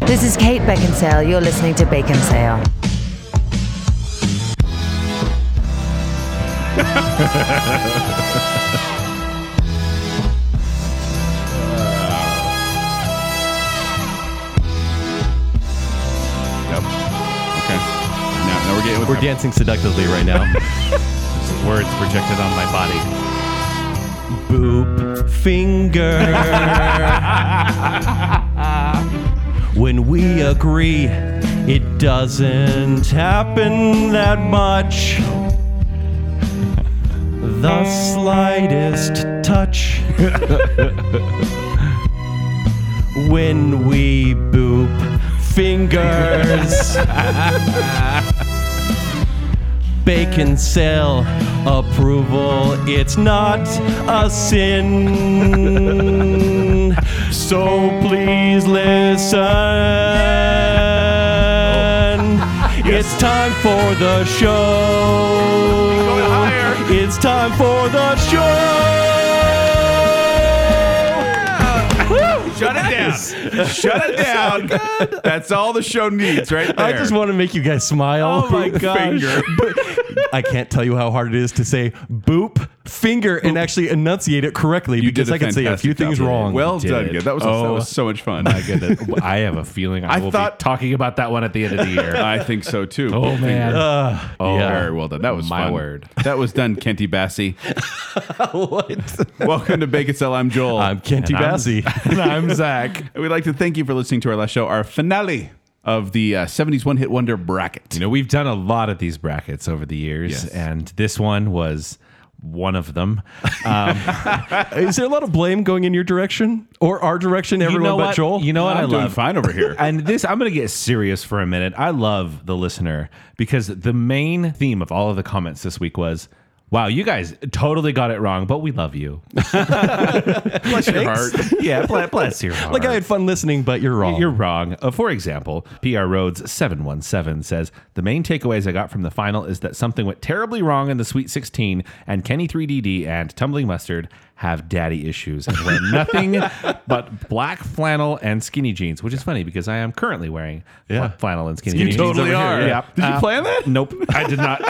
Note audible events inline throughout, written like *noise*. This is Kate Beckinsale. You're listening to Bacon Sale. Yep. Okay. Now, now we're getting with We're dancing seductively right now. *laughs* words projected on my body. Boop *laughs* finger. when we agree, it doesn't happen that much. The slightest touch. when we boop fingers. Bacon sale approval. It's not a sin. So please listen. It's time for the show. higher. It's time for the show. *laughs* Shut it down. Shut it down. That's all the show needs, right there. I just want to make you guys smile. Oh my gosh. I can't tell you how hard it is to say boop finger and actually enunciate it correctly You because did a I can say a fantastic few things job. wrong. Well You done, did. kid. That was, that Oh. was so much fun. I get it. I have a feeling I, I will thought- be talking about that one at the end of the *laughs* *laughs* year. I think so too. oh man. Oh, Yeah. very well done. That was My fun. word. That was done, Kenty *laughs* Bassey. what? Welcome to Bacon Cell. I'm Joel. I'm *laughs* Kenty I'm- Bassey. I'm Zach. and we'd like to thank you for listening to our last show, our finale of the uh, 70s One Hit Wonder bracket. You know, we've done a lot of these brackets over the years, Yes. and this one was one *laughs* of them. Is there a lot of blame going in your direction or our direction? Everyone you know but what? Joel. You know what I'm I doing love? fine over here. *laughs* And this, I'm going to get serious for a minute. I love the listener because the main theme of all of the comments this week was, "Wow, you guys totally got it wrong, but we *laughs* love you." *laughs* Bless your heart. yeah, bl- bless your heart. like I had fun listening, but you're wrong. You're wrong. Uh, for example, PR Rhodes 717 says The main takeaways I got from the final is that something went terribly wrong in the Sweet 16, and Kenny 3DD and Tumbling Mustard have daddy issues and wear nothing but black flannel and skinny jeans, which is funny because I am currently wearing Yeah. black flannel and skinny You jeans. totally over are. here. Yeah. Did you Uh, plan that? Nope, I did not. *laughs*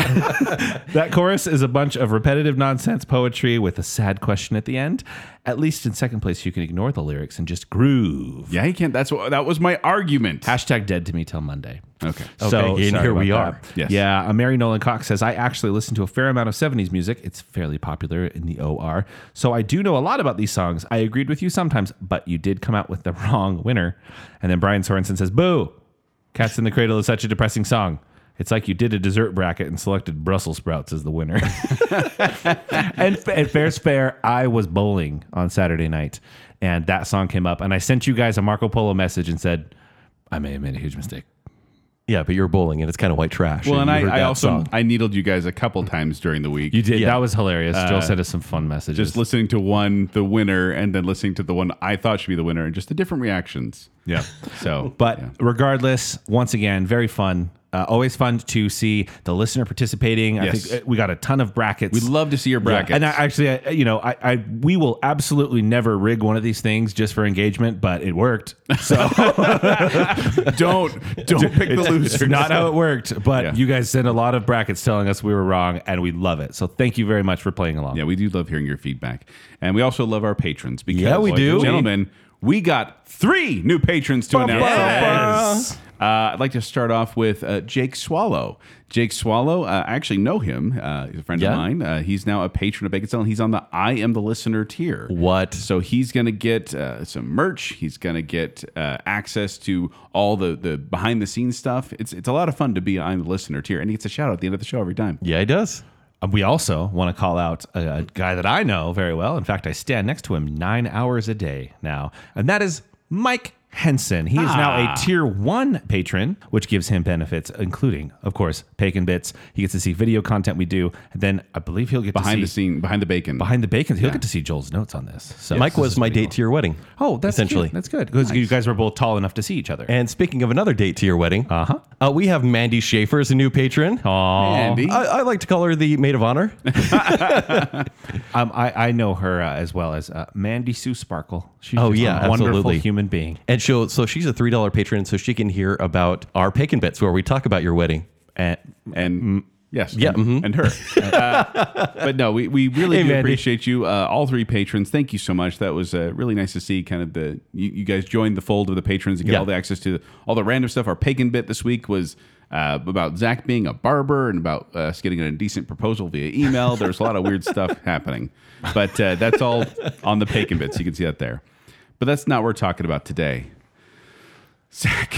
that chorus is a bunch of repetitive nonsense poetry with a sad question at the end. At least in second place, you can ignore the lyrics and just groove. Yeah, he can't. That's what that was my argument. Hashtag dead to me till Monday. okay. So Okay, and sorry here about we that. are. Yes. Yeah. uh, Mary Nolan Cox says, I actually listen to a fair amount of 70s music. It's fairly popular in the OR. So I do know a lot about these songs. I agreed with you sometimes, but you did come out with the *laughs* wrong winner. And then Brian Sorensen says, Boo! Cats in the Cradle is such a depressing song. It's like you did a dessert bracket and selected Brussels sprouts as the winner. *laughs* and, f- and fair's fair. I was bowling on Saturday night, and that song came up. And I sent you guys a Marco Polo message and said, I may have made a huge mistake. yeah, but you're bowling, and it's kind of white trash. Well, and you heard I, I that also song. I needled you guys a couple times during the week. You did. Yeah. That was hilarious. Joel sent us some fun messages. just listening to one, the winner, and then listening to the one I thought should be the winner, and just the different reactions. Oh, yeah. So, But yeah. regardless, once again, very fun. Uh, always fun to see the listener participating. I Yes. think uh, we got a ton of brackets. we'd love to see your Yeah, brackets. And I, actually, I, you know, I, I we will absolutely never rig one of these things just for engagement, but it *laughs* worked. So don't don't pick the it's losers. not how it worked. But Yeah. you guys sent a lot of brackets telling us we were wrong, and we love it. So thank you very much for playing along. Yeah, we do love hearing your feedback, and we also love our patrons because, Yeah, we do. gentlemen. We got three new patrons to announce. Yes. Uh, I'd like to start off with uh, Jake Swallow. Jake Swallow, uh, I actually know him. Uh, he's a friend Yeah. of mine. Uh, he's now a patron of Bacon Cell, and he's on the I Am the Listener tier. What? So he's going to get uh, some merch. He's going to get uh, access to all the, the behind the scenes stuff. It's it's a lot of fun to be on the Listener tier, and he gets a shout out at the end of the show every time. yeah, he does. Uh, We also want to call out a, a guy that I know very well. In fact, I stand next to him nine hours a day now, and that is Mike Henson. He is now a tier one patron, which gives him benefits, including, of course, Bacon Bits. He gets to see video content we do, and then I believe he'll get Behind to the see scene, behind the bacon. behind the bacon. He'll get to see Joel's notes on this. So Mike this is was my pretty date to your wedding. cool. Oh, that's essentially. good. that's good because you guys were both tall enough to see each other. And speaking of another date to your wedding, uh-huh. we have Mandy Schaefer as a new patron. Andy. I, I like to call her the maid *laughs* of honor. um, I, I know her uh, as well as uh, Mandy Sue Sparkle. She's Oh, just yeah, a wonderful absolutely. human being. And And she'll, so she's a $3 patron, so she can hear about our Pagan Bits where we talk about your wedding. Eh, and yes, Yeah, and, and her. *laughs* Uh, but no, we, we really Hey, do Mandy. appreciate you, uh, all three patrons. Thank you so much. That was uh, really nice to see. Kind of the you, you guys joined the fold of the patrons and get Yeah. all the access to all the random stuff. Our pagan bit this week was. Uh, about Zach being a barber and about uh, us getting an indecent proposal via email. There's a lot of weird stuff *laughs* happening, but uh, that's all on the pagan bits. You can see that there, but that's not what we're talking about today. Zach,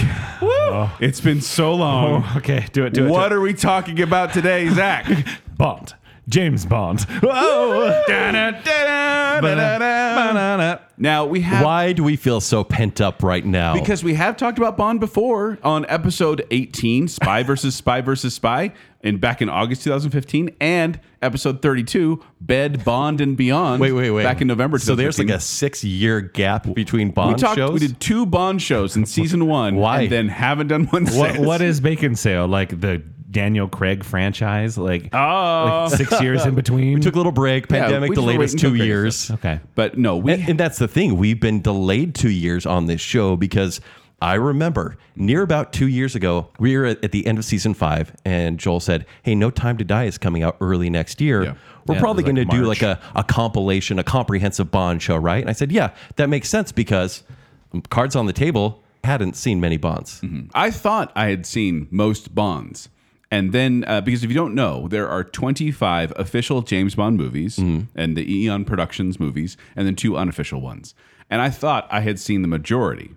it's been so long. Oh, *laughs* okay, do it, do it. What do are we talking about today, *laughs* Zach? it. Bond? James Bond. *laughs* Oh. Whoa! Ba-da-da-da-da-da. now we have Why do we feel so pent up right now? because we have talked about Bond before on episode 18, *laughs* Spy versus Spy versus Spy, and back in August 2015, and episode 32, Bed Bond and Beyond. wait, wait, wait. Back in November. So there's like a 2015. six year gap between Bond we talked. shows. We did two Bond shows in season one. Why? And then haven't done one What since. *laughs* what is Bacon Sale like the Daniel Craig franchise? Like, Ah. oh. *laughs* six years in between. Took a little break, pandemic, we the just were latest waiting till two Christmas. years. okay. But no, we And, and that's the thing. We've been delayed two years on this show because I remember near about two years ago, we were at, at the end of season five, and Joel said, Hey, No Time to Die is coming out early next year. Yeah. We're Yeah, it probably was going like to do March. like a, a compilation, a comprehensive Bond show, right? And I said, Yeah, that makes sense because um, cards on the table hadn't seen many Bonds. Mm-hmm. I thought I had seen most Bonds. And then, uh, because if you don't know, there are 25 official James Bond movies Mm-hmm. and the Eon Productions movies, and then two unofficial ones. And I thought I had seen the majority.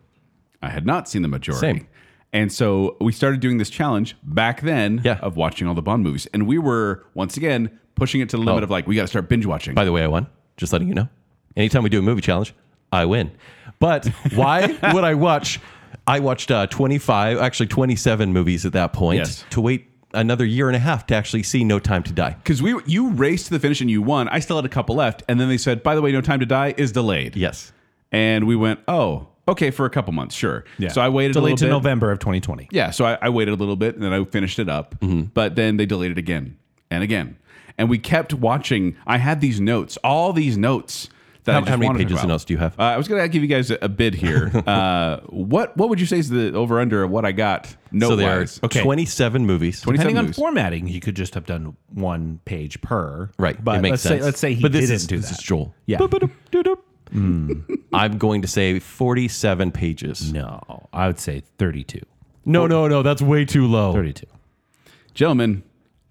I had not seen the majority. Same. And so we started doing this challenge back then Yeah. of watching all the Bond movies. And we were, once again, pushing it to the Oh. limit of like, we got to start binge watching. By the way, I won. Just letting you know. Anytime we do a movie challenge, I win. *laughs* But why would I watch? I watched uh, 25, actually 27 movies at that point Yes. to wait another year and a half to actually see No Time to Die. Because we, were- you raced to the finish and you won. I still had a couple left. And then they said, by the way, No Time to Die is delayed. Yes. and we went, oh, okay, for a couple months, sure. Yeah. So I waited a delayed little to bit. November of 2020. Yeah, so I, I waited a little bit and then I finished it up. Mm-hmm. But then they delayed it again and again, and we kept watching. I had these notes, all these notes. That I How, just how many wanted to pages talk of about. notes do you have? Uh, I was going to give you guys a, a bid *laughs* here. uh, what what would you say is the over under of what I got? No, so there are Okay. 27 movies. 27 Depending on moves. formatting, he could just have done one page per. Right. But it makes let's sense. say let's say he but this didn't is, do this that. is Joel. Yeah. I'm going to say 47 pages. No, I would say 32. No, no, no. That's way too low. 32. gentlemen,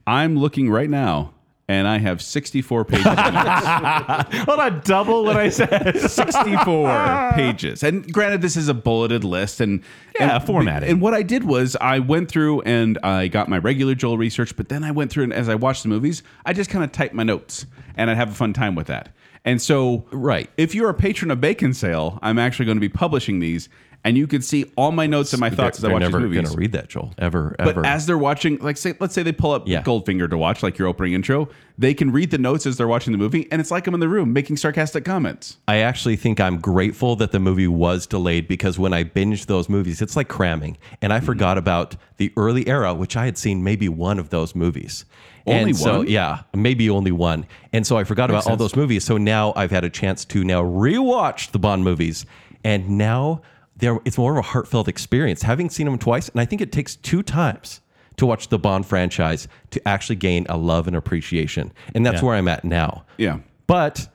I'm looking right now. And I have 64 pages. *laughs* Hold on, double what I *laughs* said. Uh, 64 pages. And granted, this is a bulleted list and Yeah, and- formatting. And what I did was I went through and I got my regular Joel research, but then I went through and as I watched the movies, I just kind of typed my notes and I'd have a fun time with that. And so, Right. if you're a patron of Bacon Sale, I'm actually going to be publishing these, and you can see all my notes and my thoughts as I They're watch these never movies. going to read that, Joel. Ever, But ever. as they're watching, like say, let's say they pull up Yeah. Goldfinger to watch, like your opening intro, they can read the notes as they're watching the movie, and it's like I'm in the room making sarcastic comments. I actually think I'm grateful that the movie was delayed because when I binged those movies, it's like cramming. And Mm-hmm. I forgot about the early era, which I had seen maybe one of those movies. Only And so- one? yeah, maybe only one. And so I forgot about all those movies. So now I've had a chance to now rewatch the Bond movies. And now there it's more of a heartfelt experience having seen them twice. And I think it takes two times to watch the Bond franchise to actually gain a love and appreciation. And that's where I'm at now. Yeah. But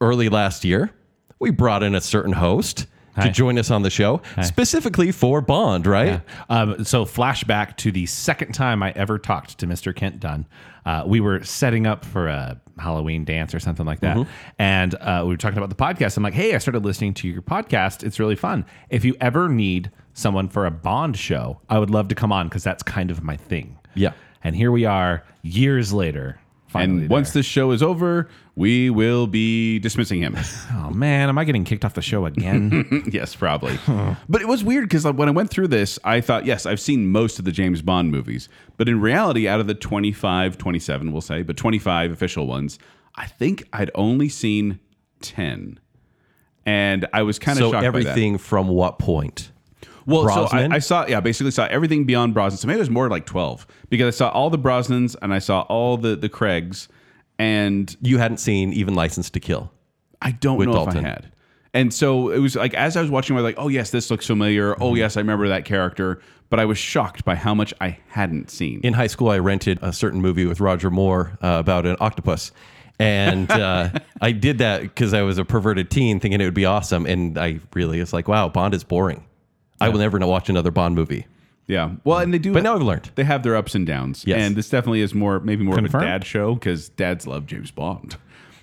early last year, we brought in a certain host to join us on the show specifically for Bond, right? *laughs* Um, so flashback to the second time I ever talked to Mr. Kent Dunn. Uh, we were setting up for a Halloween dance or something like Mm-hmm. that, and uh, we were talking about the podcast. I'm like, "Hey, I started listening to your podcast. It's really fun. If you ever need someone for a Bond show, I would love to come on because that's kind of my thing." Yeah. And here we are, years later. Finally, And once this show is over, we will be dismissing *laughs* him. *laughs* oh man, am I getting kicked off the show again? yes, probably. but it was weird because like, when I went through this, I thought, yes, I've seen most of the James Bond movies. But in reality, out of the 25, 27, we'll say, but 25 official ones, I think I'd only seen 10. And I was kind of So shocked everything from what point? by that. Well, Brosnan? so I, I saw, yeah, basically saw everything beyond Brosnan. So maybe it was more like 12 because I saw all the Brosnans and I saw all the, the Craigs. And You hadn't seen even License to Kill. I don't know Dalton. if I had. And so it was like as I was watching, I was like, "Oh yes, this looks familiar. Mm-hmm. Oh yes, I remember that character." But I was shocked by how much I hadn't seen. in high school, I rented a certain movie with Roger Moore uh, about an octopus. *laughs* And uh, I did that because I was a perverted teen thinking it would be awesome. And I really, it's like, wow, Bond is boring. I will never watch another Bond movie. yeah. Well, and they do. But now I've learned. they have their ups and downs. Yes. And this definitely is more, maybe more Confirmed. of a dad show because dads love James Bond.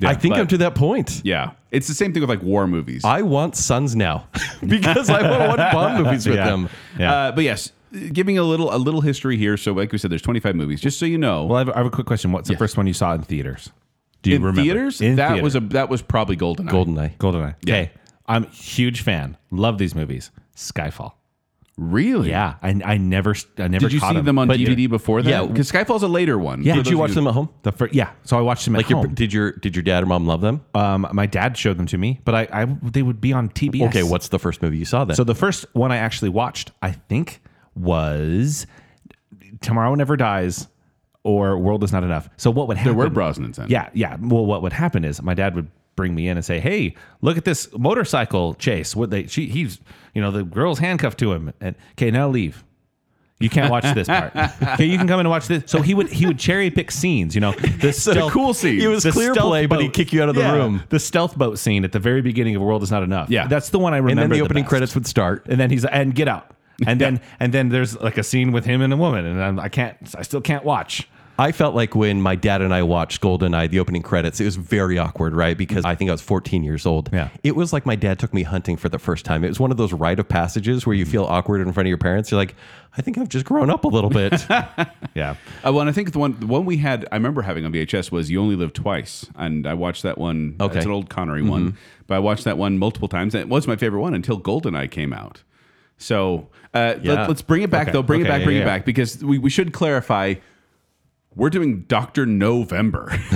I think but- I'm to that point. Yeah. It's the same thing with like war movies. I want sons now *laughs* *laughs* because I want to watch Bond movies with Yeah. them. Yeah. Uh, but yes, giving a little a little history here. So like we said, there's 25 movies. Just so you know, Well, I have, I have a quick question. What's the first one you saw in theaters? Do you in remember? theaters, In that theater. was a that was probably Goldeneye. Goldeneye. Goldeneye. Okay. I'm a huge fan. Love these movies. Skyfall. Really? Yeah. I, I never I never Did you caught see them on But- DVD before that? Yeah. Because Skyfall's a later one. Yeah. For Did those you of watch them at home? The first, yeah. So I watched them at Like your, home. did your did your dad or mom love them? um, my dad showed them to me, but I, I they would be on TBS. Okay, what's the first movie you saw *laughs* then? So the first one I actually watched, I think, was Tomorrow Never Dies or World Is Not Enough. So what would happen? There were Brosnan's in. it. Yeah, yeah. Well, what would happen is my dad would bring me in and say, "Hey, look at this motorcycle chase. What they she he's you know the girl's handcuffed to him, and okay, now leave." You can't watch this part. okay, you can come in and watch this. So he would he would cherry pick scenes. You know, the stealth- cool scene. It was the clear stealth play, but he'd kick you out of the room. The stealth boat scene at the very beginning of World is Not Enough. Yeah. that's the one I and remember. then the opening best. credits would start. and then he's and get out, and then and then there's like a scene with him and a woman, and I'm, I can't, I still can't watch. I felt like when my dad and I watched GoldenEye, the opening credits, it was very awkward, right? Because I think I was 14 years old. Yeah. It was like my dad took me hunting for the first time. It was one of those rite of passages where you feel awkward in front of your parents. You're like, I think I've just grown up a little bit. Yeah, Uh, well, and I think the one the one we had I remember having on VHS was "You Only Live Twice," and I watched that one. Okay. Mm-hmm. it's an old Connery one, but I watched that one multiple times, and it was my favorite one until Goldeneye came out. So uh, Yeah. let, us bring it back, Okay. though. Bring Okay, it back, yeah, bring yeah. it back, because we, we should clarify. We're doing Doctor *laughs* November. *laughs*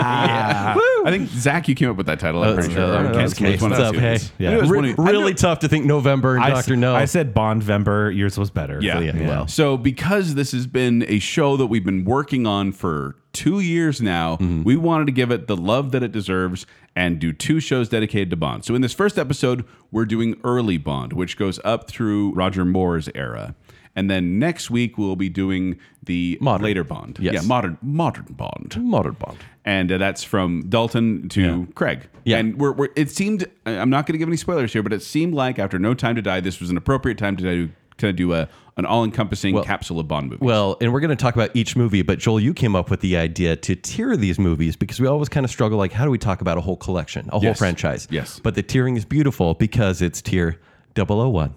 I think Zach, you came up with that title. I'm pretty sure. Uh, Or that's Kent, which one What's of up? the Hey, students. Yeah. I knew it was one Re- of- I knew- really tough to think November and I, Doctor s- No. I said Bond Vember. Yours was better. Yeah. So, Yeah. Well, So because this has been a show that we've been working on for two years now, Mm-hmm. we wanted to give it the love that it deserves and do two shows dedicated to Bond. So in this first episode, we're doing early Bond, which goes up through Roger Moore's era. And then next week we'll be doing the Modern. later Bond. Yes. Yeah, modern modern Bond Modern Bond. and uh, that's from Dalton to Craig. Yeah. and we're, we're it seemed I- I'm not going to give any spoilers here, but it seemed like after No Time to Die, this was an appropriate time to do to do a an all encompassing capsule of Bond movies. Well, and we're going to talk about each movie, but Joel, you came up with the idea to tier these movies because we always kind of struggle like, how do we talk about a whole collection, a whole Yes. franchise? Yes. But the tiering is beautiful because it's tier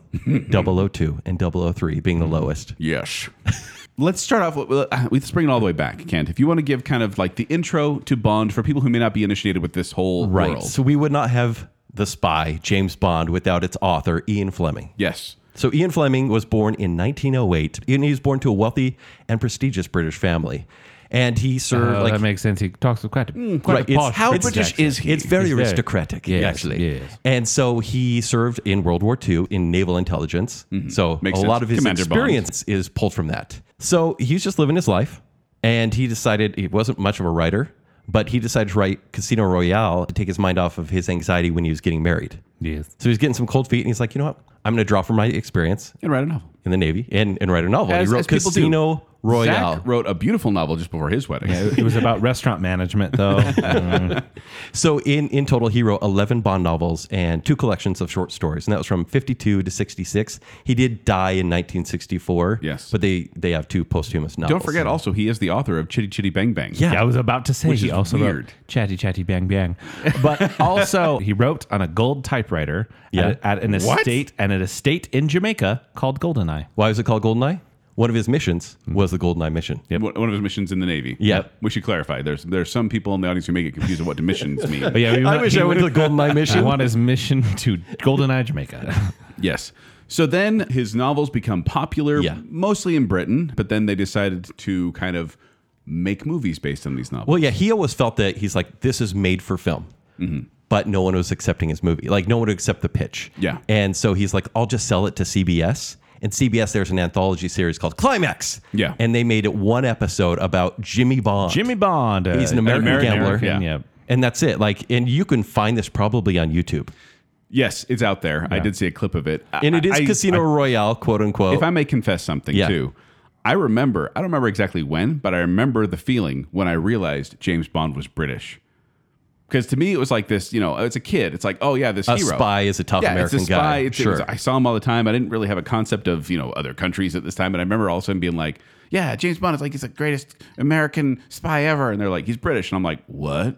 *laughs* 001, 002, and 003 being the lowest. yes. *laughs* Let's start off. With, uh, let's bring it all the way back, Kent. If you want to give kind of like the intro to Bond for people who may not be initiated with this whole Right. world. So we would not have The Spy, James Bond, without its author, Ian Fleming. yes. So Ian Fleming was born in 1908, and he was born to a wealthy and prestigious British family. And he served Oh, uh, like that makes sense. He talks with quite, a- quite right. a It's posh how British British accent. is he? It's very He's very- aristocratic, Yes, actually. yes. And so he served in World War II in naval intelligence. So Makes a sense. lot of his Commander Bond. experience is pulled from that. So he's just living his life, and he decided he wasn't much of a writer, but he decided to write Casino Royale to take his mind off of his anxiety when he was getting married. Yes. So he's getting some cold feet, and he's like, you know what? I'm going to draw from my experience And write a novel. in the Navy and, and write a novel. and As- he wrote as people do. Casino Royale. Zach wrote a beautiful novel just before his wedding. It was about restaurant management, *laughs* though. So in in total, he wrote eleven Bond novels and two collections of short stories, and that was from fifty two to sixty six. He did die in nineteen sixty four. Yes. but they they have two posthumous novels. Don't forget, also he is the author of Chitty Chitty Bang Bang. Yeah. I was about to say Which he is also weird. wrote chatty chatty bang *laughs* bang, but also he wrote on a gold typewriter Yeah. at, at an What? estate and an estate in Jamaica called Goldeneye. Why was it called Goldeneye? One of his missions was the Goldeneye mission. One one of his missions in the Navy. Yep. We should clarify. There's there's some people in the audience who may get confused of what missions *laughs* mean. But Oh, yeah, we I want- wish he I went to went- the Goldeneye I mission. want his mission *laughs* to Goldeneye, *laughs* Jamaica. Yes. So then his novels become popular, Yeah. mostly in Britain, but then they decided to kind of make movies based on these novels. Well, yeah, he always felt that he's like, this is made for film. But no one was accepting his movie. Like, no one would accept the pitch. Yeah. And so he's like, I'll just sell it to CBS. And CBS, there's an anthology series called Climax. Yeah. And they made it one episode about Jimmy Bond. Jimmy Bond. uh, He's an American gambler. American, Yeah. yeah. And that's it. Like, and you can find this probably on YouTube. Yes, it's out there. I did see a clip of it. And it is I- I- Casino Royale, quote unquote. if I may confess something Yeah. too, I remember, I don't remember exactly when, but I remember the feeling when I realized James Bond was British. Because to me, it was like this, you know, as a kid, it's like, oh, yeah, this a hero. spy is a tough yeah, American it's a spy. guy. It's, it sure. was- I saw him all the time. I didn't really have a concept of, you know, other countries at this time. And I remember all of a sudden being like, yeah, James Bond is like, he's the greatest American spy ever. And they're like, he's British. And I'm like, what?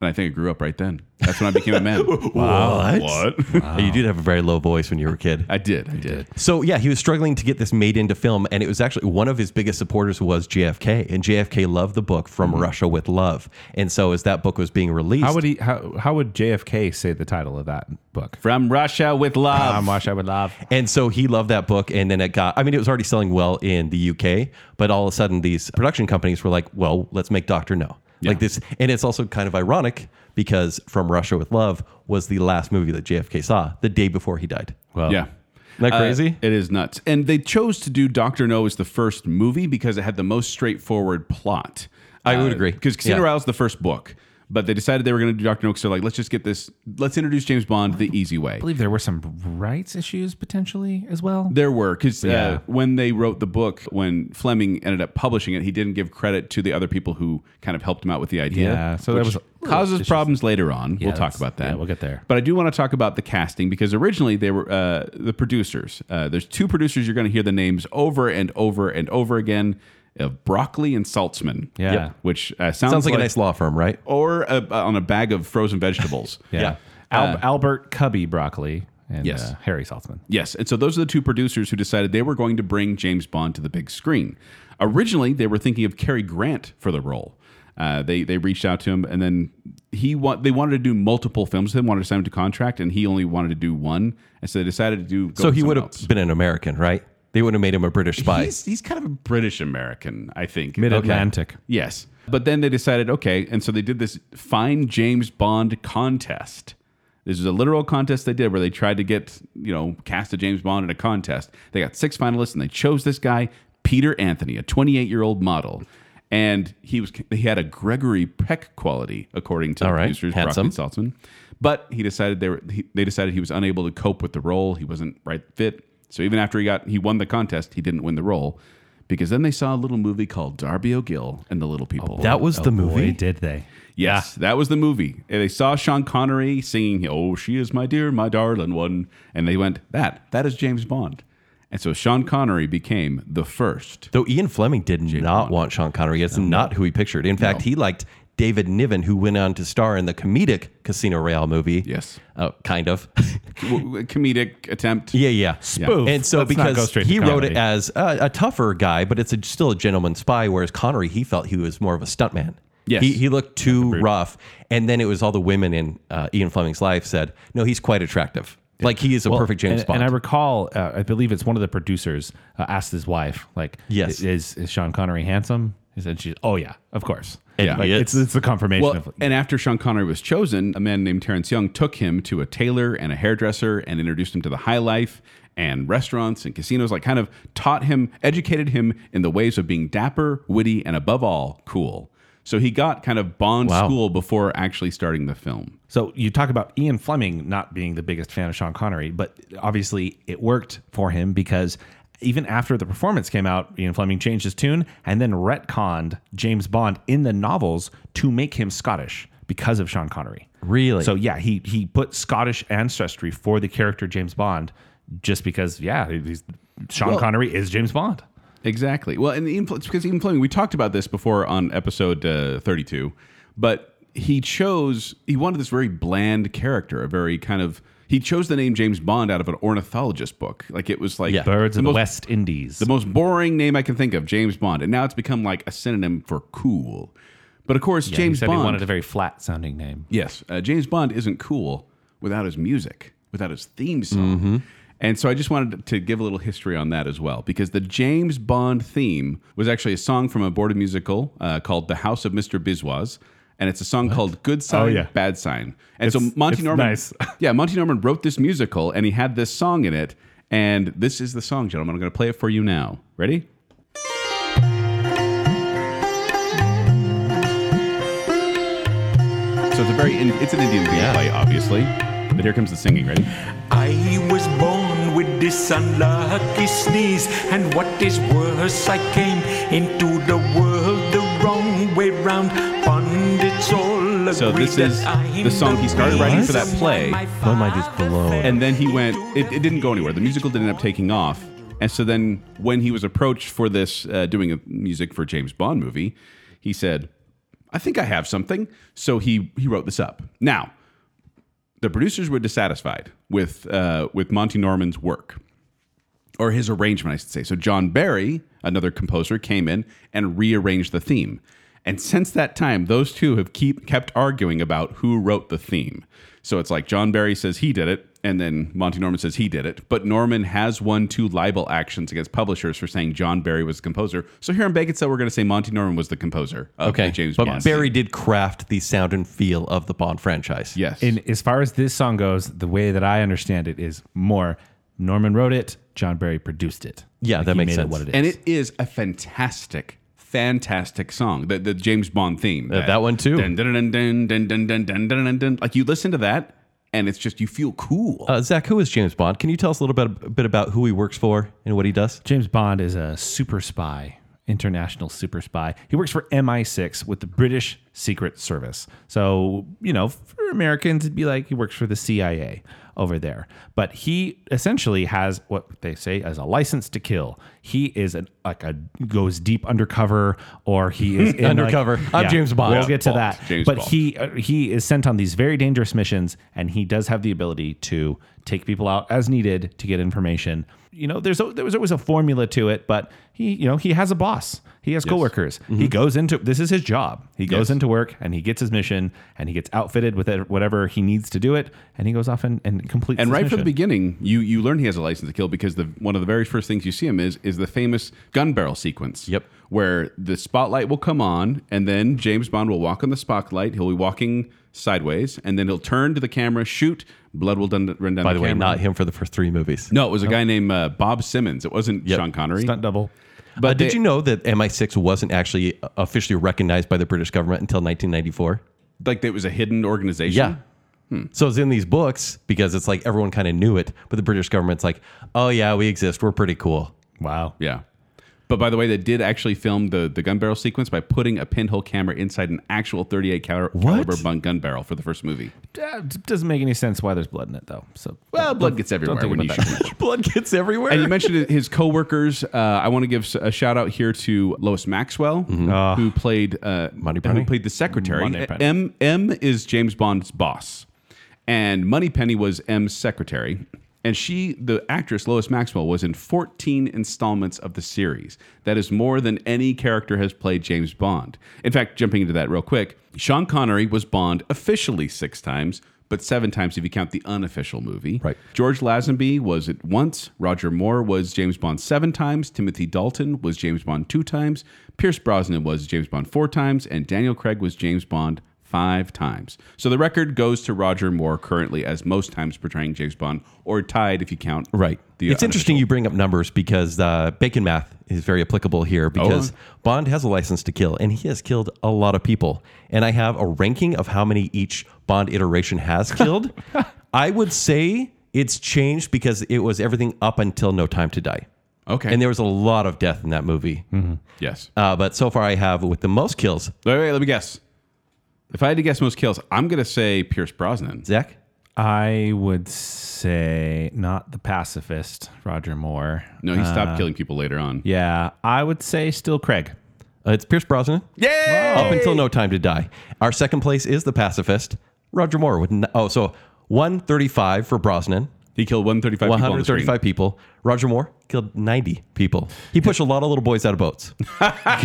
And I think I grew up right then. That's when I became a man. *laughs* What? What? *laughs* *laughs* You did have a very low voice when you were a kid. I did. I did. So yeah, he was struggling to get this made into film, and it was actually one of his biggest supporters was JFK, and JFK loved the book From Mm-hmm. Russia with Love, and so as that book was being released, How would he? How, how would JFK say the title of that book? From Russia with love. I'm Wash. I would love. and so he loved that book, and then it got. I mean, it was already selling well in the UK, but all of a sudden these production companies were like, "Well, let's make Doctor No." Like this, and it's also kind of ironic because From Russia with Love was the last movie that JFK saw the day before he died. Well, yeah. Isn't that Uh, crazy? it is nuts. And they chose to do Doctor No as the first movie because it had the most straightforward plot. I would agree. Because Casino Yeah. Royale is the first book, but they decided they were going to do Doctor No because they're like, let's just get this, let's introduce James Bond the easy way. I believe there were some rights issues potentially as well. There were because Yeah. uh, when they wrote the book, when Fleming ended up publishing it, he didn't give credit to the other people who kind of helped him out with the idea. Yeah, so there which was a- causes problems later on. we'll talk that's- about that. yeah, we'll get there. But I do want to talk about the casting because originally they were uh, the producers. Uh, there's two producers you're going to hear the names over and over and over again of Broccoli and Saltzman. Yeah. Yep. which uh, sounds, Sounds like a nice law firm, right? or a, uh, on a bag of frozen *laughs* vegetables. Yeah. Uh, Al- Albert Cubby Broccoli and Yes. uh, Harry Saltzman. Yes, and so those are the two producers who decided they were going to bring James Bond to the big screen. Originally, they were thinking of Cary Grant for the role. Uh, they they reached out to him, and then he wa- they wanted to do multiple films. They wanted to sign him to contract, and he only wanted to do one, and so they decided to do. Go So with he would someone have else. been an American, right? They would have made him a British spy. He's, he's kind of a British American, I think. Mid Atlantic. Yes. But then they decided, okay, and so they did this Find James Bond contest. This is a literal contest they did where they tried to get, you know, cast a James Bond in a contest. They got six finalists and they chose this guy, Peter Anthony, a 28-year-old model. And he was he had a Gregory Peck quality, according to All right. producers Handsome. Broccoli Saltzman. But he decided they were he, they decided he was unable to cope with the role. He wasn't right fit. So even after he got he won the contest, he didn't win the role because then they saw a little movie called Darby O'Gill and the Little People. Oh, that was the movie. Oh, Boy, did they. yes, that was the movie. And they saw Sean Connery singing "Oh, she is my dear, my darling one," and they went, "That that is James Bond." And so Sean Connery became the first. Though Ian Fleming did not want Sean Connery. It's not who he pictured. In fact, he liked David Niven, who went on to star in the comedic Casino Royale movie. Yes. Oh, kind of. *laughs* W- w- comedic attempt. yeah, yeah. Spoof. And so Let's not go because straight to he wrote it comedy. as a, a tougher guy, but it's a, still a gentleman spy, whereas Connery, he felt he was more of a stuntman. Yes. He, he looked too rough. And then it was all the women in uh, Ian Fleming's life said, no, he's quite attractive. Like he is a perfect James and, Bond. and I recall, uh, I believe it's one of the producers uh, asked his wife, like, Yes. "I- is, is Sean Connery handsome? He said, she's, oh, yeah, of course. Yeah. Like, He is. it's, it's the confirmation Well, of and after Sean Connery was chosen, a man named Terrence Young took him to a tailor and a hairdresser and introduced him to the high life and restaurants and casinos, like kind of taught him, educated him in the ways of being dapper, witty, and above all, cool. So he got kind of Bond Wow. school before actually starting the film. So you talk about Ian Fleming not being the biggest fan of Sean Connery, but obviously it worked for him because even after the performance came out, Ian Fleming changed his tune and then retconned James Bond in the novels to make him Scottish because of Sean Connery. Really? So yeah, he he put Scottish ancestry for the character James Bond just because yeah, he's, Sean Connery is James Bond. Exactly. Well, and the infl- it's because Ian Fleming, we talked about this before on episode uh, 32, but he chose, he wanted this very bland character, a very kind of, he chose the name James Bond out of an ornithologist book. Like it was like Yeah. Birds the of the most- West Indies. The most boring name I can think of, James Bond. And now it's become like a synonym for cool. But of course, Yeah, he James said Bond. he wanted a very flat sounding name. Yes, uh, James Bond isn't cool without his music, without his theme song. Mm-hmm. And so I just wanted to give a little history on that as well, because the James Bond theme was actually a song from a boarded musical uh, called "The House of Mr. Biswas," and it's a song called "Good Sign, Oh, yeah. Bad Sign." And so It's- Monty it's Norman, nice. *laughs* yeah, Monty Norman wrote this musical, and he had this song in it. And this is the song, gentlemen. I'm going to play it for you now. Ready? So it's a very, it's an Indian theme Yeah. play, obviously. But here comes the singing. Ready? I was born with this unlucky sneeze, and what is worse, I came into the world the wrong way round. Pundits all So agree this is that I'm the song he started writing for that reason play. why My mind is father blown. failed and then he went into it, it didn't go anywhere the musical didn't end up taking off and so then when he was approached for this uh, doing a music for james bond movie he said i think i have something so he he wrote this up now the producers were dissatisfied with uh, with monty norman's work or his arrangement, I should say. So John Barry, another composer, came in and rearranged the theme. And since that time, those two have keep kept arguing about who wrote the theme. So it's like John Barry says he did it, and then Monty Norman says he did it. But Norman has won two libel actions against publishers for saying John Barry was the composer. So here in Bacon Cell, we're going to say Monty Norman was the composer of the Okay, James but Bond. Barry did craft the sound and feel of the Bond franchise. yes, And as far as this song goes, the way that I understand it is more Norman wrote it, John Barry produced it. Yeah, that he makes made sense. It what it is. and it is a fantastic fantastic song the, the james bond theme Uh, that one too. dun, dun, dun, dun, dun, dun, dun, dun, dun, dun, dun. like you listen to that and it's just you feel cool Uh, Zach, who is James Bond? Can you tell us a little bit, a bit about who he works for and what he does? James Bond is a super spy, international super spy. He works for MI6 with the British Secret Service. So, you know, for Americans, it'd be like he works for the CIA over there. But he essentially has what they say as a license to kill. He is an, like a goes deep undercover, or *laughs* he is in like- Undercover. I'm James Bond. We'll get to Bond. that. James but Bond. he uh, he is sent on these very dangerous missions, and he does have the ability to take people out as needed to get information. You know, there's a, there was always a formula to it, but he you know he has a boss, he has coworkers. He goes into this is his job. He goes Mm-hmm. Yes. into work and he gets his mission, and he gets outfitted with it- whatever he needs to do it, and he goes off and, and completes. and his right from the mission. beginning you you learn he has a license to kill because the one of the very first things you see him is is the famous gun barrel sequence Yep. where the spotlight will come on and then james bond will walk on the spotlight he'll be walking sideways and then he'll turn to the camera shoot blood will dun- run down By the way, camera. not him for the first three movies. no, it was a guy named uh, Bob Simmons. It wasn't Yep. Sean Connery. stunt double. But Uh, did they- you know that MI6 wasn't actually uh, officially recognized by the British government until 1994? like it was a hidden organization. Yeah. Hmm. So it's in these books because it's like everyone kind of knew it, but the British government's like, oh, yeah, we exist. We're pretty cool. Wow. Yeah. But by the way, they did actually film the, the gun barrel sequence by putting a pinhole camera inside an actual 38 cal- caliber bun- gun barrel for the first movie. Uh, d- doesn't make any sense why there's blood in it though. So Well, don't- blood gets don't everywhere think when about you that. shoot. *laughs* Blood gets everywhere. and you mentioned his coworkers. Uh, I want to give a shout out here to Lois Maxwell, who played uh, Monty who Mm-hmm. Ah. Penny? played the secretary. Monty Penny. M M is James Bond's boss, and Moneypenny was M's secretary. And she, the actress Lois Maxwell, was in 14 installments of the series. That is more than any character has played James Bond. In fact, jumping into that real quick, Sean Connery was Bond officially six times, but seven times if you count the unofficial movie. Right. George Lazenby was it once. Roger Moore was James Bond seven times. Timothy Dalton was James Bond two times. Pierce Brosnan was James Bond four times. And Daniel Craig was James Bond five times. So the record goes to Roger Moore currently as most times portraying James Bond, or tied if you count. Right. The uh, it's interesting you bring up numbers because uh, bacon math is very applicable here because Bond has a license to kill and he has killed a lot of people. And I have a ranking of how many each Bond iteration has killed. I would say it's changed because it was everything up until No Time to Die. Okay. Mm-hmm. And there was a lot of death in that movie. yes. Uh, but so far, I have with the most kills, wait, wait, let me guess. If I had to guess most kills, I'm gonna say Pierce Brosnan. Zach. I would say not the pacifist, Roger Moore. No, he stopped killing people later on. Yeah, I would say still Craig. Uh, it's Pierce Brosnan. Yay! Up until No Time to Die. Our second place is The Pacifist, Roger Moore. With n- oh, so 135 for Brosnan, He killed 135 people. on the screen. 135 people. Roger Moore killed 90 people. He pushed a lot of little boys out *laughs* of boats.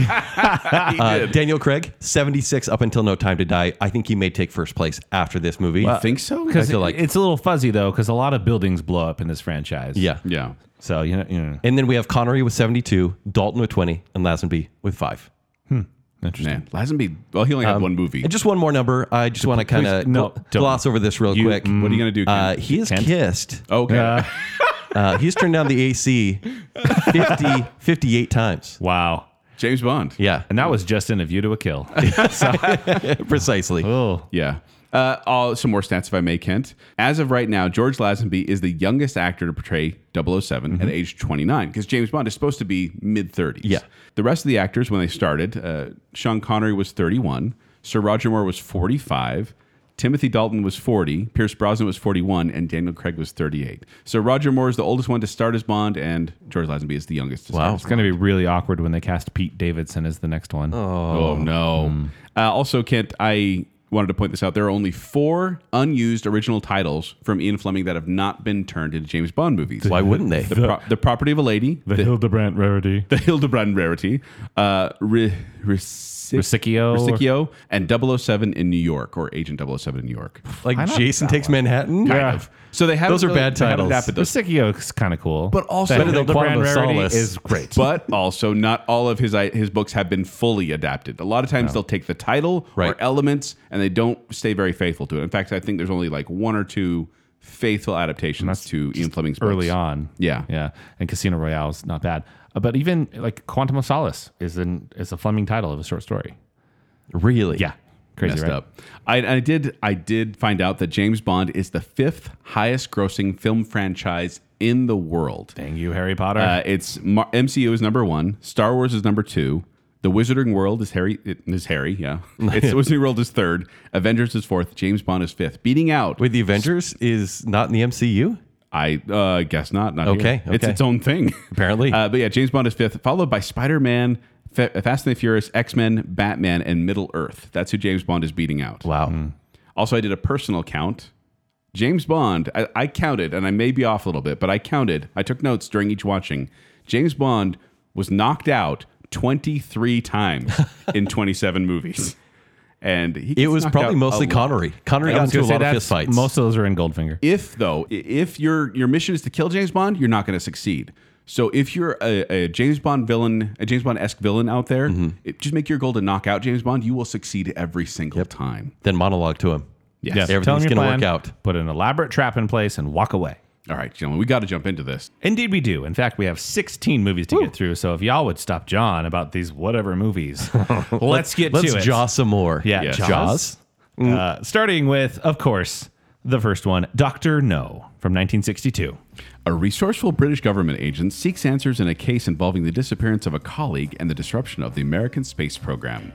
Uh, Daniel Craig, 76 up until No Time to Die. I think he may take first place after this movie. You think so? Because feel like- it's a little fuzzy though, because a lot of buildings blow up in this franchise. yeah. Yeah. So you know, you know And uh, then we have Connery with 72, Dalton with 20, and Lazenby with five. interesting. Man, Lazenby. Well, he only had one movie. And Um, just one more number. I just want to kind of no, mm. don't. gloss over this real quick. what are you gonna do? Ken? Oh, Uh, he is kissed. okay. Uh, Uh, he's turned down the AC 50, 58 times. wow. James Bond. Yeah, And that was just in a view to a kill. *laughs* precisely. oh, Yeah. Uh, all, some more stats, if I may, Kent. As of right now, George Lazenby is the youngest actor to portray 7 at age 29, because James Bond is supposed to be mid 30s. Mm-hmm. Yeah. The rest of the actors, when they started, uh, Sean Connery was 31, Sir Roger Moore was 45, Timothy Dalton was 40, Pierce Brosnan was 41, and Daniel Craig was 38. So Roger Moore is the oldest one to start as Bond, and George Lazenby is the youngest. To Wow. start. It's going to be really awkward when they cast Pete Davidson as the next one. Oh, no. Uh, also, Kent, I wanted to point this out. There are only four unused original titles from Ian Fleming that have not been turned into James Bond movies. Why *laughs* wouldn't they? The, pro- the property of a lady, the, Hildebrandt rarity. *laughs* the Hildebrand rarity, uh, Ri- Risic- Ricicchio. Ricicchio, and 007 in New York, or Agent 007 in New York. Like Jason Takes Manhattan? Yeah. So they have Those are bad titles. Those. Ricicchio's kind of cool. But also- The Better than Quantum Hildebrand of rarity Solace. is great. but also, not all of his his books have been fully adapted. A lot of times, they'll take the title Right. or elements, and they don't stay very faithful to it. In fact, I think there's only like one or two faithful adaptations to Ian Fleming's books. early on. Yeah. yeah, and Casino Royale is not bad. Uh, but even like Quantum of Solace is an is a Fleming title of a short story. Really? Yeah, crazy, messed right? up. I, I did. I did find out that James Bond is the fifth highest-grossing film franchise in the world. Dang you, Harry Potter. Uh, it's Mar- MCU is number one. Star Wars is number two. The Wizarding World is Harry. It, is Harry? Yeah. It's the Wizarding World is third. Avengers is fourth. James Bond is fifth. Beating out. Wait, the Avengers is not in the MCU? I uh, guess not. Not here. Okay, It's okay. its own thing. Apparently. *laughs* Uh, but yeah, James Bond is fifth, followed by Spider Man, Fa- Fast and the Furious, X Men, Batman, and Middle Earth. That's who James Bond is beating out. Wow. Also, I did a personal count. James Bond, I, I counted, and I may be off a little bit, but I counted. I took notes during each watching. James Bond was knocked out 23 *laughs* times in 27 movies. And he It gets was knocked probably out Oh. mostly a lot. Connery. Connery got was into a gonna say lot of that's- fistfights. Most of those are in Goldfinger. If, though, i- if your, your mission is to kill James Bond, you're not going to succeed. So if you're a, a James Bond villain, a James Bond esque villain out there, it, just make your goal to knock out James Bond. You will succeed every single time. then monologue to him. Yes. Yes. Tell Everything's them your going to work plan, out. Put an elaborate trap in place and walk away. All right, gentlemen, we got to jump into this. Indeed, we do. In fact, we have 16 movies to get through. So if y'all would stop John about these whatever movies, *laughs* let's get Let's to it. jaw some more. Yeah, Yes. Jaws. Jaws. Uh, starting with, of course, the first one, Doctor No from 1962. A resourceful British government agent seeks answers in a case involving the disappearance of a colleague and the disruption of the American space program.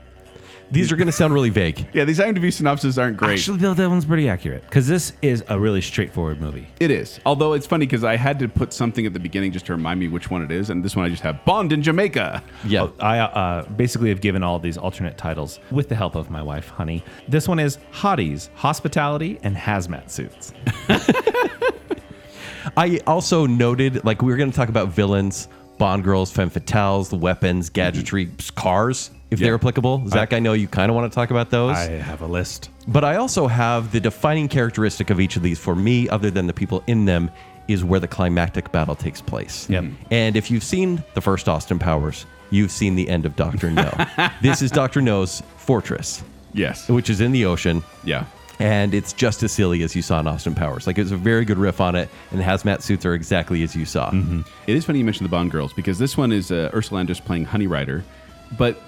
These are going to sound really vague. Yeah, these IMDb synopses aren't great. Actually, though, that one's pretty accurate because this is a really straightforward movie. it is. Although it's funny because I had to put something at the beginning just to remind me which one it is, and this one I just have Bond in Jamaica. Yeah. I uh, basically have given all these alternate titles with the help of my wife, Honey. This one is Hotties, Hospitality, and Hazmat Suits. I also noted, like, we were going to talk about villains, Bond girls, femme fatales, the Mm-hmm. weapons, gadgetry, cars, if they're applicable. Zach, I know you kind of want to talk about those. have a list. But I also have the defining characteristic of each of these for me, other than the people in them, is where the climactic battle takes place. Mm-hmm. Yep. And if you've seen the first Austin Powers, you've seen the end of Dr. *laughs* No. this is Dr. No's fortress, Yes. which is in the ocean. Yeah. And it's just as silly as you saw in Austin Powers. Like, it's a very good riff on it, and the hazmat suits are exactly as you saw. It is funny you mentioned the Bond girls because this one is uh, Ursula Andress playing Honey Rider, but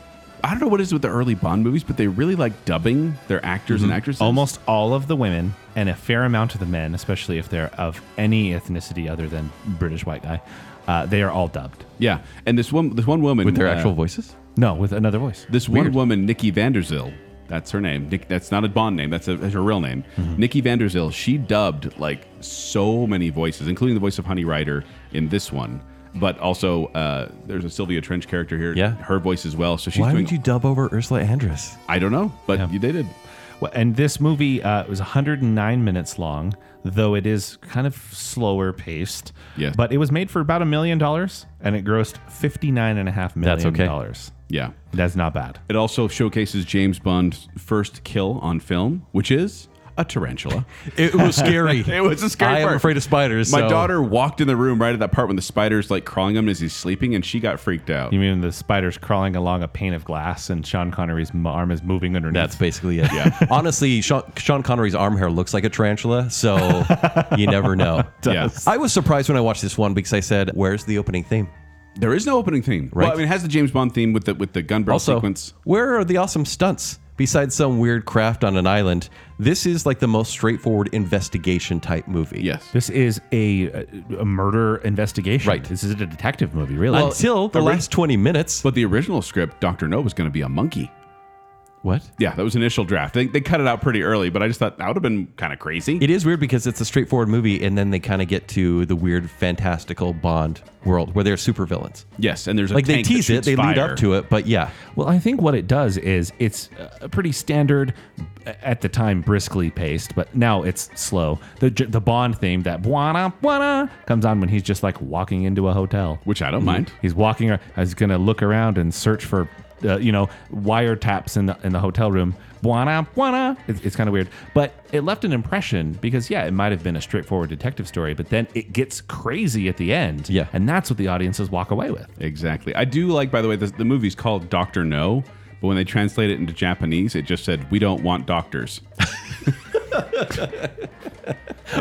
I don't know what it is with the early Bond movies, but they really like dubbing their actors Mm-hmm. and actresses. Almost all of the women and a fair amount of the men, especially if they're of any ethnicity other than British white guy, uh, they are all dubbed. Yeah. And this one, this one woman With their uh, actual voices? No, with another voice. This one woman, Nikki Vanderzil, that's her name. Nick, that's not a Bond name. That's, a, that's her real name. Mm-hmm. Nikki Vanderzil. She dubbed like so many voices, including the voice of Honey Rider in this one. But also, uh, there's a Sylvia Trench character here. Yeah. her voice as well. So she's Why doing. would you dub over Ursula Andress? I don't know, but Yeah. you they did. Well, And this movie uh, was 109 minutes long, though it is kind of slower paced. Yes. But it was made for about a million dollars and it grossed $59.5 million. That's okay. dollars. Yeah. That's not bad. It also showcases James Bond's first kill on film, which is a *laughs* tarantula. It was *laughs* scary. *laughs* It was a scary I am part. afraid of spiders. My so- daughter walked in the room right at that part when the spider's like crawling him as he's sleeping, and she got freaked out. You mean the spider's crawling along a pane of glass and Sean Connery's m- arm is moving underneath? That's basically it. Yeah. *laughs* Honestly, Sean, Sean Connery's arm hair looks like a *laughs* tarantula, so you never know. Yeah. I was surprised when I watched this one because I said, "Where's the opening theme?" There is no opening theme. Right. Well, I mean, it has the James Bond theme with the with the gun barrel Also, sequence. where are the awesome stunts? besides some weird craft on an island, this is like the most straightforward investigation type movie. Yes. This is a, a murder investigation. Right. This is a detective movie, really. Until the last 20 minutes. But the original script, Dr. No was going to be a monkey. What? Yeah, that was initial draft. They, they cut it out pretty early, but I just thought that would have been kind of crazy. It is weird because it's a straightforward movie, and then they kind of get to the weird, fantastical Bond world where they're supervillains. yes, and there's a Like they tank that tease it, shoots they lead fire. up to it, but yeah. Well, I think what it does is it's a pretty standard, uh, at the time briskly paced, but now it's slow. The the Bond theme that buana buana comes on when he's just like walking into a hotel. which Mm-hmm. I don't mind. He's walking. ar- He's gonna look around and search for, uh, you know, wiretaps in the in the hotel room. Buana buana. It's, it's kind of weird, but it left an impression because yeah, it might have been a straightforward detective story, but then it gets crazy at the end. Yeah. and that's what the audiences walk away with. Exactly. I do like, by the way, this, the movie's called Doctor No, but when they translate it into Japanese, it just said, "We don't want *laughs* doctors." *laughs*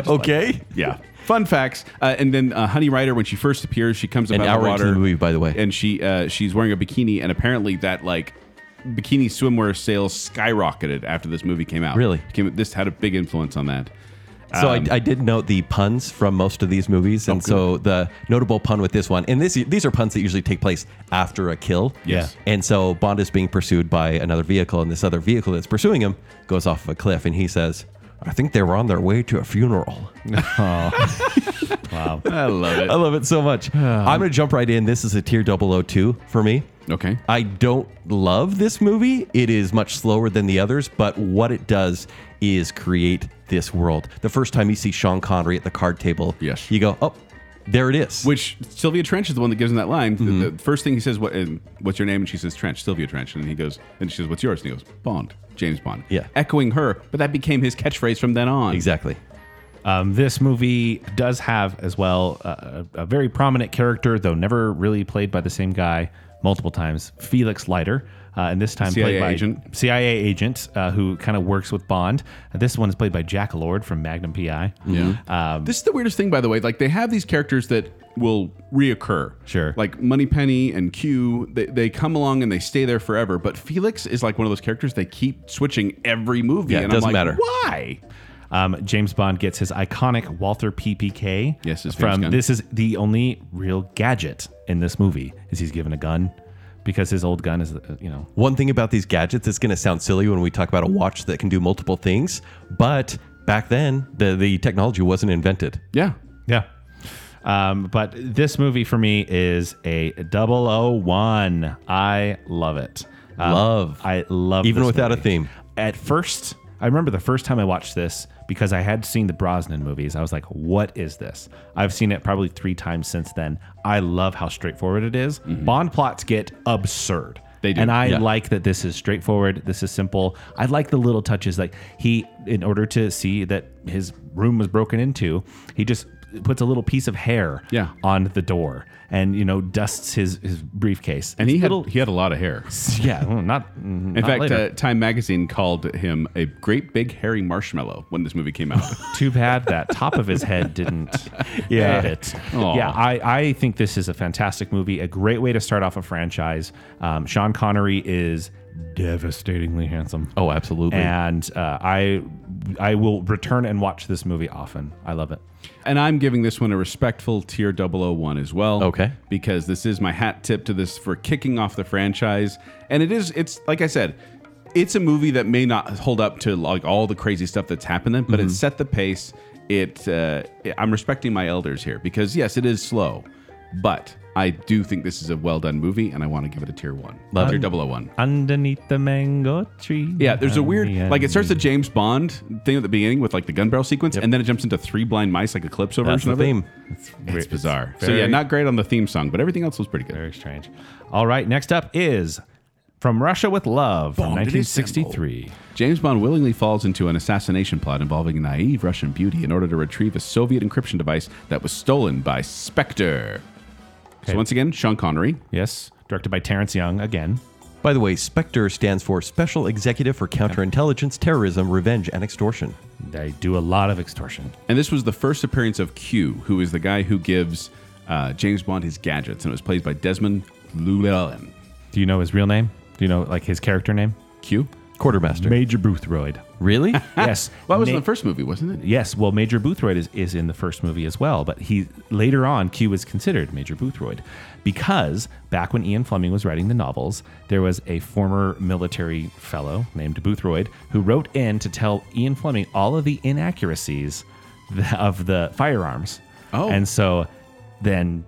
Okay. Yeah. Fun facts. Uh, and then uh, Honey Rider, when she first appears, she comes up An out of hour the into water. the movie, by the way. and she uh, she's wearing a bikini, and apparently that like bikini swimwear sales skyrocketed after this movie came out. Really? Became- this had a big influence on that. So Um, I, I did note the puns from most of these movies, and so the notable pun with this one, and this these are puns that usually take place after a kill. Yes. And so Bond is being pursued by another vehicle, and this other vehicle that's pursuing him goes off of a cliff, and he says, "I think they were on their way to a funeral." I love it. *laughs* I love it *sighs* so much. I'm gonna jump right in. This is a tier 002 for me. Okay. I don't love this movie. It is much slower than the others, but what it does is create this world. The first time you see Sean Connery at the card table, Yes. you go, oh, there it is. Which Sylvia Trench is the one that gives him that line. The- Mm-hmm. The, first thing he says, "What? and what's your name?" And she says, "Trench, Sylvia Trench." And he goes, and she says, "What's yours?" And he goes, "Bond, James Bond." Yeah. echoing her, but that became his catchphrase from then on. exactly. Um, this movie does have as well uh, a, a very prominent character, though never really played by the same guy multiple times, Felix Leiter. Uh, and this time CIA played by agent. CIA agent uh, who kind of works with Bond. Uh, this one is played by Jack Lord from Magnum PI. Yeah. Um, this is the weirdest thing, by the way. Like they have these characters that will reoccur. Sure. Like Moneypenny and Q, they, they come along and they stay there forever. But Felix is like one of those characters they keep switching every movie. Yeah, it and doesn't I'm like, matter. Why? Um, James Bond gets his iconic Walther PPK. Yes, his famous from gun. this is the only real gadget in this movie is he's given a gun because his old gun is uh, you know One thing about these gadgets, it's going to sound silly when we talk about a watch that can do multiple things, but back then, the, the technology wasn't invented. Yeah. Yeah. Um, but this movie for me is a 001. I love it. Um, Love. I love Even this without a movie. theme. At first, I remember the first time I watched this because I had seen the Brosnan movies. I was like, what is this? I've seen it probably three times since then. I love how straightforward it is. Bond plots get absurd. Mm-hmm. They do, And I yeah. like that this is straightforward. This is simple. I like the little touches. Like he, in order to see that his room was broken into, he just puts a little piece of hair Yeah. on the door and, you know, dusts his, his briefcase. And he It's had little, he had a lot of hair. yeah, well, not *laughs* in In fact, uh, Time magazine called him a great big hairy marshmallow when this movie came out. Too bad that top of his head *laughs* didn't Yeah. yeah. it. Aw. Yeah, I, I think this is a fantastic movie, a great way to start off a franchise. Um, Sean Connery is devastatingly handsome. *laughs* Oh, absolutely. And uh, I I will return and watch this movie often. I love it. And I'm giving this one a respectful tier 001 as well. Okay. Because this is my hat tip to this for kicking off the franchise. And it is, it's like I said, it's a movie that may not hold up to like all the crazy stuff that's happening, but Mm-hmm. it set the pace. It, uh, I'm respecting my elders here because yes, it is slow, but I do think this is a well done movie and I want to give it a tier one. Love tier it. 001. Underneath the mango tree. Yeah, there's a weird Honey, like it starts the honey. James Bond thing at the beginning with like the gun barrel sequence, and then it jumps into three blind mice like a Calypso That's version of the it. theme. It's bizarre. so very- yeah, not great on the theme song, but everything else was pretty good. Very strange. All right, next up is From Russia with Love from Bond it is 1963. James Bond willingly falls into an assassination plot involving a naive Russian beauty in order to retrieve a Soviet encryption device that was stolen by Spectre. So once again, Sean Connery. Yes, directed by Terrence Young again. By the way, Spectre stands for Special Executive for Counterintelligence, Terrorism, Revenge, and Extortion. They do a lot of extortion. And this was the first appearance of Q, who is the guy who gives uh, James Bond his gadgets, and it was played by Desmond Llewellyn. Do you know his real name? Do you know like his character name? Q? Quartermaster. Major Boothroyd. really? *laughs* Yes. *laughs* Well, that was in Na- the first movie, wasn't it? Yes, well, Major Boothroyd is, is in the first movie as well, but he later on Q was considered Major Boothroyd because back when Ian Fleming was writing the novels, there was a former military fellow named Boothroyd who wrote in to tell Ian Fleming all of the inaccuracies th- of the firearms. Oh. and so then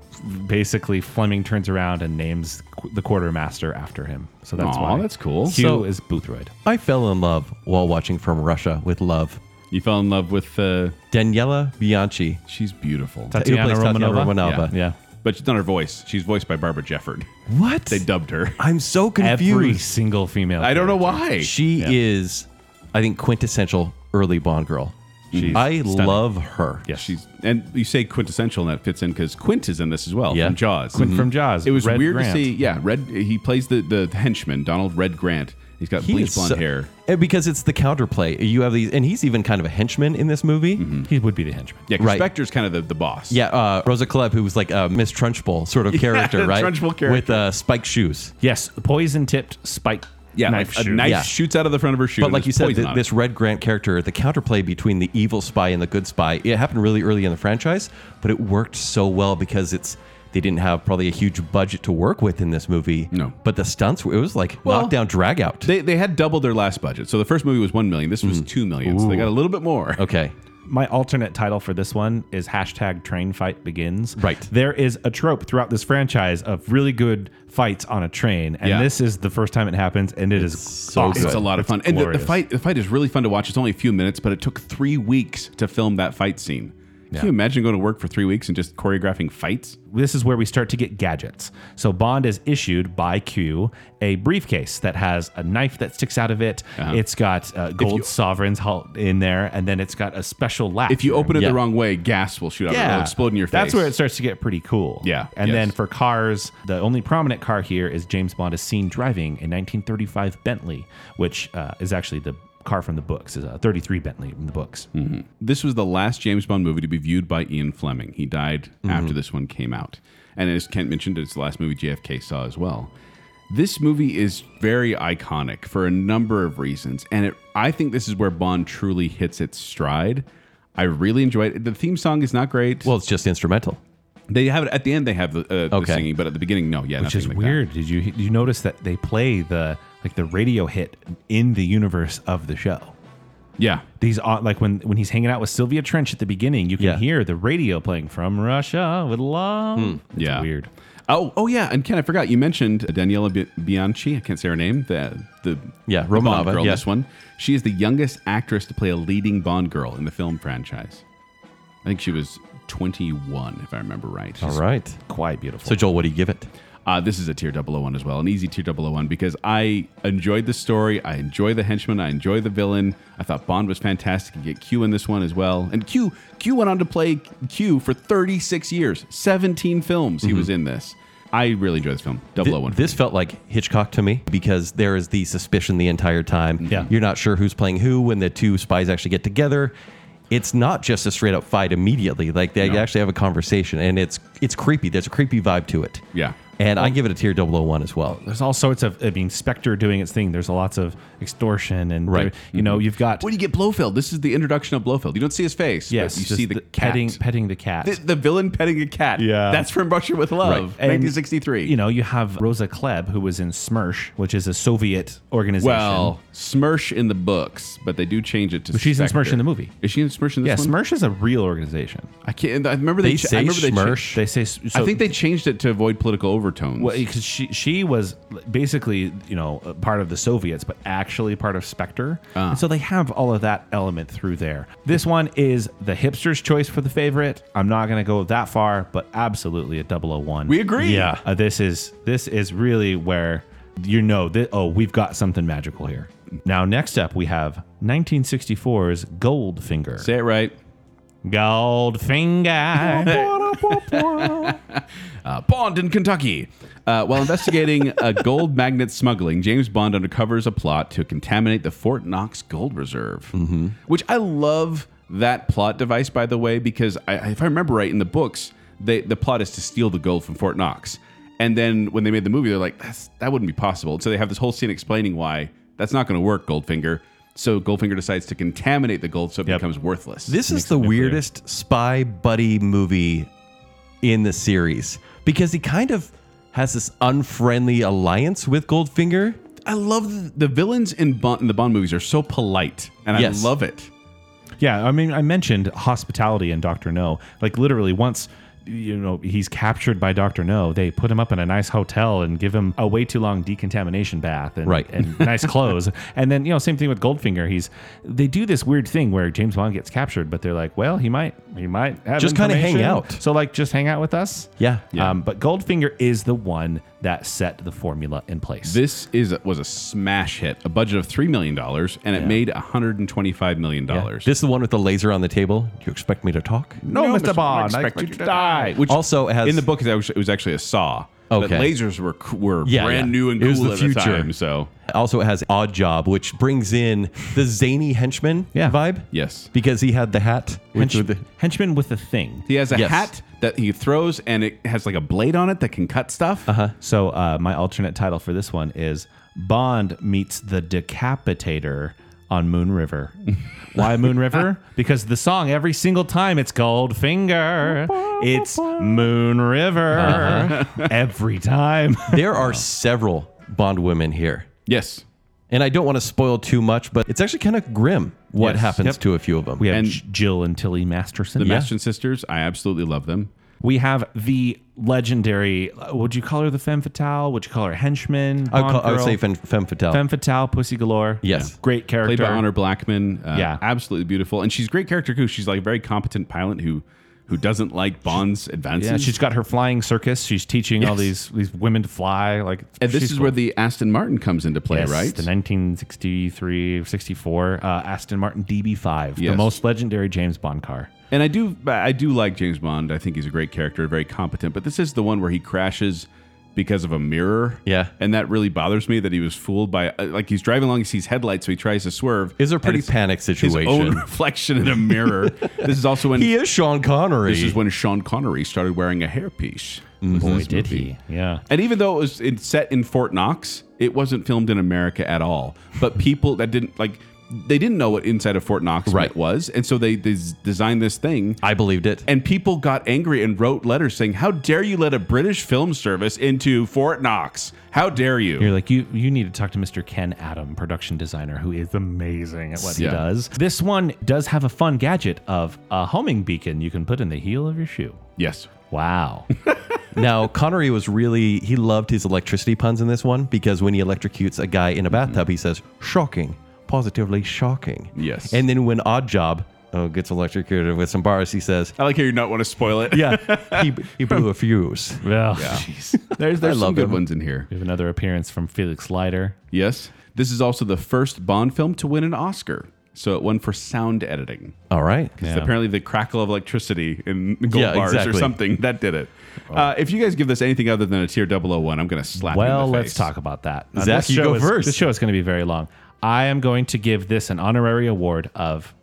basically Fleming turns around and names qu- the quartermaster after him. So that's Aw, why that's cool. Q So- is Boothroyd. I fell in love while watching From Russia with love. You fell in love with. Uh, Daniela Bianchi. she's beautiful, That's- who Tatiana plays Tatiana Romanova? Romanova. Yeah. but she's not her voice. She's voiced by Barbara Jefford. What? They dubbed *laughs* her. I'm so Every confused. single female. I don't know character. why. She Yeah. is, I think, quintessential early Bond girl. She's I stunning. love her. Yes. She's and you say quintessential, and that fits in because Quint is in this as well Yeah. from Jaws. Quint from Jaws. It was Red weird Grant. to see. Yeah, Red. He plays the the henchman, Donald Red Grant. He's got He bleach is blonde so- hair. And because it's the counterplay. You have these, and he's even kind of a henchman in this movie. Mm-hmm. He would be the henchman. Yeah, 'cause Right. Spectre's kind of the, the boss. Yeah, uh, Rosa Klebb, who was like a Miss Trunchbull sort *laughs* of character, right? Trunchbull character. with uh, spiked shoes. Yes, poison tipped spike yeah. knife like, a shoot. knife Yeah. shoots out of the front of her shoe. But and like there's you said, poison th- on it. this Red Grant character, the counterplay between the evil spy and the good spy, it happened really early in the franchise, but it worked so well because it's they didn't have probably a huge budget to work with in this movie. No. but the stunts were- it was like Well, knockdown drag out. They, they had double their last budget. So the first movie was one million. This Mm. was two million. So they got a little bit more. okay, My alternate title for this one is hashtag train fight begins. Right. There is a trope throughout this franchise of really good fights on a train, and Yeah. this is the first time it happens, and it is so awesome. It's a lot of fun, and the, the glorious. fight the fight is really fun to watch. It's only a few minutes, but it took three weeks to film that fight scene. Can you imagine going to work for three weeks and just choreographing fights? this is where we start to get gadgets. So Bond is issued by Q a briefcase that has a knife that sticks out of it. It's got uh, gold Uh-huh. you- sovereigns hol- in there, and then it's got a special latch. If you open it Yeah. the wrong way, gas will shoot out. Yeah. It'll explode in your face. That's where it starts to get pretty cool. Yeah, And yes. then for cars, the only prominent car here is James Bond is seen driving a 1935 Bentley, which uh, is actually the car from the books, is a 33 Bentley from the books. Hmm, this was the last James Bond movie to be viewed by Ian Fleming. He died after this one came out. And as Kent mentioned, it's the last movie JFK saw as well. This movie is very iconic for a number of reasons. And it, I think this is where Bond truly hits its stride. I really enjoy it. The theme song is not great. well, it's just instrumental. they have it at the end, they have the, uh, Okay. the singing, but at the beginning, no, yeah, Which is nothing like that. weird. Did you did you notice that they play the like the radio hit in the universe of the show? Yeah. these are like when when he's hanging out with Sylvia Trench at the beginning, you can Yeah. hear the radio playing from Russia with love. It's Hmm, yeah. weird. Oh, oh yeah, and Ken, I forgot you mentioned Daniela Bi- Bianchi. I can't say her name. The the Yeah, the Bond Romanova, girl. yeah. This one, she is the youngest actress to play a leading Bond girl in the film franchise. I think she was 21, if I remember right. All right. Quite beautiful. So Joel, what do you give it? Uh, this is a tier 001 as well, an easy tier 001 because I enjoyed the story. I enjoy the henchman. I enjoy the villain. I thought Bond was fantastic. You get Q in this one as well. And Q Q went on to play Q for 36 years, 17 films he was Mm-hmm. in this. I really enjoy this film, 001. This felt like Hitchcock to me because there is the suspicion the entire time. Yeah. You're not sure who's playing who when the two spies actually get together. It's not just a straight up fight immediately. Like they No. actually have a conversation and it's it's creepy. There's a creepy vibe to it. Yeah. And I give it a tier 001 as well. there's all sorts of I mean Spectre doing its thing. There's lots of extortion and Right. there- you Mm-hmm. know you've got When you get Blofeld, this is the introduction of Blofeld. You don't see his face. but yes you just see the, cat. petting petting the cat. the, the villain petting a cat. Yeah. that's from Russia with Love, Right. And, 1963. You know, you have Rosa Klebb, who was in SMERSH, which is a Soviet organization. well, Smirsh in the books, but they do change it to. she's in Spectre. Smirsh in the movie. Is she in Smirsh in this yeah, one? SMERSH is a real organization. I can't. I remember They they. cha- I say remember they cha- Smirsh? They say so, I think they changed it to avoid political overtones. Well, because she she was basically you know a part of the Soviets, but actually part of Spectre. Ah. And so they have all of that element through there. This one is the hipster's choice for the favorite. I'm not going to go that far, but absolutely a 001. We agree. Yeah, Uh, this is this is really where you know that oh we've got something magical here. Now next up we have 1964's Goldfinger. Say it right. *laughs* Goldfinger. Uh, Bond in Kentucky. Uh, while investigating *laughs* a gold magnet smuggling, James Bond undercovers a plot to contaminate the Fort Knox Gold Reserve, mm-hmm. which I love that plot device, by the way, because I, if I remember right, in the books, they, the plot is to steal the gold from Fort Knox. And then when they made the movie, they're like, That's, that wouldn't be possible. So they have this whole scene explaining why That's not going to work, Goldfinger. So Goldfinger decides to contaminate the gold so it becomes worthless. This is the weirdest spy buddy movie in the series because he kind of has this unfriendly alliance with Goldfinger. I love th- the villains in, Bond, in the Bond movies are so polite, and Yes. I love it. Yeah, I mean, I mentioned hospitality and Doctor No. Like literally, once you know he's captured by Doctor No, they put him up in a nice hotel and give him a way too long decontamination bath and Right. *laughs* and nice clothes. And then you know, same thing with Goldfinger. He's they do this weird thing where James Bond gets captured, but they're like, well, he might he might have Just kinda hang information. out. So like, just hang out with us. Yeah. Um, but Goldfinger is the one that set the formula in place. This is was a smash hit, a budget of three million dollars, and it made 125 million dollars. This is the one with the laser on the table. Do you expect me to talk? no, No, Mr. Mr. Bond, I Bond, expect you expect to die. which Also has- in the book is actually, it was actually a saw. But Okay. lasers were c- were Yeah, brand yeah. new and It cool was the at future. the time. So Also, it has Odd Job, which brings in the zany henchman Yeah. vibe. Yes. Because he had the hat. which Hench- would- henchman with a thing. he has a Yes. hat that he throws, and it has like a blade on it that can cut stuff. Uh huh. So uh, my alternate title for this one is Bond meets the Decapitator on Moon *laughs* River. Why Moon River? Because the song every single time it's Goldfinger. It's Moon River Uh-huh. *laughs* every time. *laughs* there are several Bond women here. Yes. And I don't want to spoil too much, but it's actually kind of grim what Yes. happens Yep. to a few of them. We have And- J- Jill and Tilly Masterson. The Masterson sisters, I absolutely love them. We have the legendary. Would you call her the femme fatale? Would you call her henchman? I would, Bond call, I would girl? say femme, femme fatale. femme fatale, pussy galore. Yes. great character. Played by Honor Blackman. Uh, Yeah. Absolutely beautiful. And she's a great character too. She's like a very competent pilot who who doesn't like Bond's advances. Yeah, she's got her flying circus. She's teaching all these Yes. these women to fly. Like, and this she's is where cool. the Aston Martin comes into play, Yes, right? The 1963, 64 uh, Aston Martin DB5, the Yes. most legendary James Bond car. And I do, I do like James Bond. I think he's a great character, very competent. But this is the one where he crashes because of a mirror. Yeah. and that really bothers me that he was fooled by. uh, Like he's driving along, he sees headlights, so he tries to swerve. Is a and pretty it's panic His own *laughs* situation. reflection in a *laughs* mirror. this is also when He is Sean Connery. this is when Sean Connery started wearing a hairpiece. Was in this movie. Yeah. And even though it was in, set in Fort Knox, it wasn't filmed in America at all. But people that didn't like, they didn't know what inside of Fort Knox Right. was, and so they, they designed this thing. I believed it. And people got angry and wrote letters saying, "How dare you let a British film service into Fort Knox? How dare you?" You're like, you you need to talk to Mr. Ken Adam, production designer, who is amazing at what he Yeah. does. This one does have a fun gadget of a homing beacon you can put in the heel of your shoe. yes, *laughs* Wow. Now, Connery was really, he loved his electricity puns in this one because when he electrocutes a guy in a bathtub, he says, shocking, positively shocking. Yes. And then when Odd Job oh, gets electrocuted with some bars, he says, I like how you not want to spoil *laughs* it. yeah, *laughs* he, he blew a fuse. well, there's there's some love good him. ones in here. we have another appearance from Felix Leiter. Yes, this is also the first Bond film to win an Oscar. So it won for sound editing. All right. It's Yeah. apparently the crackle of electricity in gold Yeah, bars exactly. or something that did it. Uh, if you guys give this anything other than a tier 001, I'm going to slap you in the Well, let's face. talk about that. Now, Zach, this you show go is- first. This show is going to be very long. I am going to give this an honorary award of,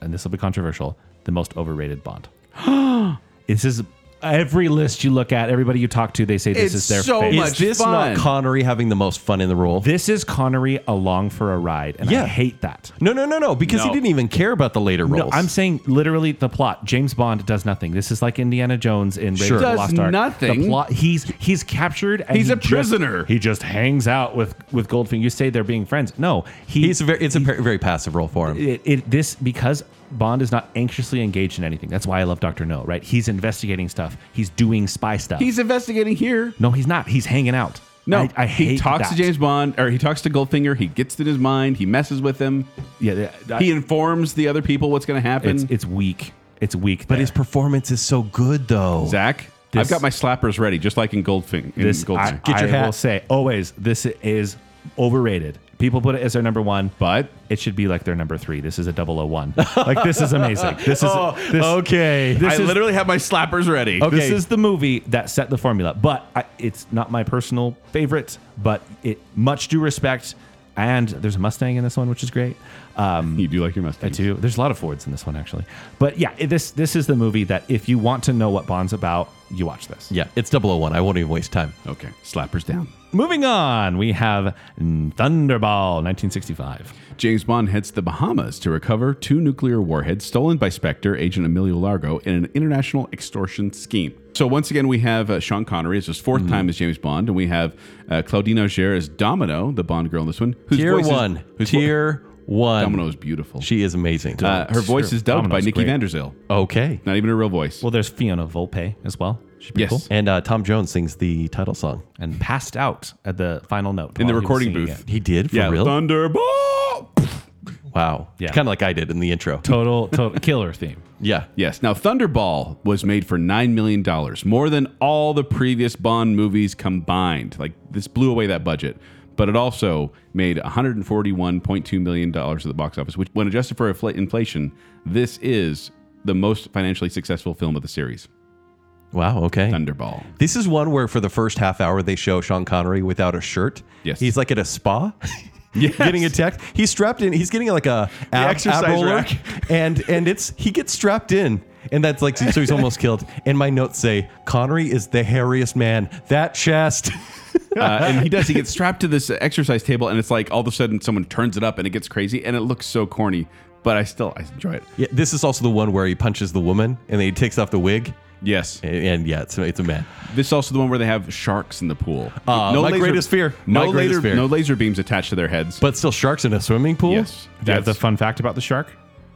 and this will be controversial, the most overrated Bond. *gasps* this is every list you look at, everybody you talk to, they say this It's is their so favorite. much Is this fun. not Connery having the most fun in the role? This is Connery along for a ride, and Yeah. I hate that. no, no, no, no, because he No. didn't even care about the later roles. No, I'm saying literally the plot. James Bond does nothing. This is like Indiana Jones in Raiders of the Does Lost Ark. nothing. The plot. He's he's captured. And He's he a just- prisoner. he just hangs out with with Goldfinger. You say they're being friends. No, he- He's a very, it's a very, very passive role for him. it, it this because Bond is not anxiously engaged in anything. That's why I love Doctor No. Right? He's investigating stuff. He's doing spy stuff. He's investigating here. no, he's not. He's hanging out. No, I, I hate he talks that. to James Bond, or he talks to Goldfinger. He gets it in his mind. He messes with him. Yeah, I- He informs the other people what's going to happen. it's it's weak. It's weak. But there. his performance is so good, though. Zach, I've This- got my slappers ready, just like in Goldfinger. In this I, Goldfinger. Get your I hat. will say always this is overrated. People put it as their number one, but it should be like their number three. This is a 001. like this is amazing. *laughs* This is this, Oh, okay. This I is, literally have my slappers ready. Okay. This is the movie that set the formula, but I, it's not my personal favorite. But it much due respect, and there's a Mustang in this one, which is great. Um, You do like your Mustang. I do. There's a lot of Fords in this one, actually. But yeah, it- this this is the movie that if you want to know what Bond's about, you watch this. Yeah, it's 001. I won't even waste time. Okay. Slappers down. Moving on, we have Thunderball, 1965. James Bond heads to the Bahamas to recover two nuclear warheads stolen by Spectre agent Emilio Largo in an international extortion scheme. So once again, we have uh, Sean Connery. It's his 4th Mm-hmm. time as James Bond, and we have uh, Claudine Auger as Domino, the Bond girl in this one. Whose Tier voice is- one. whose vo- Tier *laughs* one. Domino is beautiful. She is amazing. uh, her voice is dubbed by Domino's Nikki great. Vanderzeel. okay. Not even a real voice. Well, there's Fiona Volpe as well. She's pretty Yes. cool. And uh, Tom Jones sings the title song. And passed out at the final note In the while he was recording singing booth. it. He did for yeah, real. Thunderball. wow. Yeah. Kind of like I did in the intro. Total, total *laughs* killer theme. Yeah. Yes. Now, Thunderball was made for $9 million, more than all the previous Bond movies combined. Like, this blew away that budget. But it also made $141.2 million at the box office, which, when adjusted for infl- inflation, this is the most financially successful film of the series Wow. Okay. Thunderball. This is one where for the first half hour they show Sean Connery without a shirt. Yes. He's like at a spa. *laughs* getting attacked. He's strapped in. He's getting like a ab, exercise ab roller, rack. *laughs* and and it's he gets strapped in, and that's like so he's almost killed. And my notes say Connery is the hairiest man. That chest. *laughs* Uh, and he does. He gets strapped to this exercise table, and it's like all of a sudden someone turns it up and it gets crazy, and it looks so corny. But I still I enjoy it. Yeah, this is also the one where he punches the woman, and then he takes off the wig. Yes. And, and yeah, it's, it's a man. This is also the one where they have sharks in the pool. Uh, my greatest fear. No My greatest laser, fear. no laser beams attached to their heads. But still, sharks in a swimming pool. yes, Do you have that's the fun fact about the shark?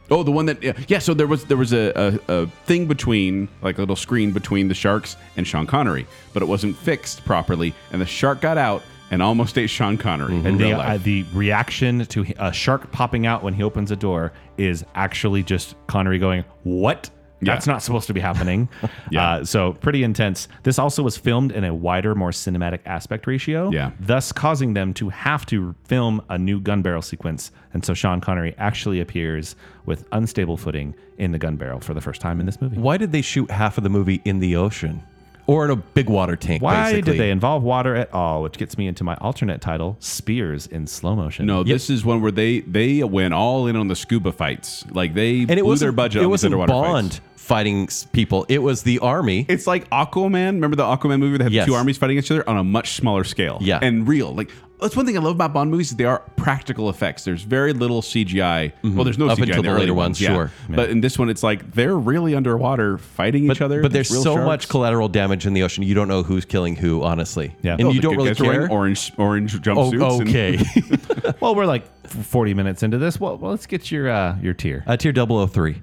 oh the one that yeah, yeah. So there was there was a, a, a thing between like a little screen between the sharks and Sean Connery, but it wasn't fixed properly, and the shark got out and almost *laughs* ate Sean Connery Mm-hmm. in the, real uh, life. the reaction to h- a shark popping out when he opens a door is actually just Connery going, "What? Yeah. That's not supposed to *laughs* be happening." Yeah. uh, so pretty intense. This also was filmed in a wider, more cinematic aspect ratio, Yeah. thus causing them to have to film a new gun barrel sequence. And so Sean Connery actually appears with unstable footing in the gun barrel for the first time in this movie. Why did they shoot half of the movie in the ocean or in a big water tank? Why basically? did they involve water at all? Which gets me into my alternate title: Spears in slow motion. no, this is one where they they went all in on the scuba fights. Like they And it blew was their budget. It on these was not underwater fights. Bond fighting s- people. It was the army. It's like Aquaman. Remember the Aquaman movie that had Yes. the two armies fighting each other on a much smaller scale. Yeah. And real. Like that's one thing I love about Bond movies is they are practical effects. There's very little CGI. Well, there's no Mm-hmm. Up CGI until in the early later ones, yeah. sure. But in this one, it's like they're really underwater fighting each other. But there's real so sharks. much collateral damage in the ocean. You don't know who's killing who, honestly. Yeah. And Oh, you The don't good really guys wearing care. Orange orange jumpsuits. Oh, and- okay. Well, we're like f- 40 minutes into this. Well, well let's get your uh, your tier. uh, tier 003.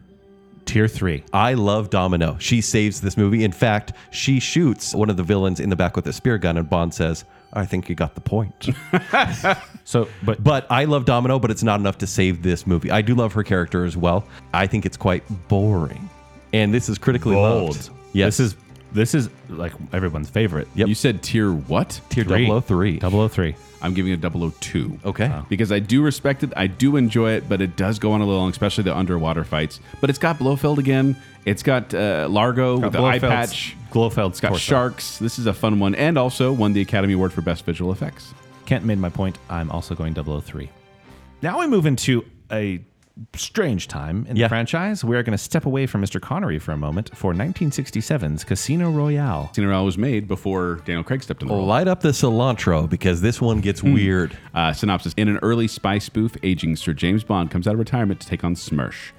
tier three. I love Domino. She saves this movie. In fact, she shoots one of the villains in the back with a spear gun, and Bond says, I think you got the *laughs* point. So, but, but I love Domino, but it's not enough to save this movie. I do love her character as well. I think it's quite boring. And this is critically loved. Yes. This is this is like everyone's favorite. Yep. *laughs* You said tier what? tier Three. 003. 003. I'm giving it a 002. Okay. Because I do respect it, I do enjoy it, but it does go on a little long, especially the underwater fights. But it's got Blofeld again. It's got uh, Largo with the eye Blofeld's- patch. Blofeld's It's got torso. sharks. This is a fun one, and also won the Academy Award for Best Visual Effects. Kent made my point. I'm also going 003. Now we move into a strange time in Yeah. the franchise. We're going to step away from Mr. Connery for a moment for 1967's Casino Royale. Cinderella was made before Daniel Craig stepped in the role. Light up the cilantro because this one gets Hmm. weird. Uh, synopsis: In an early spy spoof, aging Sir James Bond comes out of retirement to take on Smersh.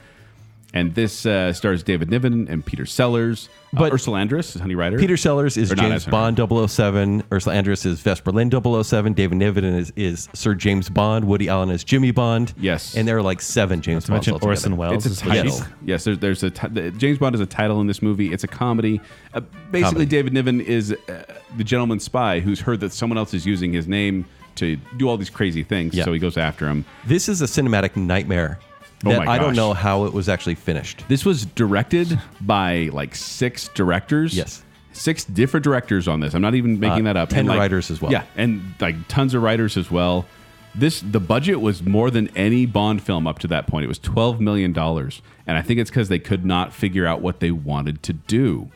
And this uh, stars David Niven and Peter Sellers, but But- Ursula Andress is Honey Rider. Peter Sellers is Or not James Ezra. Bond 007. Ursula Andress is Vesper Lynn 007. David Niven is, is Sir James Bond. Woody Allen is Jimmy Bond. Yes. And there are like seven James To mention Bonds. Orson altogether. Welles. It's is a title. Hades. Yes, there- there's a ti- the- James Bond is a title in this movie. It's a comedy. Uh, basically, Comedy. David Niven is uh, the gentleman spy who's heard that someone else is using his name to do all these crazy things. Yeah. So he goes after him. This is a cinematic nightmare Oh that my I don't gosh. know how it was actually finished. This was directed by like six directors. Yes. Six different directors on this. I'm not even making Uh, that up. 10 And, like- writers as well. Yeah, and like tons of writers as well. This the budget was more than any Bond film up to that point. It was 12 million dollars, and I think it's because they could not figure out what they wanted to do.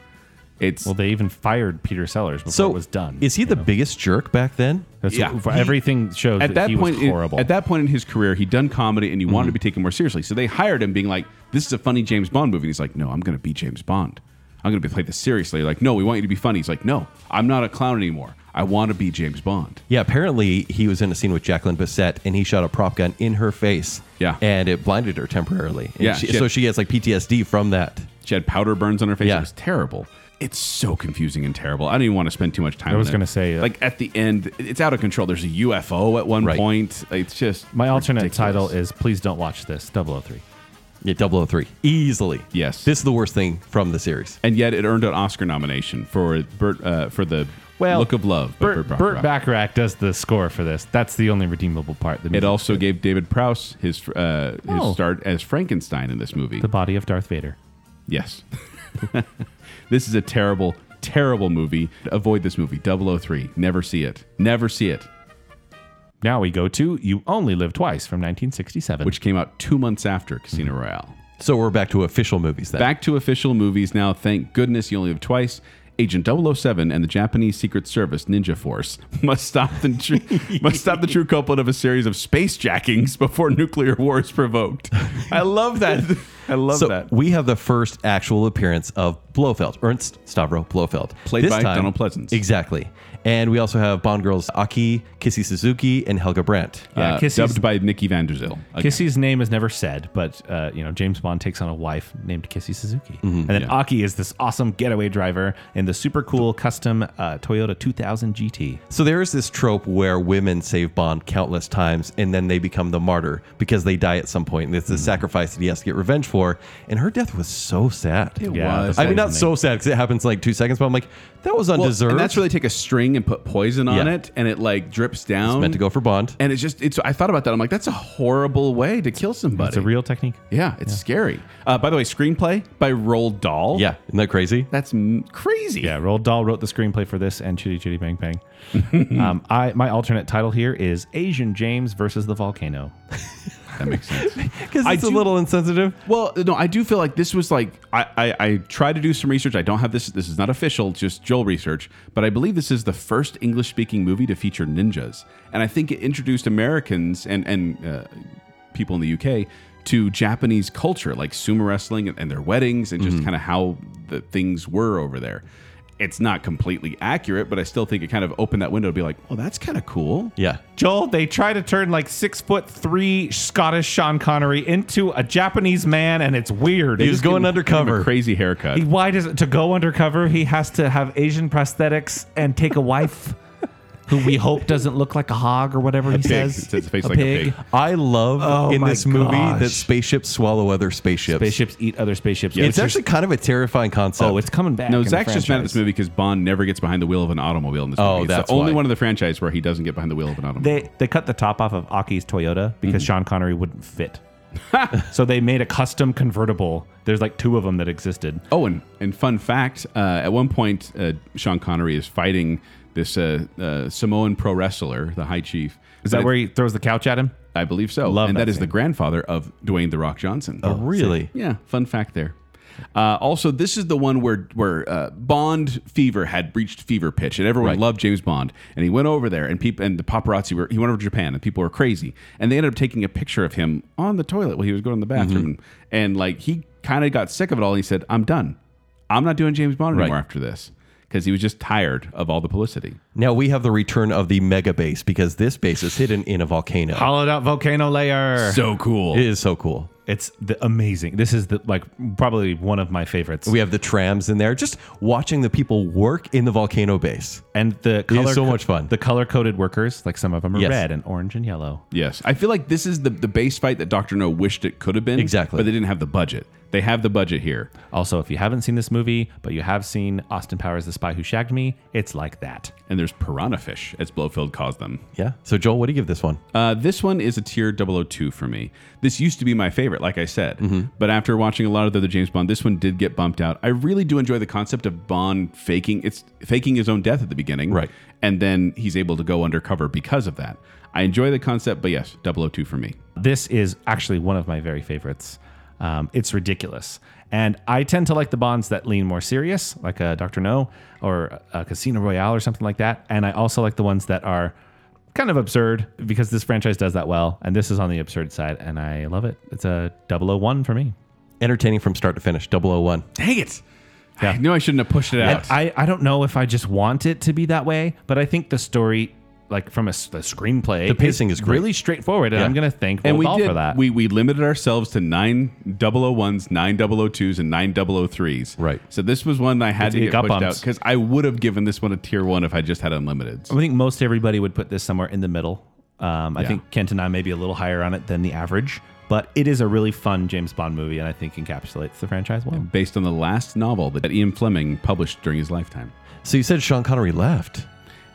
It's Well, they even fired Peter Sellers before So it was done. Is he the biggest jerk back then? That's Yeah. what- for everything shows at that, that he point was horrible. In, Mm-hmm. at that point in his career, he'd done comedy and he wanted to be taken more seriously. So they hired him, being like, "This is a funny James Bond movie." And he's like, "No, I'm going to be James Bond. I'm going to be play this seriously." Like, "No, we want you to be funny." He's like, "No, I'm not a clown anymore. I want to be James Bond." Yeah, apparently he was in a scene with Jacqueline Bisset and he shot a prop gun in her face. Yeah. And it blinded her temporarily. And Yeah, she- shit. so she has like PTSD from that. She had powder burns on her face. Yeah. It was terrible. It's so confusing and terrible. I don't even want to spend too much time. I was on it. gonna say, uh, like at the end, it's out of control. There's a UFO at one Right. point. It's just My alternate ridiculous. title is Please Don't Watch This 003. Yeah, 003. Easily. Yes. This is the worst thing from the series. and yet it earned an Oscar nomination for Bert uh, for the Look of Love. by Burt, Burt Bacharach does the score for this. That's the only redeemable part. The It music. also gave David Prowse his uh, his Oh. start as Frankenstein in this movie. the body of Darth Vader. yes, *laughs* this is a terrible, terrible movie. Avoid this movie. 003. Never see it. Never see it. Now we go to You Only Live Twice from 1967. Which came out two months after Casino Mm-hmm. Royale. So we're back to official movies then. Back to official movies now. Thank goodness you only live twice. Agent 007 and the Japanese Secret Service Ninja Force *laughs* must stop the tru- must stop the true coupling of a series of space jackings before nuclear war is *laughs* provoked. I love that. I love so that. we have the first actual appearance of Blofeld, Ernst Stavro Blofeld. Played by Donald Pleasance. Exactly. And we also have Bond girls Aki, Kissy Suzuki, and Helga Brandt. Yeah, uh, Kissy's- dubbed by Nikki Van Der Zyl. Kissy's name is never said, but uh, you know James Bond takes on a wife named Kissy Suzuki, and then Mm-hmm, yeah. Aki is this awesome getaway driver in the super cool custom uh, Toyota 2000 GT. So there is this trope where women save Bond countless times and then they become the martyr because they die at some point and it's Mm-hmm. the sacrifice that he has to get revenge for. And her death was so sad. Yeah, was. the I mean, not poisoning. so sad because it happens like two seconds, but I'm like, that was Well, undeserved. And that's where they take a string and put poison on Yeah. it, and it like drips down. meant to go for Bond. And it's just it's. I thought about that. I'm like, that's a horrible way to kill somebody. It's a real technique. yeah, it's scary. Uh, by the way, screenplay by Roald Dahl. yeah, isn't that crazy? that's m- crazy. Yeah, Roald Dahl wrote the screenplay for this and Chitty Chitty Bang Bang. *laughs* um, I my alternate title here is Asian James versus the Volcano. that makes sense. *laughs* Because I it's a do- little insensitive. Well, no, I do feel like this was like I, I I tried to do some research. I don't have this. This is not official, just Joel research. But I believe this is the first English speaking movie to feature ninjas, and I think it introduced Americans and and uh, people in the UK to Japanese culture, like sumo wrestling and, and their weddings, and just Mm-hmm. kind of how the things were over there. It's not completely accurate, but I still think it kind of opened that window to be like, oh, that's kind of cool. Yeah. Joel, they try to turn like six foot three Scottish Sean Connery into a Japanese man, and it's weird. He was going undercover. A crazy haircut. He- why does to go undercover? He has to have Asian prosthetics and take a wife *laughs* who we hope doesn't look like a hog or whatever he Pig. says. It's a face like a pig. I love Oh in my this movie gosh. that spaceships swallow other spaceships. Spaceships eat other spaceships. It's which is- actually kind of a terrifying concept. oh, it's coming back. No, in the Zach's just mad at franchise. this movie because Bond never gets behind the wheel of an automobile in this Oh, movie. It's that's the only why. one of the franchise where he doesn't get behind the wheel of an automobile. They they cut the top off of Aki's Toyota Mm-hmm. because Sean Connery wouldn't fit. *laughs* so they made a custom convertible. There's like two of them that existed. oh, and, and fun fact uh, at one point, uh, Sean Connery is fighting this uh, uh, Samoan pro wrestler, the High Chief. Is that where he throws the couch at him? I believe so. Love and that that is the scene. grandfather of Dwayne The Rock Johnson. Oh, really? Yeah, fun fact there. Uh, also, this is the one where where uh, Bond fever had reached fever pitch, and everyone loved James Bond. And he went over there, and people and the paparazzi were he went over to Japan, and people were crazy, and they ended up taking a picture of him on the toilet while he was going to the bathroom, and, and like he kind of got sick of it all. And he said, "I'm done. I'm not doing James Bond anymore Right. after this." Because he was just tired of all the publicity. now we have the return of the mega base because this base is hidden in a volcano. Hollowed out volcano layer. So cool. it is so cool. It's the amazing. This is the like probably one of my favorites. We have the trams in there. Just watching the people work in the volcano base. and the color so much fun. The color coded workers, like some of them are Yes. red and orange and yellow. Yes. I feel like this is the, the base fight that Dr. No wished it could have been. Exactly. But they didn't have the budget. They have the budget here. Also, if you haven't seen this movie, but you have seen Austin Powers: The Spy Who Shagged Me, it's like that. And there's piranha fish, as Blowfield calls them. Yeah. So Joel, what do you give this one? Uh, this one is a tier 002 for me. This used to be my favorite, like I said. But after watching a lot of the other James Bond, this one did get bumped out. I really do enjoy the concept of Bond faking it's faking his own death at the beginning. Right. And then he's able to go undercover because of that. I enjoy the concept, but yes, 002 for me. This is actually one of my very favorites. Um, it's ridiculous. And I tend to like the Bonds that lean more serious, like a Dr. No or a Casino Royale or something like that. And I also like the ones that are kind of absurd because this franchise does that well. And this is on the absurd side. And I love it. It's a 001 for me. Entertaining from start to finish, 001. Dang it. I knew I shouldn't have pushed it And out. I, I don't know if I just want it to be that way, but I think the story, like from a s- the screenplay, The pacing is great. really straightforward, and Yeah. I'm going to thank and we Roald Dahl did. for that. We we limited ourselves to nine 001s, nine 002s, and nine 003s. Right. So this was one that I had It- to it get got pushed out bumped. because I would have given this one a tier one if I just had unlimited. I think most everybody would put this somewhere in the middle. Um, I Yeah. think Kent and I may be a little higher on it than the average, but it is a really fun James Bond movie, and I think encapsulates the franchise well. Based on the last novel that Ian Fleming published during his lifetime. So you said Sean Connery left.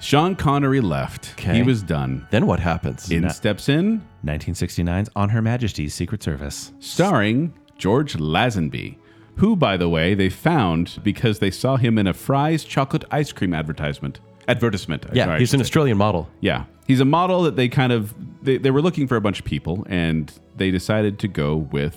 Sean Connery left. Okay. He was done. Then what happens? In steps in, 1969's On Her Majesty's Secret Service. starring George Lazenby, who, by the way, they found because they saw him in a Fry's chocolate ice cream advertisement. Advertisement. yeah, sorry, I he's should an say. Australian model. Yeah, he's a model that they kind of they, they were looking for a bunch of people, and they decided to go with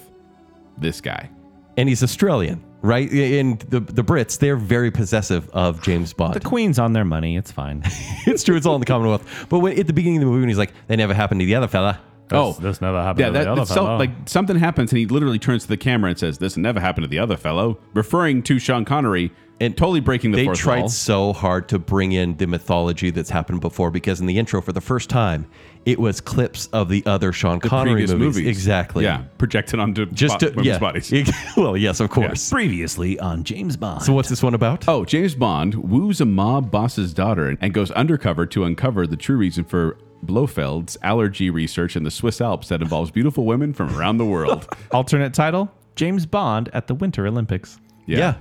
this guy. And he's Australian, right? And the, the Brits, they're very possessive of James Bond. The Queen's on their money. It's fine. *laughs* it's true. It's all in the Commonwealth. But when, at the beginning of the movie, when he's like, "That never happened to the other fella," oh, this never happened yeah, to that, the other it's so- fella. like something happens, and he literally turns to the camera and says, "This never happened to the other fellow," referring to Sean Connery and totally breaking the they fourth tried wall. so hard to bring in the mythology that's happened before because in the intro, for the first time, it was clips of the other Sean Connery Previous movies. exactly. Yeah, projected onto just bo- to, women's yeah. bodies. *laughs* well, yes, of course. previously on James Bond. So what's this one about? Oh, James Bond woos a mob boss's daughter and goes undercover to uncover the true reason for Blofeld's allergy research in the Swiss Alps that involves beautiful women from around the *laughs* world. Alternate title James Bond at the Winter Olympics. Yeah.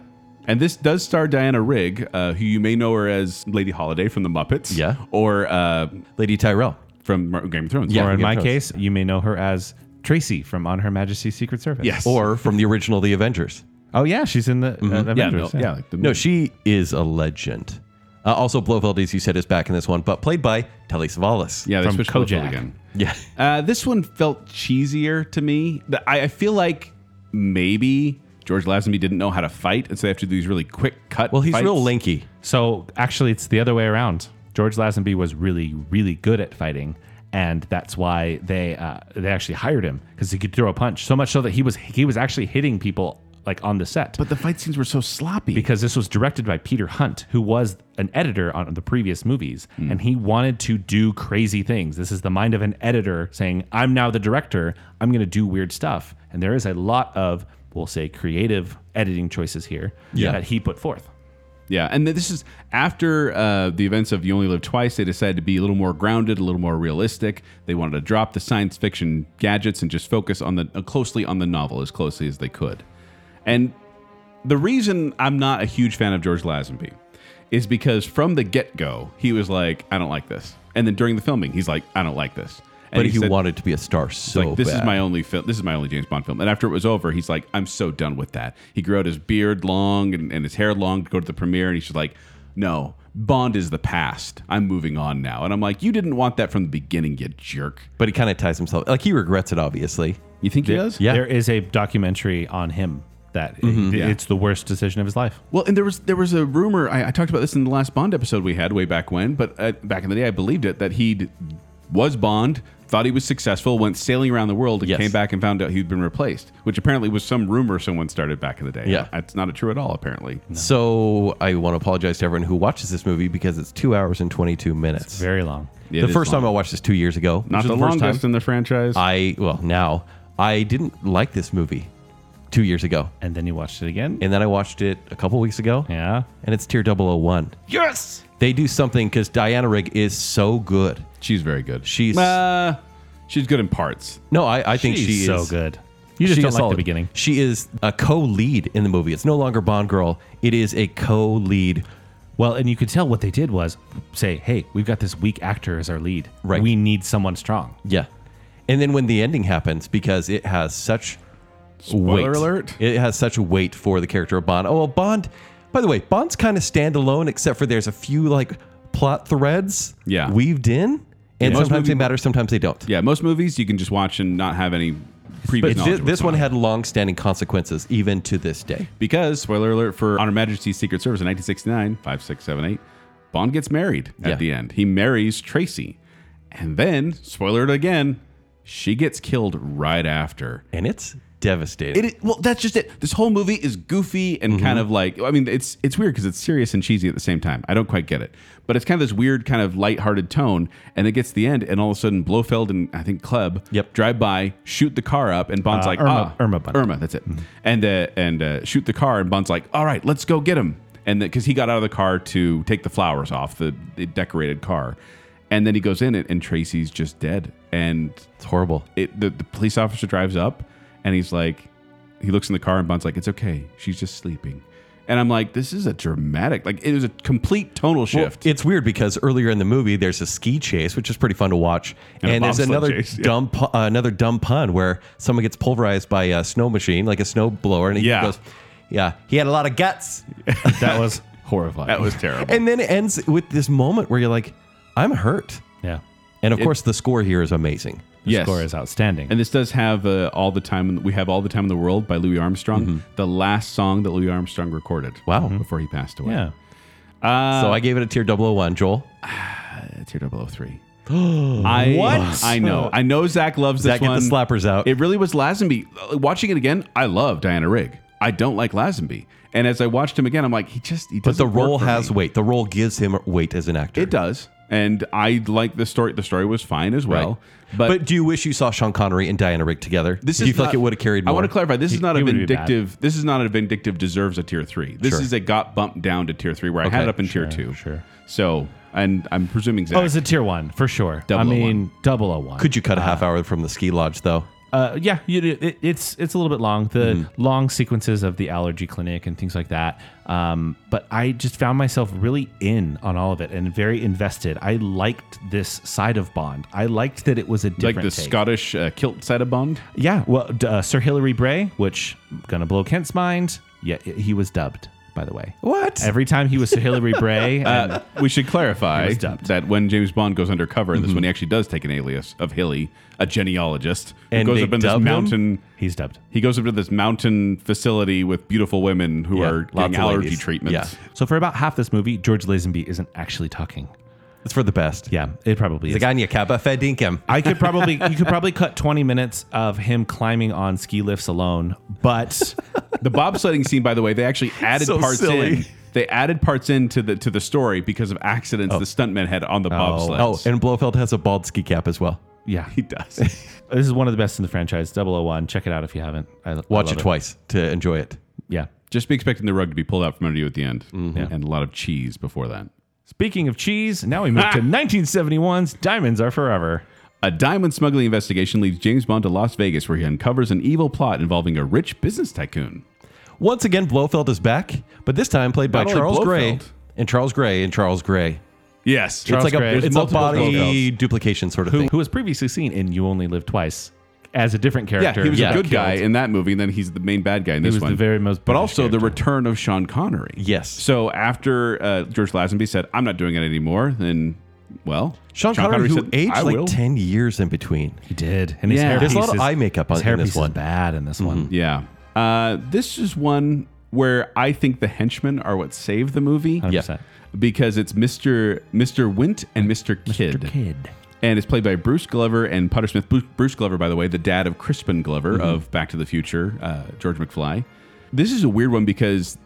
And this does star Diana Rigg, uh, who you may know her as Lady Holiday from The Muppets. Yeah. Or uh, Lady Tyrell. from Mar- Game of Thrones. Yeah. Or in Game of my Thrones. case, you may know her as Tracy from On Her Majesty's Secret Service. Yes. Or from the original The Avengers. Oh, yeah. She's in the uh, yeah, Avengers. no, yeah. like the- No, she is a legend. Uh, also, Blofeld, as you said, is back in this one, but played by Telly Savalas. yeah, they from switched Blofeld Kojak. again. Yeah. Uh, this one felt cheesier to me. The- I, I feel like maybe George Lazenby didn't know how to fight, and so they have to do these really quick cut. Well, he's fights. real lanky. So actually, it's the other way around. George Lazenby was really, really good at fighting, and that's why they uh, they actually hired him because he could throw a punch so much so that he was he was actually hitting people like on the set. But the fight scenes were so sloppy. because this was directed by Peter Hunt, who was an editor on the previous movies, and he wanted to do crazy things. This is the mind of an editor saying, "I'm now the director. I'm going to do weird stuff." And there is a lot of, we'll say, creative editing choices here Yeah. that he put forth. Yeah, and this is after uh, the events of You Only Live Twice. They decided to be a little more grounded, a little more realistic. They wanted to drop the science fiction gadgets and just focus on the uh, closely on the novel as closely as they could. And the reason I'm not a huge fan of George Lazenby is because from the get go, he was like, "I don't like this," and then during the filming, he's like, "I don't like this." And But he, said- wanted to be a star so like this bad. is my only film. This is my only James Bond film. And after it was over, he's like, I'm so done with that. He grew out his beard long and, and his hair long to go to the premiere, and he's just like, No, Bond is the past. I'm moving on now. And I'm like, You didn't want that from the beginning, you jerk. But he kind of ties himself. Like he regrets it, obviously. You think he does? Yeah. Mm-hmm. There is a documentary on him that it- Yeah. it's the worst decision of his life. Well, and there was there was a rumor. I, I talked about this in the last Bond episode we had way back when, but uh, back in the day, I believed it that he was Bond, thought he was successful, went sailing around the world, and Yes. came back and found out he'd been replaced, which apparently was some rumor someone started back in the day. Yeah. that's not true at all. Apparently, So I want to apologize to everyone who watches this movie because it's two hours and 22 minutes. Very long. It the is first long. time I watched this two years ago. which not was the, first longest time Ah, in the franchise. I, well, now, I didn't like this movie two years ago. And then you watched it again. And then I watched it a couple weeks ago. yeah. And it's tier 001. Yes! They do something because Diana Rigg is so good. she's very good. She's- uh, she's good in parts. No, I, I think She's she is. so good. You just she don't is like solid. the beginning. She is a co-lead in the movie. It's no longer Bond girl. It is a co-lead. Well, and you could tell what they did was say, hey, we've got this weak actor as our lead. Right. We need someone strong. Yeah. And then when the ending happens, because it has such Spoiler weight. alert. It has such weight for the character of Bond. Oh, well, Bond. By the way, Bond's kind of standalone, except for there's a few like plot threads Yeah. weaved in, and Most sometimes they movie- matter, sometimes they don't. Yeah, most movies you can just watch and not have any previous But thi- knowledge this, was one not. had long-standing consequences, even to this day. because spoiler alert for Honor Majesty's Secret Service in 1969, 5678, Bond gets married at Yeah. the end. He marries Tracy. And then, spoiler alert again, she gets killed right after. And it's devastating. It is, well, that's just it. This whole movie is goofy and Mm-hmm. kind of like I mean, it's it's weird because it's serious and cheesy at the same time. I don't quite get it, but it's kind of this weird kind of lighthearted tone. And it gets to the end, and all of a sudden, Blofeld and I think Kleb Yep. drive by, shoot the car up, and Bond's like Uh, Irma- ah, Irma Bunn. Irma, that's it, Mm-hmm. and uh, and uh, shoot the car, and Bond's like, all right, let's go get him, and because he got out of the car to take the flowers off the, the decorated car, and then he goes in it, and Tracy's just dead, and It's horrible. it the, the police officer drives up and he's like he looks in the car and Bond's like, It's okay, she's just sleeping. And I'm like, this is a dramatic like it was a complete tonal Well, shift. it's weird because earlier in the movie, there's a ski chase, which is pretty fun to watch, And a and, there's bobsled another chase, yeah. dumb, pu- uh, another dumb pun where someone gets pulverized by a snow machine, like a snow blower, and he Yeah. goes, "Yeah, he had a lot of guts." *laughs* That was horrifying. that was terrible. And then it ends with this moment where you're like, "I'm hurt," yeah. and of course, the score here is amazing. The Yes. score is outstanding. and this does have uh, all the time we have all the time in the world by Louis Armstrong, the last song that Louis Armstrong recorded. Mm-hmm. Wow. before he passed away. yeah. so I gave it a tier 001, Joel. Uh, tier *gasps* 003. I what? I know. I know Zach loves Zach, this get the one. slappers out. It really was Lazenby. Uh, Watching it again, I love Diana Rigg. I don't like Lazenby. And as I watched him again, I'm like, he just he But doesn't the role work for has me. weight. The role gives him weight as an actor. It does. And I like the story. The story was fine as Right. well. But, But, do you wish you saw Sean Connery and Diana Rigg together? this do is you feel not- like it would have carried more? I want to clarify. This is not a it would be bad. vindictive. This is not a vindictive deserves a tier three. This Sure. is a got bumped down to tier three where I had Okay, it up in tier sure, two. sure. So and I'm presuming Zach. Oh, it's a tier one for sure. 001. I mean, 001. Could you cut a half hour from the ski lodge though? Uh, yeah, you, it, it's it's a little bit long. The Mm-hmm. long sequences of the allergy clinic and things like that. Um, but I just found myself really in on all of it and very invested. I liked this side of Bond. I liked that it was a like different the take. Scottish uh, kilt side of Bond. Yeah, well, d- uh, Sir Hilary Bray, which gonna blow Kent's mind. Yeah, he was dubbed, by the way. What? Every time he was Sir Hilary Bray, *laughs* and Uh, we should clarify was dubbed. that when James Bond goes undercover Mm-hmm. in this one, he actually does take an alias of Hilly, a genealogist, who And goes they up in this dub him? mountain. he's dubbed. He goes up to this mountain facility with beautiful women who Yeah, are lots getting of allergy ladies. treatments. Yeah. So for about half this movie, George Lazenby isn't actually talking. It's for the best. Yeah, it probably The is. guy in your Kappa Fed Dinkum. I could probably you could probably cut 20 minutes of him climbing on ski lifts alone, *laughs* but The bobsledding scene, by the way, they actually added So parts in. silly. They added parts into the to the story because of accidents the stuntmen had on the bobsleds. Oh, and Blofeld has a bald ski cap as well. yeah. he does. *laughs* This is one of the best in the franchise, 001. Check it out if you haven't. I, I Watch love it twice to enjoy it. Yeah. Just be expecting the rug to be pulled out from under you at the end, Mm-hmm. and a lot of cheese before that. Speaking of cheese, now we move *laughs* to 1971's Diamonds Are Forever. A diamond smuggling investigation leads James Bond to Las Vegas, where he uncovers an evil plot involving a rich business tycoon. Once again, Blofeld is back, but this time played by Not only Charles Gray Blofeld. and Charles Gray and Charles Gray. Yes, it's like Gray. a There's it's a multiple body Blofelds. duplication sort of who, thing. who was previously seen in You Only Live Twice as a different yeah, character. he was Yeah. a good Got guy killed. in that movie, and then he's the main bad guy in this was the one. very most but British also the return of Sean Connery. Yes. So after uh, George Lazenby said, "I'm not doing it anymore," then well, Sean, Connery, who said, aged "I like will." ten years in between. He did. And his Yeah. hair There's a lot of piece is- eye makeup on his hair in this piece is one. bad in this one. Yeah. Uh, this is one where I think the henchmen are what save the movie. 100%. Because it's Mr. Mr. Wint and Mr. Kidd. Kid. and it's played by Bruce Glover and Potter Smith. Bruce- Bruce Glover, by the way, the dad of Crispin Glover of Back to the Future, uh, George McFly. This is a weird one because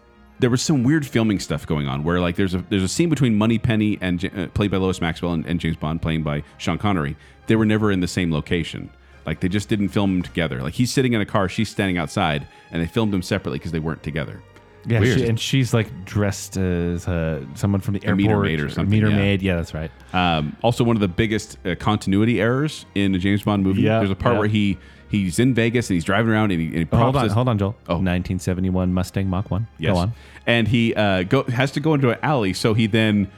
there was some weird filming stuff going on where like there's a there's a scene between Money Penny and J- uh, played by Lois Maxwell and, and James Bond playing by Sean Connery. They were never in the same location. Like they just didn't film them together. Like he's sitting in a car, she's standing outside, and they filmed them separately because they weren't together. Yeah, Weird. she, and she's like dressed as uh, someone from the A airport. meter maid or something, Meter yeah. maid. Yeah, that's right. Um, also, one of the biggest uh, continuity errors in a James Bond movie. Yeah, There's a part yeah. where he he's in Vegas and he's driving around and he, and he hold props on, his- hold on, Joel. Oh. 1971 Mustang Mach 1. Yes. Go on. And he uh, go, has to go into an alley, so he then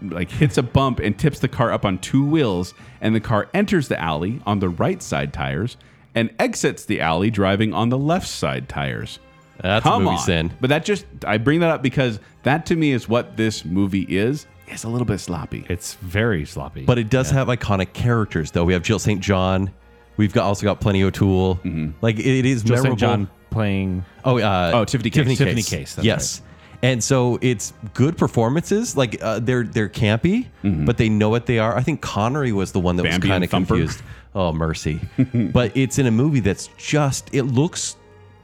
like hits a bump and tips the car up on two wheels, and the car enters the alley on the right side tires and exits the alley driving on the left side tires. That's a Come movie on. sin. But that just I bring that up because that to me is what this movie is. It's a little bit sloppy. It's very sloppy. But it does have iconic characters, though. We have Jill St. John, We've got also got Plenty O'Toole. Like it, it is Jill memorable. St. John playing. Oh, uh, Oh, Tiffany Case. Tiffany Case, that's yes. And so it's good performances. Like uh, they're they're campy, but they know what they are. I think Connery was the one that Mm-hmm. Bambi was kind and of Thumper. confused. *laughs* Oh mercy! but it's in a movie that's just it looks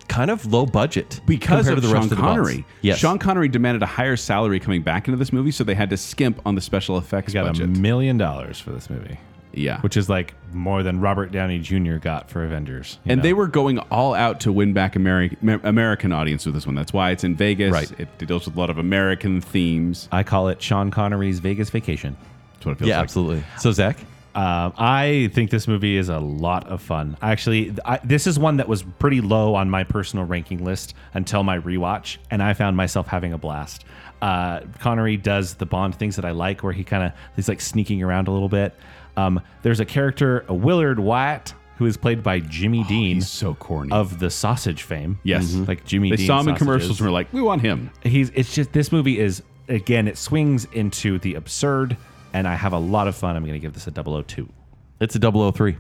kind of low budget because compared of to the Sean rest of the Bonds. Connery. Yes, Sean Connery demanded a higher salary coming back into this movie, so they had to skimp on the special effects Got budget. a million dollars for this movie, yeah, which is like more than Robert Downey Jr. got for Avengers. you and know? they were going all out to win back Ameri- Mer- American audience with this one. That's why it's in Vegas. Right. It, it deals with a lot of American themes. I call it Sean Connery's Vegas Vacation. That's what it feels yeah, like. absolutely. So Zach, Um, I think this movie is a lot of fun. Actually, th- I, this is one that was pretty low on my personal ranking list until my rewatch, and I found myself having a blast. Uh, Connery does the Bond things that I like, where he kind of he's like sneaking around a little bit. Um, there's a character, a Willard Wyatt, who is played by Jimmy Dean Oh, He's so corny. of the sausage fame. yes, Mm-hmm. like Jimmy. They Dean saw him in sausages commercials and were like, "We want him." he's it's just this movie is again it swings into the absurd and i have a lot of fun i'm gonna give this a 002 it's a 003.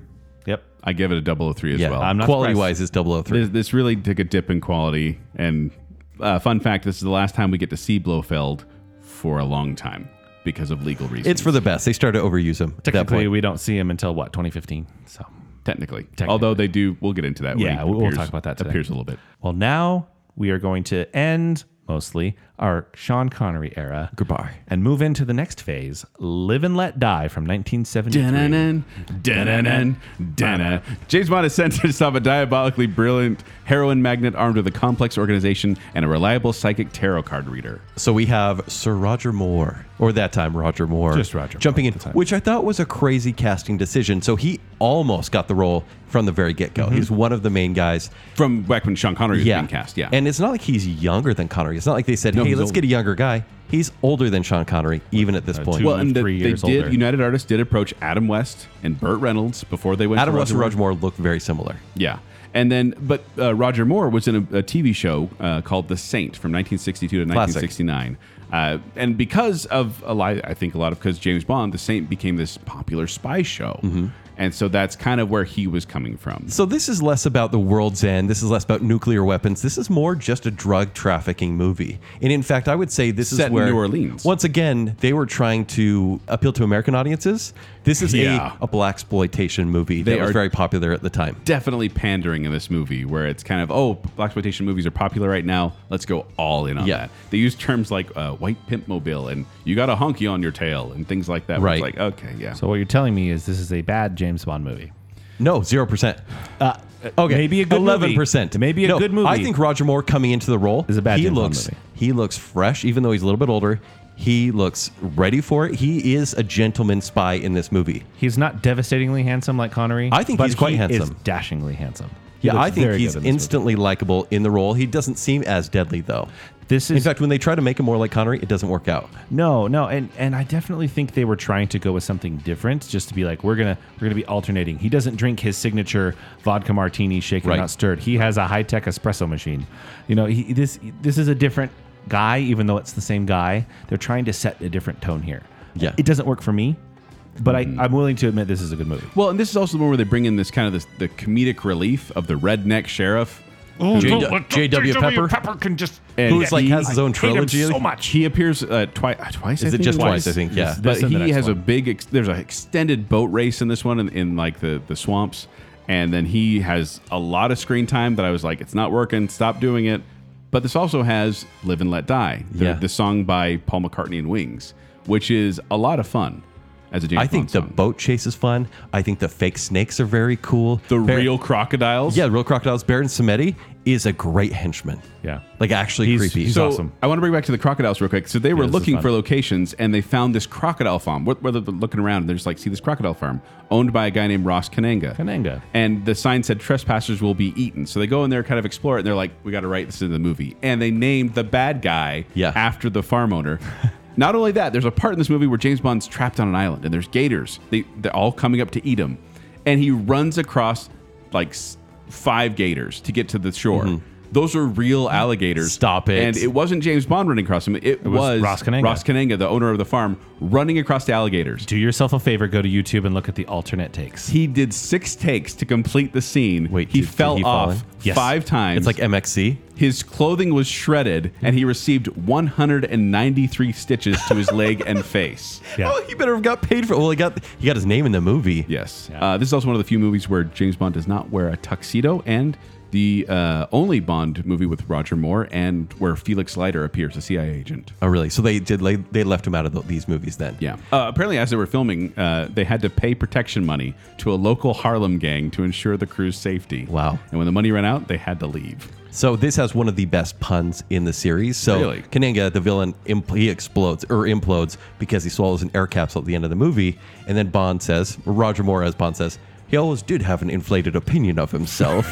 yep I give it a 003 as Yeah, well. I'm not quality surprised. wise, it's 003. this, this really took a dip in quality. And uh, fun fact: this is the last time we get to see Blofeld for a long time because of legal reasons. It's for the best. They started to overuse him. at that technically point. we don't see him until what 2015 so technically. Although they do, we'll get into that. when Yeah, he we'll- we'll talk about that today. Appears a little bit. well now we are going to end mostly our sean connery era Goodbye. and move into the next phase live and let die from 1973 Dun-dun-dun, dun-dun-dun, dun-dun. James Bond is sent to stop a diabolically brilliant heroin magnet armed with a complex organization and a reliable psychic tarot card reader. So we have Sir Roger Moore, or that time Roger Moore, Just Roger Moore jumping at in, the time. which I thought was a crazy casting decision. So he almost got the role from the very get Mm-hmm. go. He's one of the main guys. From back when Sean Connery was yeah, being cast. Yeah. And it's not like he's younger than Connery. It's not like they said, "Hey, he's let's older. get a younger guy." He's older than Sean Connery, even at this point. Uh, two- well, and the, three they years did. older. United Artists did approach Adam West and Burt Reynolds before they went. Adam to West and Moore. Roger Moore look very similar. Yeah. And then, but uh, Roger Moore was in a, a TV show uh, called The Saint from 1962 to Classic. 1969. Uh, and because of a lot, I think a lot of because James Bond, The Saint became this popular spy show. Mm-hmm. And so that's kind of where he was coming from. So this is less about the world's end. This is less about nuclear weapons. This is more just a drug trafficking movie. And in fact, I would say this Set is in where New Orleans. Once again, they were trying to appeal to American audiences. This is Yeah. a, a black exploitation movie They that was are- very popular at the time. Definitely pandering in this movie, where it's kind of oh, black exploitation movies are popular right now. Let's go all in on Yeah. that. They use terms like uh, white pimp mobile and you got a honky on your tail and things like that. where it's Right. like okay, yeah. so what you're telling me is this is a bad james bond movie No, zero percent. uh, Okay, maybe a good eleven percent. movie. maybe a No, good movie I think Roger Moore coming into the role Is a bad He James Bond looks movie. he looks fresh, even though he's a little bit older. He looks ready for it. He is a gentleman spy in this movie. He's not devastatingly handsome like Connery. I think but he's quite he handsome. Is dashingly handsome. He Yeah, looks I think very he's good in this instantly likable in the role. He doesn't seem as deadly though. movie. This In is fact, when they try to make him more like Connery, it doesn't work out. no, no, and and I definitely think they were trying to go with something different, just to be like we're gonna we're gonna be alternating. He doesn't drink his signature vodka martini, shaken Right. not stirred. He has a high tech espresso machine. You know, he, this this is a different guy, even though it's the same guy. They're trying to set a different tone here. Yeah. it doesn't work for me, but I, I'm willing to admit this is a good movie. Well, and this is also the one where they bring in this kind of this, the comedic relief of the redneck sheriff. who- J.W. Pepper, can just and who's Oh, like he- has his own trilogy. He appears uh, twi- uh, twice. I Is it think? just twice? I think yeah. But This and the he next has a one. big. Ex- there's an extended boat race in this one in, in like the the swamps, and then he has a lot of screen time that I was like, it's not working. Stop doing it. But this also has "Live and Let Die," the, Yeah. the song by Paul McCartney and Wings, which is a lot of fun as a James I Bond think the song. boat chase is fun. I think the fake snakes are very cool. the Bar- real crocodiles. yeah, the real crocodiles. Baron Samedi is a great henchman. Yeah. like actually He's- creepy. he's so awesome. I want to bring back to the crocodiles real quick. So they were this is looking fun. for locations and they found this crocodile farm. Where, where they're looking around, and they're just like, see this crocodile farm owned by a guy named Ross Kananga. Kananga. And the sign said trespassers will be eaten. So they go in there, kind of explore it, and they're like, we got to write this into the movie. And they named the bad guy Yeah. after the farm *laughs* owner. Not only that, there's a part in this movie where James Bond's trapped on an island and there's gators. They, they're all coming up to eat him. Mm-hmm. And he runs across like s- five gators to get to the shore. Those are real alligators. Stop it. And it wasn't James Bond running across them. It, was, was Ross Kananga. Ross Kananga, the owner of the farm, running across alligators. Do yourself a favor, go to YouTube and look at the alternate takes. He did six takes to complete the scene. Wait, he did- did fell he fall off in? Yes. five times. It's like MXC. his clothing was shredded, and he received 193 stitches to his leg and *laughs* face. Yeah. Oh, he better have got paid for. Well, he got he got his name in the movie. Yes. Uh, this is also one of the few movies where James Bond does not wear a tuxedo, and the uh, only Bond movie with Roger Moore, and where Felix Leiter appears, a CIA agent. Oh, really? So they did. They, they left him out of th these movies then. Yeah. Uh, apparently, as they were filming, uh, they had to pay protection money to a local Harlem gang to ensure the crew's safety. Wow. And when the money ran out, they had to leave. So this has one of the best puns in the series. So Really? Kananga, the villain, imp- he explodes or implodes because he swallows an air capsule at the end of the movie, and then Bond says, Roger Moore as Bond says, he always did have an inflated opinion of *laughs* himself.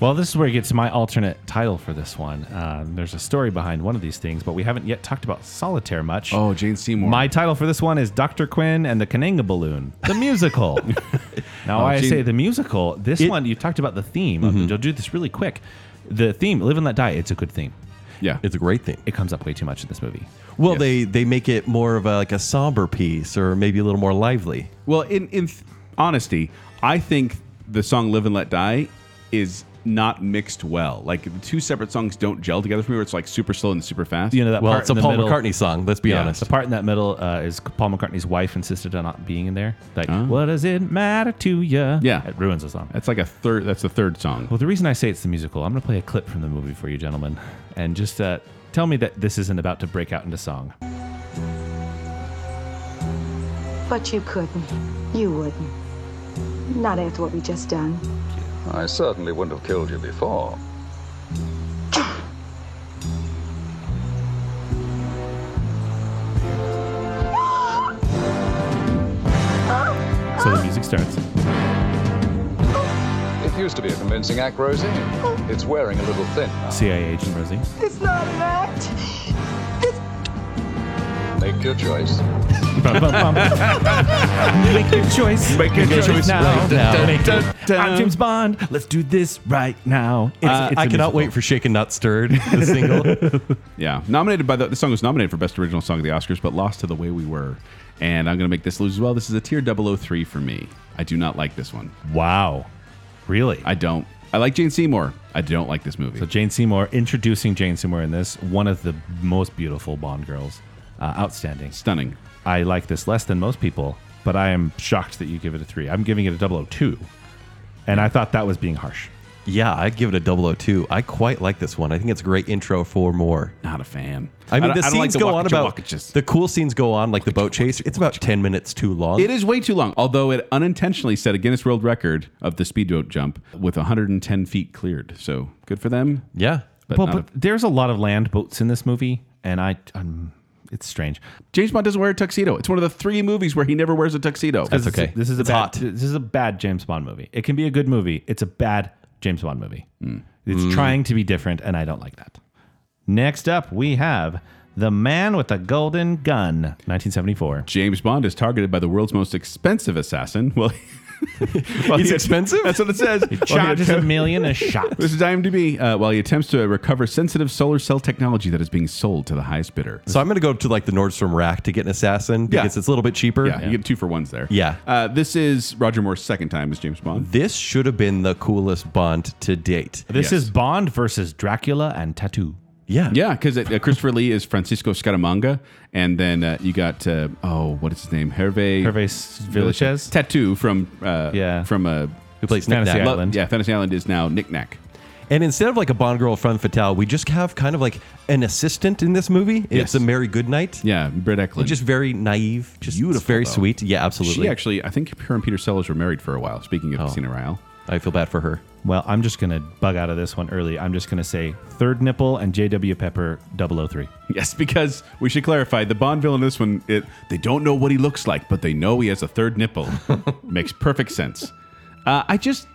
Well, this is where it gets my alternate title for this one. Um, there's a story behind one of these things, but we haven't yet talked about solitaire much. Oh, Jane Seymour. My title for this one is Dr. Quinn and the Kananga Balloon, *laughs* the musical. now, why I Oh, gee. Mm-hmm. say the musical, this one, you talked about the theme. of it. I'll do this really quick. The theme, Live and Let Die, it's a good theme. yeah. *laughs* it's a great thing. It comes up way too much in this movie. Well, they they make it more of a, like a somber piece or maybe a little more lively. Well, in in th- honesty, I think the song "Live and Let Die" is not mixed well. Like the two separate songs don't gel together for me. Where it's like super slow and super fast. You know that Well, part it's a in the Paul middle- McCartney song. Let's be Yeah, honest. The part in that middle uh, is Paul McCartney's wife insisted on not being in there. Like, what does it matter to you? Oh. Yeah. It ruins the song. that's like a third. That's the third song. Well, the reason I say it's the musical, I'm going to play a clip from the movie for you, gentlemen, and just uh, tell me that this isn't about to break out into song. But you couldn't. You wouldn't. Not after what we just done. I certainly wouldn't have killed you before. So the music starts. It used to be a convincing act, Rosie. It's wearing a little thin. now. CIA agent Rosie. It's not an act. Make your choice. Make your choice. Make your, choice, now. Make your- I'm James Bond. Let's do this right now. It's, Uh, I cannot wait for Shaken Not Stirred, *laughs* the single. Yeah, nominated by the, the song was nominated for best original song at the Oscars, but lost to "The Way We Were." And I'm gonna make this lose as well. This is a tier 003 for me. I do not like this one. Wow. Really? I don't. I like Jane Seymour. I don't like this movie. So Jane Seymour, introducing Jane Seymour in this, one of the most beautiful Bond girls. Uh, outstanding. Stunning. I like this less than most people, but I am shocked that you give it a three. I'm giving it a 002. And I thought that was being harsh. yeah, I give it a 002. I quite like this one. I think it's a great intro for more. Not a fan. I mean, don't- the don't scenes like go on wakacha about wakachas. the cool scenes go on, like the boat chase. It's about ten minutes too long. It is way too long, although it unintentionally set a Guinness World Record of the speedboat jump with 110 feet cleared. So good for them. Yeah, *laughs* But, Well, not but a- there's a lot of land boats in this movie, and I, um, it's strange. James Bond doesn't wear a tuxedo. It's one of the three movies where he never wears a tuxedo. That's This is- okay. This is a It's bad, hot. This is a bad James Bond movie. It can be a good movie. It's a bad James Bond movie. It's Mm. trying to be different, and I don't like that. Next up, we have The Man with the Golden Gun, *laughs* 1974. James Bond is targeted by the world's most expensive assassin. Well, well, He's he- expensive? That's what it *laughs* says. Well, he Charges a attempt- *laughs* million a shot. This is IMDb. Uh, while he attempts to recover sensitive solar cell technology that is being sold to the highest bidder. So I'm gonna go to like the Nordstrom rack to get an assassin Yeah. because it's a little bit cheaper. Yeah, you get two for ones there. Yeah. Uh, this is Roger Moore's second time as James Bond. This should have been the coolest Bond to date. This Yes. is Bond versus Dracula and Tattoo. Yeah, Yeah, because uh, Christopher Lee is Francisco Scaramanga, and then uh, you got uh, oh, what is his name? Hervé Hervé S- Villechaize? tattoo from uh, Yeah. from uh, Who plays Nick Fantasy Nack? Lo- Island. yeah Fantasy Island is now Knick Knack. And instead of like a Bond girl femme fatale, we just have kind of like an assistant in this movie. Yes. It's a Mary Goodnight. Yeah, Britt Eklund. Just very naive, just Beautiful, very though. sweet. Yeah, absolutely. Oh. she actually, I think her and Peter Sellers were married for a while. Speaking of Casino Royale, I feel bad for her. Well, I'm just going to bug out of this one early. I'm just going to say Third Nipple and JW Pepper 003. *laughs* yes, because we should clarify the Bond villain. in This one, it, they don't know what he looks like, but they know he has a third nipple. Makes perfect sense. Uh, I just,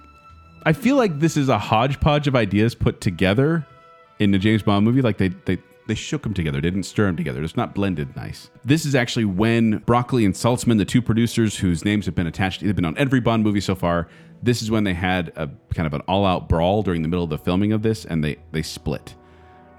I feel like this is a hodgepodge of ideas put together in the James Bond movie. Like they, they, they shook them together, they didn't stir them together. It's not blended nice. This is actually when Broccoli and Saltzman, the two producers whose names have been attached, they've been on every Bond movie so far. This is when they had a kind of an all-out brawl during the middle of the filming of this, and they they split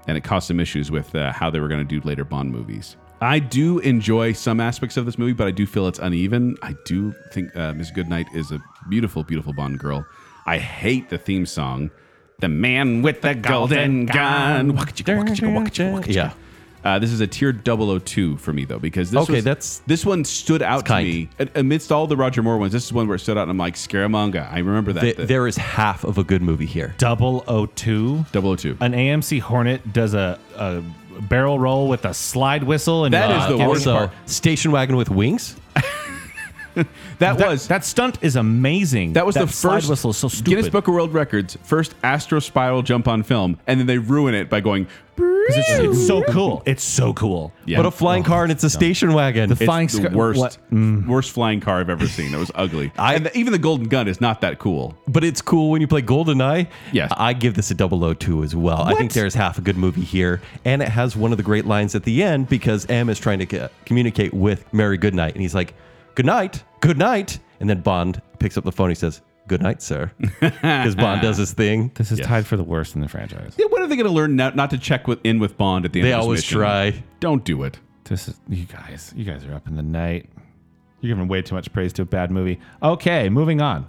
and it caused some issues with uh, how they were going to do later Bond movies. I do enjoy some aspects of this movie, but I do feel it's uneven. I do think uh, Ms. Goodnight is a beautiful, beautiful Bond girl. I hate the theme song, "The Man with the Golden Gun." Waka-chicka, waka-chicka, waka-chicka, waka-chicka. Yeah. Uh, this is a tier 002 for me though because this Okay, was- that's- this one stood out to kind. me A- amidst all the Roger Moore ones. This is one where it stood out, and I'm like Scaramanga. I remember that. Th- The- there is half of a good movie here. 002. 002. An AMC Hornet does a, a barrel roll with a slide whistle. and That you- is the get- worst Also, part. station wagon with wings. That, That, was that stunt is amazing. That was the slide first whistle is so stupid. Guinness Book of World Records first Astro Spiral jump on film, and then they ruin it by going. "Brrrr." It's, it's so cool. It's so cool. Yeah. But a flying car and it's a station wagon. It's flying the scar- worst, what- worst flying car I've ever seen. That was ugly. I- and the- e- even the Golden Gun is not that cool. but it's cool when you play GoldenEye. Yes. I give this a 002 as well. I think there's half a good movie here. And it has one of the great lines at the end because M is trying to c- communicate with Mary Goodnight. And he's like, Good night, good night. And then Bond picks up the phone. He says, Good *laughs* night, sir. Because Bond does his thing. This is tied for the worst in the franchise. Yeah, When are they going to learn not, not to check with, in with Bond at the end? They of this always mission? try. Don't do it. This is you guys. You guys are up in the night. You're giving way too much praise to a bad movie. Okay, moving on.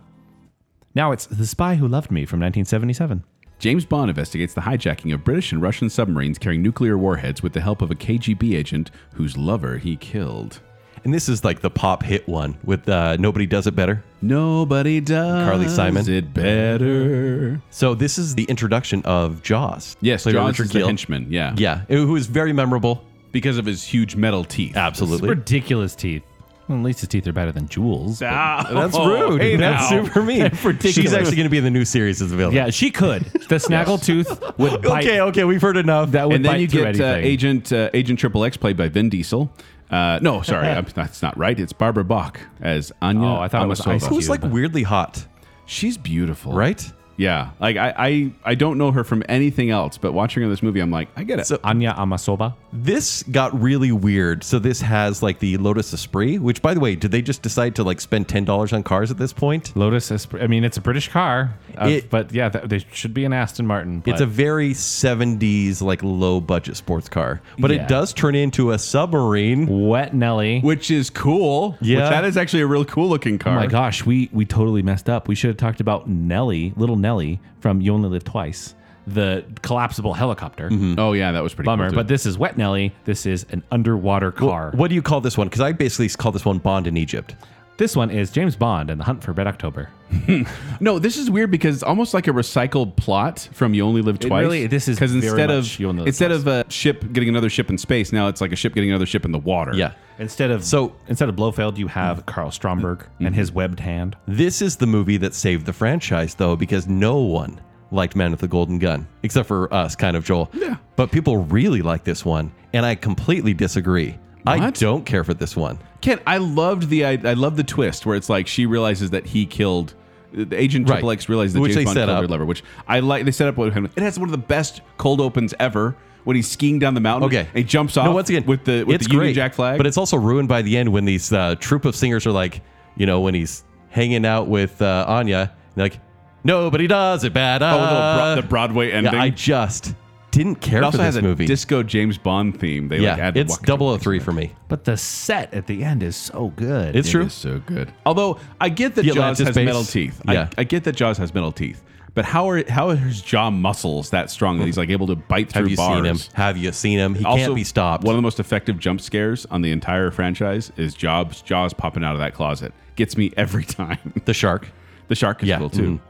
Now it's The Spy Who Loved Me from 1977. James Bond investigates the hijacking of British and Russian submarines carrying nuclear warheads with the help of a KGB agent whose lover he killed. And this is like the pop hit one with uh, Nobody Does It Better. Nobody does Carly Simon. it better. So this is the introduction of Jaws. Yes, played by Jaws is the Gill. henchman. Yeah, Yeah, who is very memorable. because of his huge metal teeth. Absolutely. Ridiculous teeth. Well, at least his teeth are better than Jules. That's Oh, rude. That's super mean. She's Oh, *laughs* ridiculous. actually going to be in the new series as a villain. Yeah, she could. *laughs* The snaggletooth *laughs* would bite. Okay, okay, we've heard enough. That would And then bite you through get uh, anything. Agent uh, Agent Triple X played by Vin Diesel. Uh, no, *laughs* sorry, I'm, that's not right. It's Barbara Bach as Anya. Oh, I thought it was Amasova. Ice Cube. Who's like weirdly hot, She's beautiful, right? Yeah, like I, I, I don't know her from anything else, but watching her in this movie, I'm like, I get it. So- Anya Amasoba. This got really weird. So this has like the Lotus Esprit, which by the way, did they just decide to like spend ten dollars on cars at this point? Lotus is, I mean, it's a British car. uh, It- but yeah, th- they should be an Aston Martin. It's but- a very 70s like low budget sports car, but Yeah. it does turn into a submarine. wet Nelly. which is cool. Yeah. which that is actually a real cool looking car. Oh my gosh, we we totally messed up. We should have talked about Nelly, little Nelly from You Only Live Twice, the collapsible helicopter. Mm-hmm. Oh yeah, that was pretty Bummer, Cool too. but this is Wet Nelly. This is an underwater car. What do you call this one? Because I basically call this one Bond in Egypt. This one is James Bond and the Hunt for Red October. No, this is weird because it's almost like a recycled plot from You Only Live Twice. really- this is because very instead of much You Only Live instead Twice. of a ship getting another ship in space, now it's like a ship getting another ship in the water. Yeah. Instead of So- Mm. Mm-hmm. instead of Blofeld, you have Carl Stromberg and his webbed hand. This is the movie that saved the franchise, though, because no one liked Man with the Golden Gun, except for us, kind of, Joel. Yeah. But people really like this one, and I completely disagree. I What? don't care for this one. Ken, I loved the I, I love the twist where it's like she realizes that he killed the agent Right. Triple X realized that Which James they Bond set killed her up. lover, which I like. They set up what it has one of the best cold opens ever when he's skiing down the mountain. Okay. and he jumps off. No, once again, with the with it's the Union great, Jack flag. But it's also ruined by the end when these uh, troop of singers are like, you know, when he's hanging out with uh, Anya, and like, nobody does it bad. uh." oh, the, little bro- the Broadway ending. yeah, I just didn't care it for also this has a movie. disco James Bond theme. They like yeah, add it's waka- 003 for me. But the set at the end is so good. It's true. It is so good. Although I get that The Jaws Atlantis has base. metal teeth. Yeah. I, I get that Jaws has metal teeth. But how are how are his jaw muscles that strong that he's like able to bite through Have you bars? seen him? Have you seen him? He can't be stopped. One of the most effective jump scares on the entire franchise is Jobs Jaws popping out of that closet. Gets me every *laughs* time. the shark. the shark is Yeah. Mm. cool too.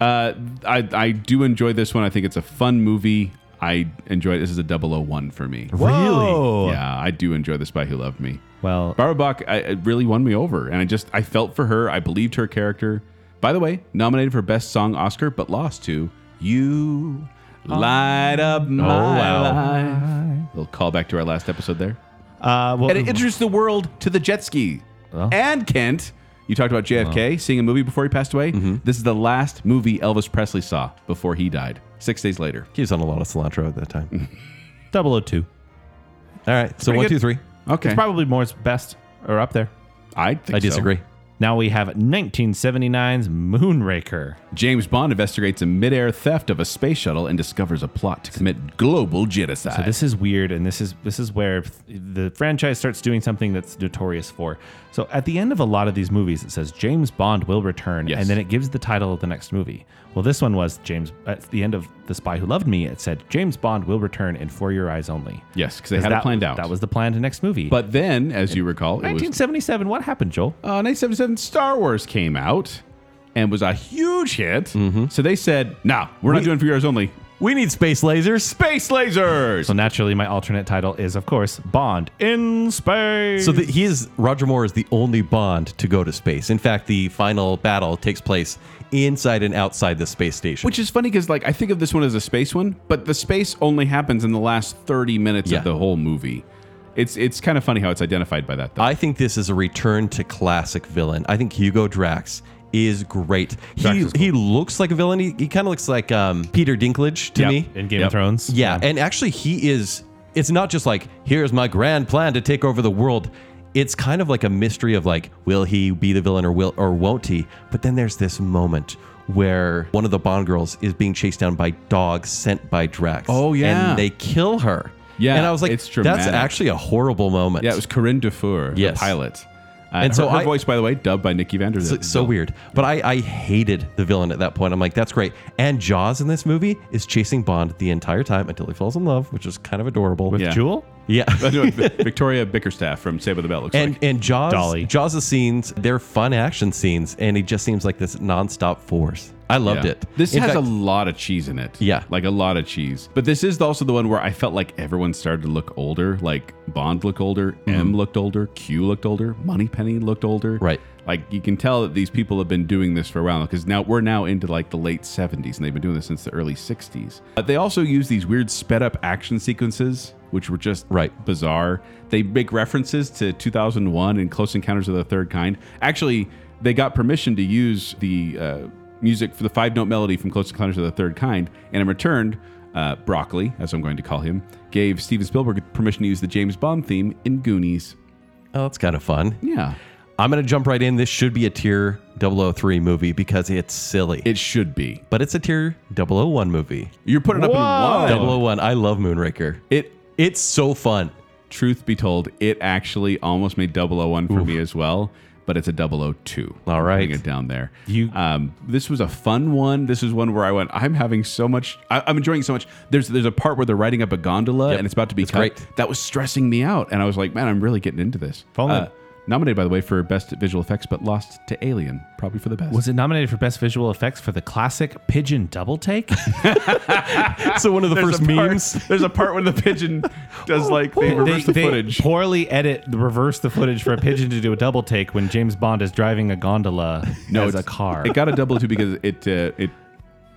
Uh, I I do enjoy this one. I think it's a fun movie. I enjoy it. This is a 001 for me. Really? Yeah, I do enjoy The Spy Who Loved Me. Well, Barbara Bach I, it really won me over, and I just I felt for her. I believed her character. By the way, nominated for Best Song Oscar, but lost to "You Light Up My Life." Little callback to our last episode there, uh, well, and it introduced the world to the jet ski and Kent. You talked about JFK seeing a movie before he passed away. This is the last movie Elvis Presley saw before he died. Six days later. *laughs* He was on a lot of cilantro at that time. 002. All right. So one, good. two, three. Okay. It's probably Moore's best or up there. I think I so. disagree. Now we have 1979's Moonraker. James Bond investigates a midair theft of a space shuttle and discovers a plot to commit global genocide. So this is weird, and this is this is where the franchise starts doing something that's notorious for. So at the end of a lot of these movies, it says James Bond will return, Yes. and then it gives the title of the next movie. Well, this one was James. At the end of The Spy Who Loved Me, it said James Bond will return in For Your Eyes Only. yes, because they had it that- planned out. That was the planned next movie. but then, as you recall, it was 1977. What happened, Joel? uh, 1977 Star Wars came out and was a huge hit. Mm-hmm. So they said, nah, we're not doing for yours only. We need space lasers. Space lasers! So naturally, my alternate title is, of course, Bond in space. So the, he is Roger Moore is the only Bond to go to space. In fact, the final battle takes place inside and outside the space station. Which is funny because, like, I think of this one as a space one, but the space only happens in the last thirty minutes Yeah. of the whole movie. It's it's kind of funny how it's identified by that. Though. I think this is a return to classic villain. I think Hugo Drax is great. he he looks like a villain. He, he kind of looks like um, Peter Dinklage to Yep, me. in Game of Thrones. Yeah, and actually, he is. It's not just like here's my grand plan to take over the world. It's kind of like a mystery of like will he be the villain or will or won't he? But then there's this moment where one of the Bond girls is being chased down by dogs sent by Drax. Oh, yeah. and they kill her. Yeah, and I was like, it's that's dramatic. actually a horrible moment. yeah, it was Corinne Dufour, Yes. the pilot, uh, And and so so her I- voice, by the way, dubbed by Nikki Vandervelde. so, so weird. But I, I hated the villain at that point. I'm like, that's great. And Jaws in this movie is chasing Bond the entire time until he falls in love, which is kind of adorable. with Yeah. Jewel. *laughs* yeah. Victoria Bickerstaff from Save by the Bell looks And like. and Jaws Dolly. Jaws' scenes, they're fun action scenes, and it just seems like this nonstop force. I loved Yeah. it. This In has a fact- lot of cheese in it. Yeah. like a lot of cheese. But this is also the one where I felt like everyone started to look older. Like Bond looked older, M looked older, Q looked older, Moneypenny looked older. Mm-hmm. Right. Like you can tell that these people have been doing this for a while because now we're now into like the late 70s and they've been doing this since the early 60s. But they also use these weird sped up action sequences, which were just Right. bizarre. They make references to 2001 and Close Encounters of the Third Kind. Actually, they got permission to use the uh, music for the five note melody from Close Encounters of the Third Kind, and in return, uh, Broccoli, as I'm going to call him, gave Steven Spielberg permission to use the James Bond theme in Goonies. oh, that's kind of fun. Yeah, I'm gonna jump right in. This should be a tier 003 movie because it's silly. it should be. but it's a tier 001 movie. You're putting it up in oh one. 001. I love Moonraker. It, It's *laughs* so fun. truth be told, it actually almost made 001 for me as well, but it's a 002. All right. Putting it down there. You- um, this was a fun one. This is one where I went, I'm having so much, I, I'm enjoying it so much. There's there's a part where they're riding up a gondola and it's about to be It's cut. great. That was stressing me out. And I was like, man, I'm really getting into this. Uh, Follow- nominated, by the way, for Best Visual Effects, but lost to Alien, probably for the best. Was it nominated for Best Visual Effects for the classic Pigeon Double *laughs* Take? So one of the first memes. *laughs* there's a part when the pigeon does like, they reverse the footage. poorly edit, reverse the footage for a pigeon to do a double take when James Bond is driving *laughs* a gondola as a it's- car. It got a double two because it uh, it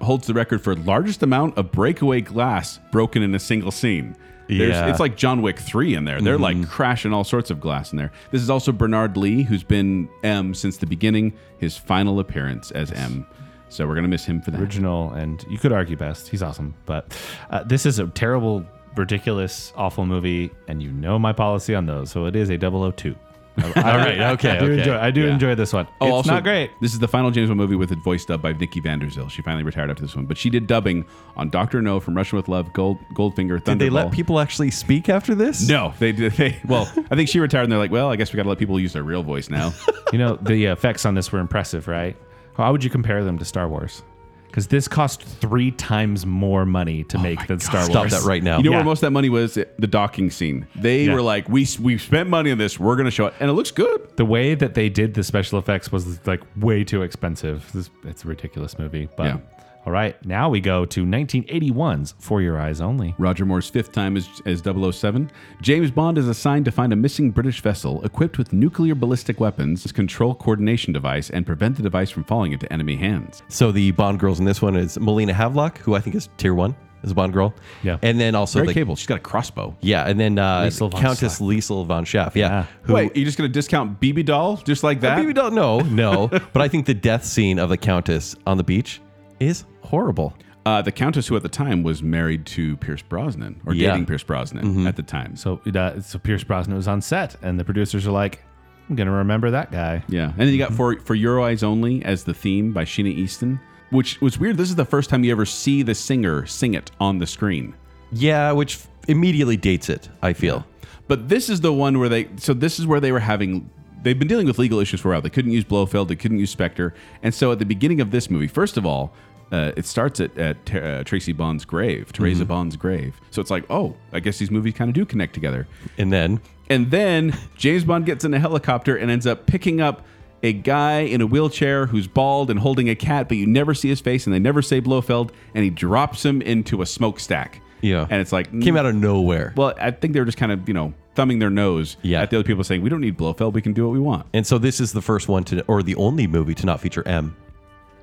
holds the record for largest amount of breakaway glass broken in a single scene. There's, Yeah. It's like John Wick 3 in there. They're like Mm-hmm. crashing all sorts of glass in there. This is also Bernard Lee, who's been M since the beginning, his final appearance as M. So we're going to miss him for that. Original, and you could argue best. He's awesome, but uh, this is a terrible, ridiculous, awful movie, and you know my policy on those, so it is a 002. All right. Okay. I do, okay. enjoy, I do Yeah. enjoy this one. it's Oh, also, not great. This is the final James Bond movie with a voice dub by Nikki Vanderzil. She finally retired after this one, but she did dubbing on Doctor No from Russian with Love, Gold, Goldfinger, Thunderball. Did they let people actually speak after this? No, they did. They well, I think she retired, and they're like, well, I guess we got to let people use their real voice now. You know, the effects on this were impressive, right? How would you compare them to Star Wars? Because this cost three times more money to make than Star Oh Stop Wars. that *laughs* right now. You know Yeah. where most of that money was? The docking scene. They Yeah. were like, we we spent money on this. We're gonna show it, and it looks good. The way that they did the special effects was like way too expensive. This, it's a ridiculous movie. But Yeah. all right, now we go to 1981's For Your Eyes Only. Roger Moore's fifth time as, as 007, James Bond is assigned to find a missing British vessel equipped with nuclear ballistic weapons, control coordination device, and prevent the device from falling into enemy hands. So the Bond girls in this one is Melina Havelock, who I think is tier one as a Bond girl. Yeah. And then also Very the Cable, she's got a crossbow. Yeah, and then uh, Liesl von Countess Schaff. Liesel von Schaff. Yeah. Yeah. Who, Wait, you're just gonna discount BB doll just like that? Maybe *laughs* don't know, no. but I think the death scene of the Countess on the beach is horrible. Uh, the Countess, who at the time was married to Pierce Brosnan or Yeah. Mm-hmm. dating Pierce Brosnan at the time. So So, it, uh, so Pierce Brosnan was on set, and the producers are like, "I'm gonna remember that guy." yeah, and then you got for for Your Eyes Only as the theme by Sheena Easton, which was weird. This is the first time you ever see the singer sing it on the screen. Yeah, which f- immediately dates it, I feel. But this is the one where they so this is where they were having they've been dealing with legal issues for a while. They couldn't use Blofeld, they couldn't use Spectre, and so at the beginning of this movie, first of all, uh, it starts at, at Ter- uh, Tracy Bond's grave, Teresa Bond's grave. So it's like, oh, I guess these movies kind of do connect together. And then And then James Bond gets in a helicopter and ends up picking up a guy in a wheelchair who's bald and holding a cat, but you never see his face and they never say Blofeld, and he drops him into a smokestack. Yeah. And it's like mm. came out of nowhere. well, I think they were just kind of, you know, thumbing their nose Yeah. at the other people saying, we don't need Blofeld. We can do what we want. and so this is the first one to, or the only movie to not feature M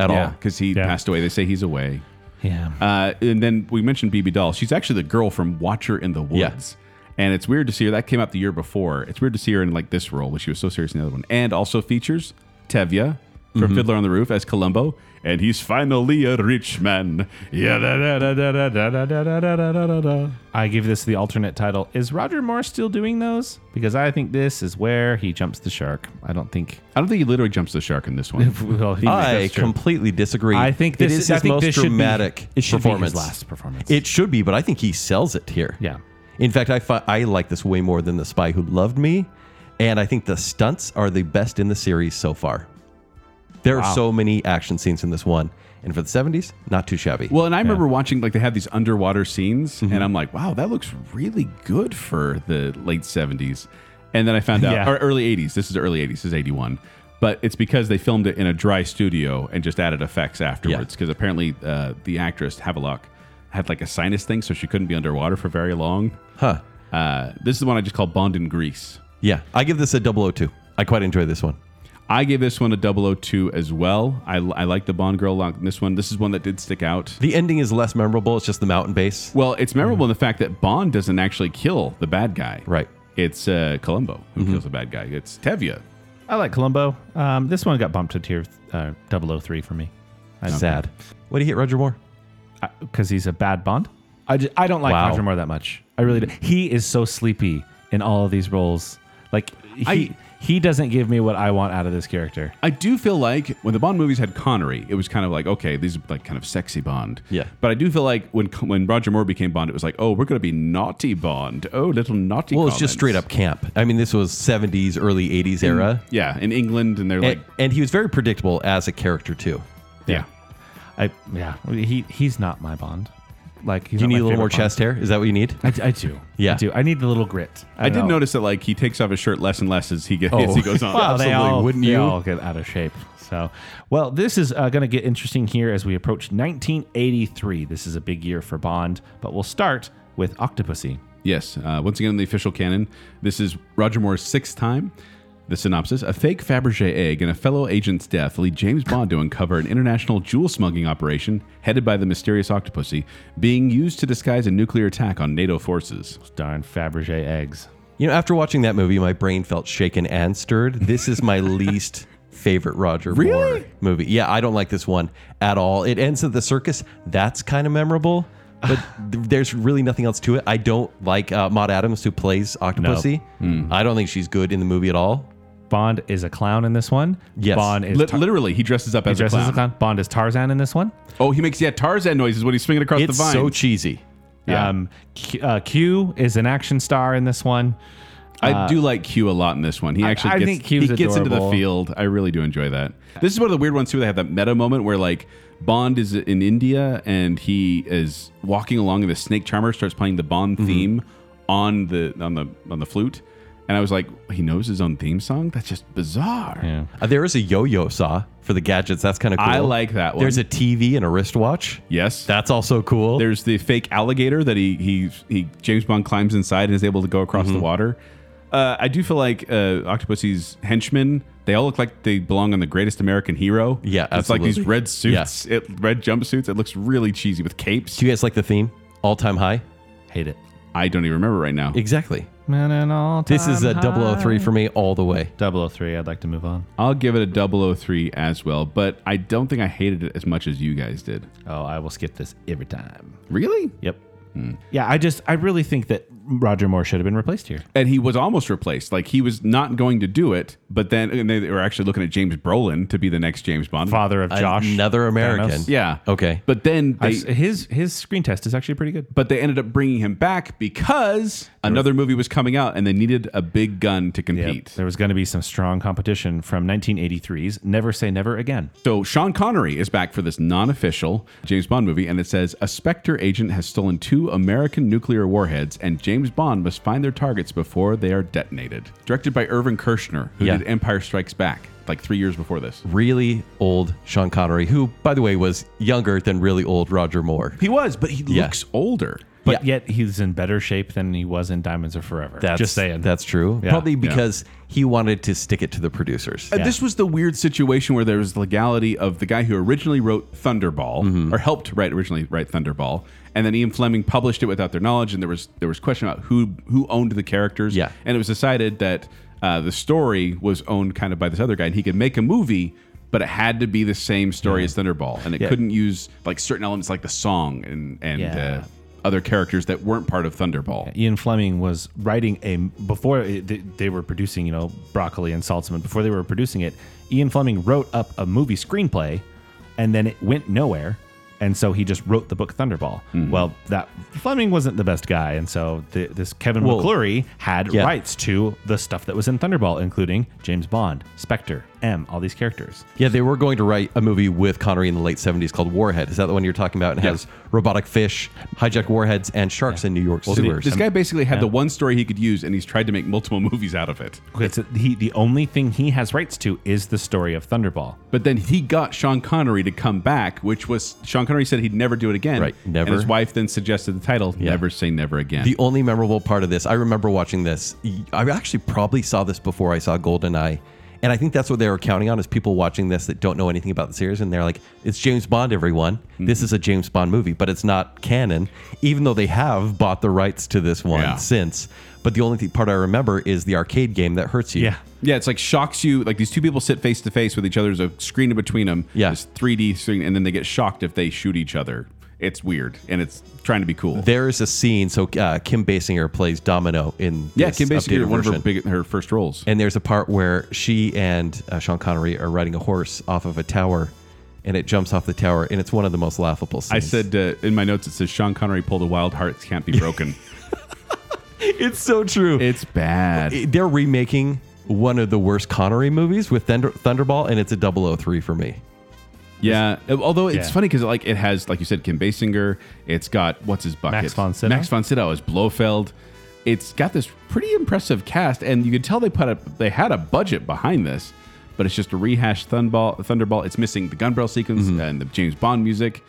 at all. Because he Yeah. passed away. They say he's away. Yeah. Uh, and then we mentioned BB Doll. She's actually the girl from Watcher in the Yeah. Woods. And it's weird to see her. That came out the year before. It's weird to see her in like this role, but she was so serious in the other one. And also features Tevya from Fiddler on the Roof as Columbo. And he's finally a rich man. Yeah, da, da, da, da, da, da, da, da, da, da, da, da, da. I give this the alternate title. Is Roger Moore still doing those? Because I think this is where he jumps the shark. I don't think. I don't think he literally jumps the shark in this *laughs* one. Well, he- I that's true. completely disagree. I think this it is I his think most this should be- dramatic it should be his performance. last performance. It should be, but I think he sells it here. Yeah. In fact, I fi- I like this way more than The Spy Who Loved Me, and I think the stunts are the best in the series so far. There are so many action scenes in this one, and for the '70s, not too shabby. Well, and I remember watching like they had these underwater scenes, and I'm like, wow, that looks really good for the late 70s. And then I found out, Yeah. or early 80s. This is early 80s. This is 81. But it's because they filmed it in a dry studio and just added effects afterwards. Because apparently uh, the actress Havelock had like a sinus thing, so she couldn't be underwater for very long. huh? Uh, this is the one I just call Bond in Greece. Yeah, I give this a 002. I quite enjoy this one. I gave this one a 002 as well. I, I like the Bond girl lock in this one. This is one that did stick out. The ending is less memorable. It's just the mountain base. Well, it's memorable in the fact that Bond doesn't actually kill the bad guy. Mm. Right. Mm-hmm. It's uh, Columbo who kills the bad guy. It's Tevye. I like Columbo. Um, this one got bumped to tier uh, 003 for me Sad. What do you hit, Roger Moore? because he's a bad Bond. I, ju- I don't like Wow. Roger Moore that much. I really do. He is so sleepy in all of these roles. Like he I- he doesn't give me what I want out of this character. I do feel like when the Bond movies had Connery, it was kind of like okay, these are like kind of sexy Bond. Yeah. But I do feel like when when Roger Moore became Bond, it was like oh, we're going to be naughty Bond. Oh, little naughty. Well, it's just comments. straight up camp. I mean, this was '70s, early '80s era, Yeah, in England, and they're like and, and he was very predictable as a character too. yeah. I yeah. He he's not my Bond. Like he's Do you not need my a little more favorite Bond. chest hair? Is that what you need? I, d- I do. Yeah. I do. I need the little grit. I, did know. notice that like he takes off his shirt less and less as he Oh. gets as he goes *laughs* *laughs* on. Well, Oh. they Absolutely, all, wouldn't they you? all get out of shape. So, well, this is uh, going to get interesting here as we approach 1983. This is a big year for Bond, but we'll start with Octopussy. Yes. Uh, once again, in the official canon, this is Roger Moore's sixth time. The synopsis A fake Fabergé egg and a fellow agent's death lead James Bond to uncover an international jewel smuggling operation headed by the mysterious octopussy being used to disguise a nuclear attack on NATO forces. Darn Fabergé eggs. You know, after watching that movie, my brain felt shaken and stirred. This *laughs* is my least favorite Roger Moore movie. Yeah, I don't like this one at all. It ends at the circus. That's kind of memorable, but *sighs* th- there's really nothing else to it. I don't like uh, Maud Adams, who plays Octopussy. Mm. I don't think she's good in the movie at all. Bond is a clown in this one. Yes. Bond is Li- Tar- literally, he dresses up he as, dresses a, clown. as a clown. Bond is Tarzan in this one. Oh, he makes yeah Tarzan noises when he's swinging across It's the vine. so cheesy. Yeah. Um, Q, uh, Q is an action star in this one. I do like Q a lot in this one. He Uh, I- actually I gets, think Q's he gets into the adorable. field. I really do enjoy that. This is one of the weird ones too. They have that meta moment where like Bond is in India and he is walking along and the snake charmer starts playing the Bond Mm-hmm. theme on the on the on the flute. And I was like, he knows his own theme song. That's just bizarre. Uh, there is a yo-yo saw for the gadgets. That's kind of cool. I like that one. There's a TV and a wristwatch. Yes, That's also *laughs* cool. there's the fake alligator that he he he James Bond climbs inside and is able to go across Mm-hmm. the water. Uh, I do feel like uh, Octopussy's henchmen. They all look like they belong on the Greatest American Hero. Yeah, it's like these absolutely. red suits, it, red jumpsuits. It looks really cheesy with capes. Do you guys like the theme? All time high. Hate it. I don't even remember right now. Exactly. Man, an all This is a 003 for me all the way. 003. I'd like to move on. I'll give it a 003 as well, but I don't think I hated it as much as you guys did. Oh, I will skip this every time. Really? Yep. Yeah, I just I really think that Roger Moore should have been replaced here. And he was almost replaced. Like he was not going to do it, but then and they were actually looking at James Brolin to be the next James Bond. Father of Josh. Another American. Thanos. Yeah. Okay. But then I they, s- his his screen test is actually pretty good. but they ended up bringing him back because another movie was coming out and they needed a big gun to Yep. compete. There was going to be some strong competition from 1983's Never Say Never Again. So Sean Connery is back for this non-official James Bond movie, and it says a Spectre agent has stolen two American nuclear warheads, and James Bond must find their targets before they are detonated. Directed by Irvin Kershner, who Yeah. did Empire Strikes Back like three years before this. Really old Sean Connery, who, by the way, was younger than really old Roger Moore. He was, but he Yeah. looks older. But yet he's in better shape than he was in Diamonds Are Forever. just saying. That's true. Yeah. Probably Yeah. because he wanted to stick it to the producers. Uh, This was the weird situation where there was legality of the guy who originally wrote Thunderball or helped write originally write Thunderball, and then Ian Fleming published it without their knowledge, and there was there was question about who who owned the characters. Yeah. and it was decided that uh, the story was owned kind of by this other guy, and he could make a movie. But it had to be the same story as Thunderball, and it couldn't use like certain elements like the song and and Yeah. uh, other characters that weren't part of Thunderball. Ian Fleming was writing a before it- they were producing, you know, Broccoli and Saltzman. Before they were producing it, Ian Fleming wrote up a movie screenplay, and then it went nowhere. And so he just wrote the book Thunderball. Mm-hmm. Well, that Fleming wasn't the best guy, and so th this Kevin Well, McClory had yeah. rights to the stuff that was in Thunderball, including James Bond, Spectre, M, all these characters. Yeah, they were going to write a movie with Connery in the late 70s called Warhead. Is that the one you're talking about? It has robotic fish, hijacked warheads, and sharks in New York sewers. This guy basically had the one story he could use, and he's tried to make multiple *laughs* movies out of it. Okay, so he, the only thing he has rights to is the story of Thunderball. But then he got Sean Connery to come back, which was Sean Connery said he'd never do it again. Right, never. And his wife then suggested the title "Never Say Never Again." The only memorable part of this, I remember watching this. I actually probably saw this before I saw Goldeneye. And I think that's what they were counting on is people watching this that don't know anything about the series and they're like, it's James Bond, everyone. Mm-hmm. This is a James Bond movie, but it's not canon, even though they have bought the rights to this one Yeah. since. But the only th- part I remember is the arcade game that hurts you. yeah, it's like shocks you. Like these two people sit face to face with each other. There's a screen in between them. Yeah. this 3D screen, and then they get shocked if they shoot each other. It's weird, and it's trying to be cool. There is a scene. So uh, Kim Basinger plays Domino in yeah, this Kim Basinger, updated one of her version. big her first roles. And there's a part where she and uh, Sean Connery are riding a horse off of a tower, and it jumps off the tower, and it's one of the most laughable scenes. I said uh, in my notes, it says Sean Connery pulled a wild hearts can't be broken. *laughs* it's so true. it's bad. They're remaking one of the worst Connery movies with Thunder- Thunderball, and it's a 003 for me. Yeah, uh, although it's Yeah. funny because like it has, like you said, Kim Basinger. It's got what's his bucket? Max von Sydow? Max von Sydow as Blofeld. It's got this pretty impressive cast, and you can tell they put a they had a budget behind this, but it's just a rehashed Thunderball. Thunderball. It's missing the gunbarrel sequence Mm-hmm. and the James Bond music.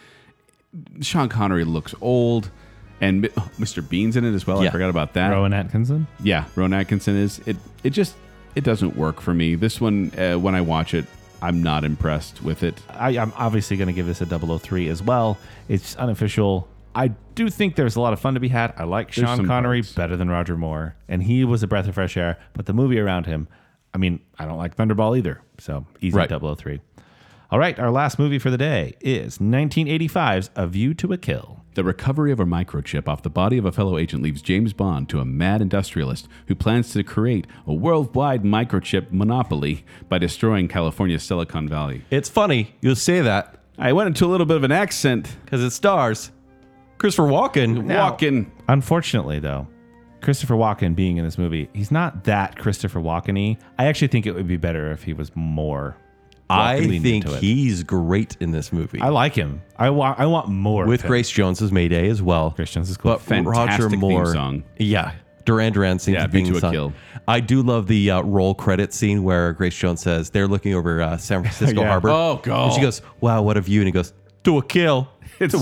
Sean Connery looks old, and Mi- oh, Mr. Bean's in it as well. Yeah. I forgot about that. Rowan Atkinson. Yeah, Rowan Atkinson is it. It just it doesn't work for me. This one, uh, when I watch it, I'm not impressed with it. I, I'm obviously going to give this a 003 as well. It's unofficial. I do think there's a lot of fun to be had. I like Sean some Connery parts. better than Roger Moore, and he was a breath of fresh air. But the movie around him, I mean, I don't like Thunderball either. So easy Right. 003. All right, our last movie for the day is 1985's A View to a Kill. The recovery of a microchip off the body of a fellow agent leaves James Bond to a mad industrialist who plans to create a worldwide microchip monopoly by destroying California's Silicon Valley. It's funny you'll say that I went into a little bit of an accent. because it stars Christopher Walken. Walking. Unfortunately, though, Christopher Walken being in this movie, he's not that Christopher Walken y. I actually think it would be better if he was more. I leaned think into it. he's great in this movie. I like him. I, wa- I want more. with of *laughs* him. Grace Jones's Mayday as well. Grace Jones is cool. But Fantastic Roger theme Moore, song. yeah, Duran Duran sings Yeah, the View theme to a song. Kill. I do love the uh, roll credit scene where Grace *laughs* Jones says they're looking over uh, San Francisco Yeah. Harbor. Oh, God. And she goes, "Wow, what a view!" And he goes, "To a kill." *laughs* It's it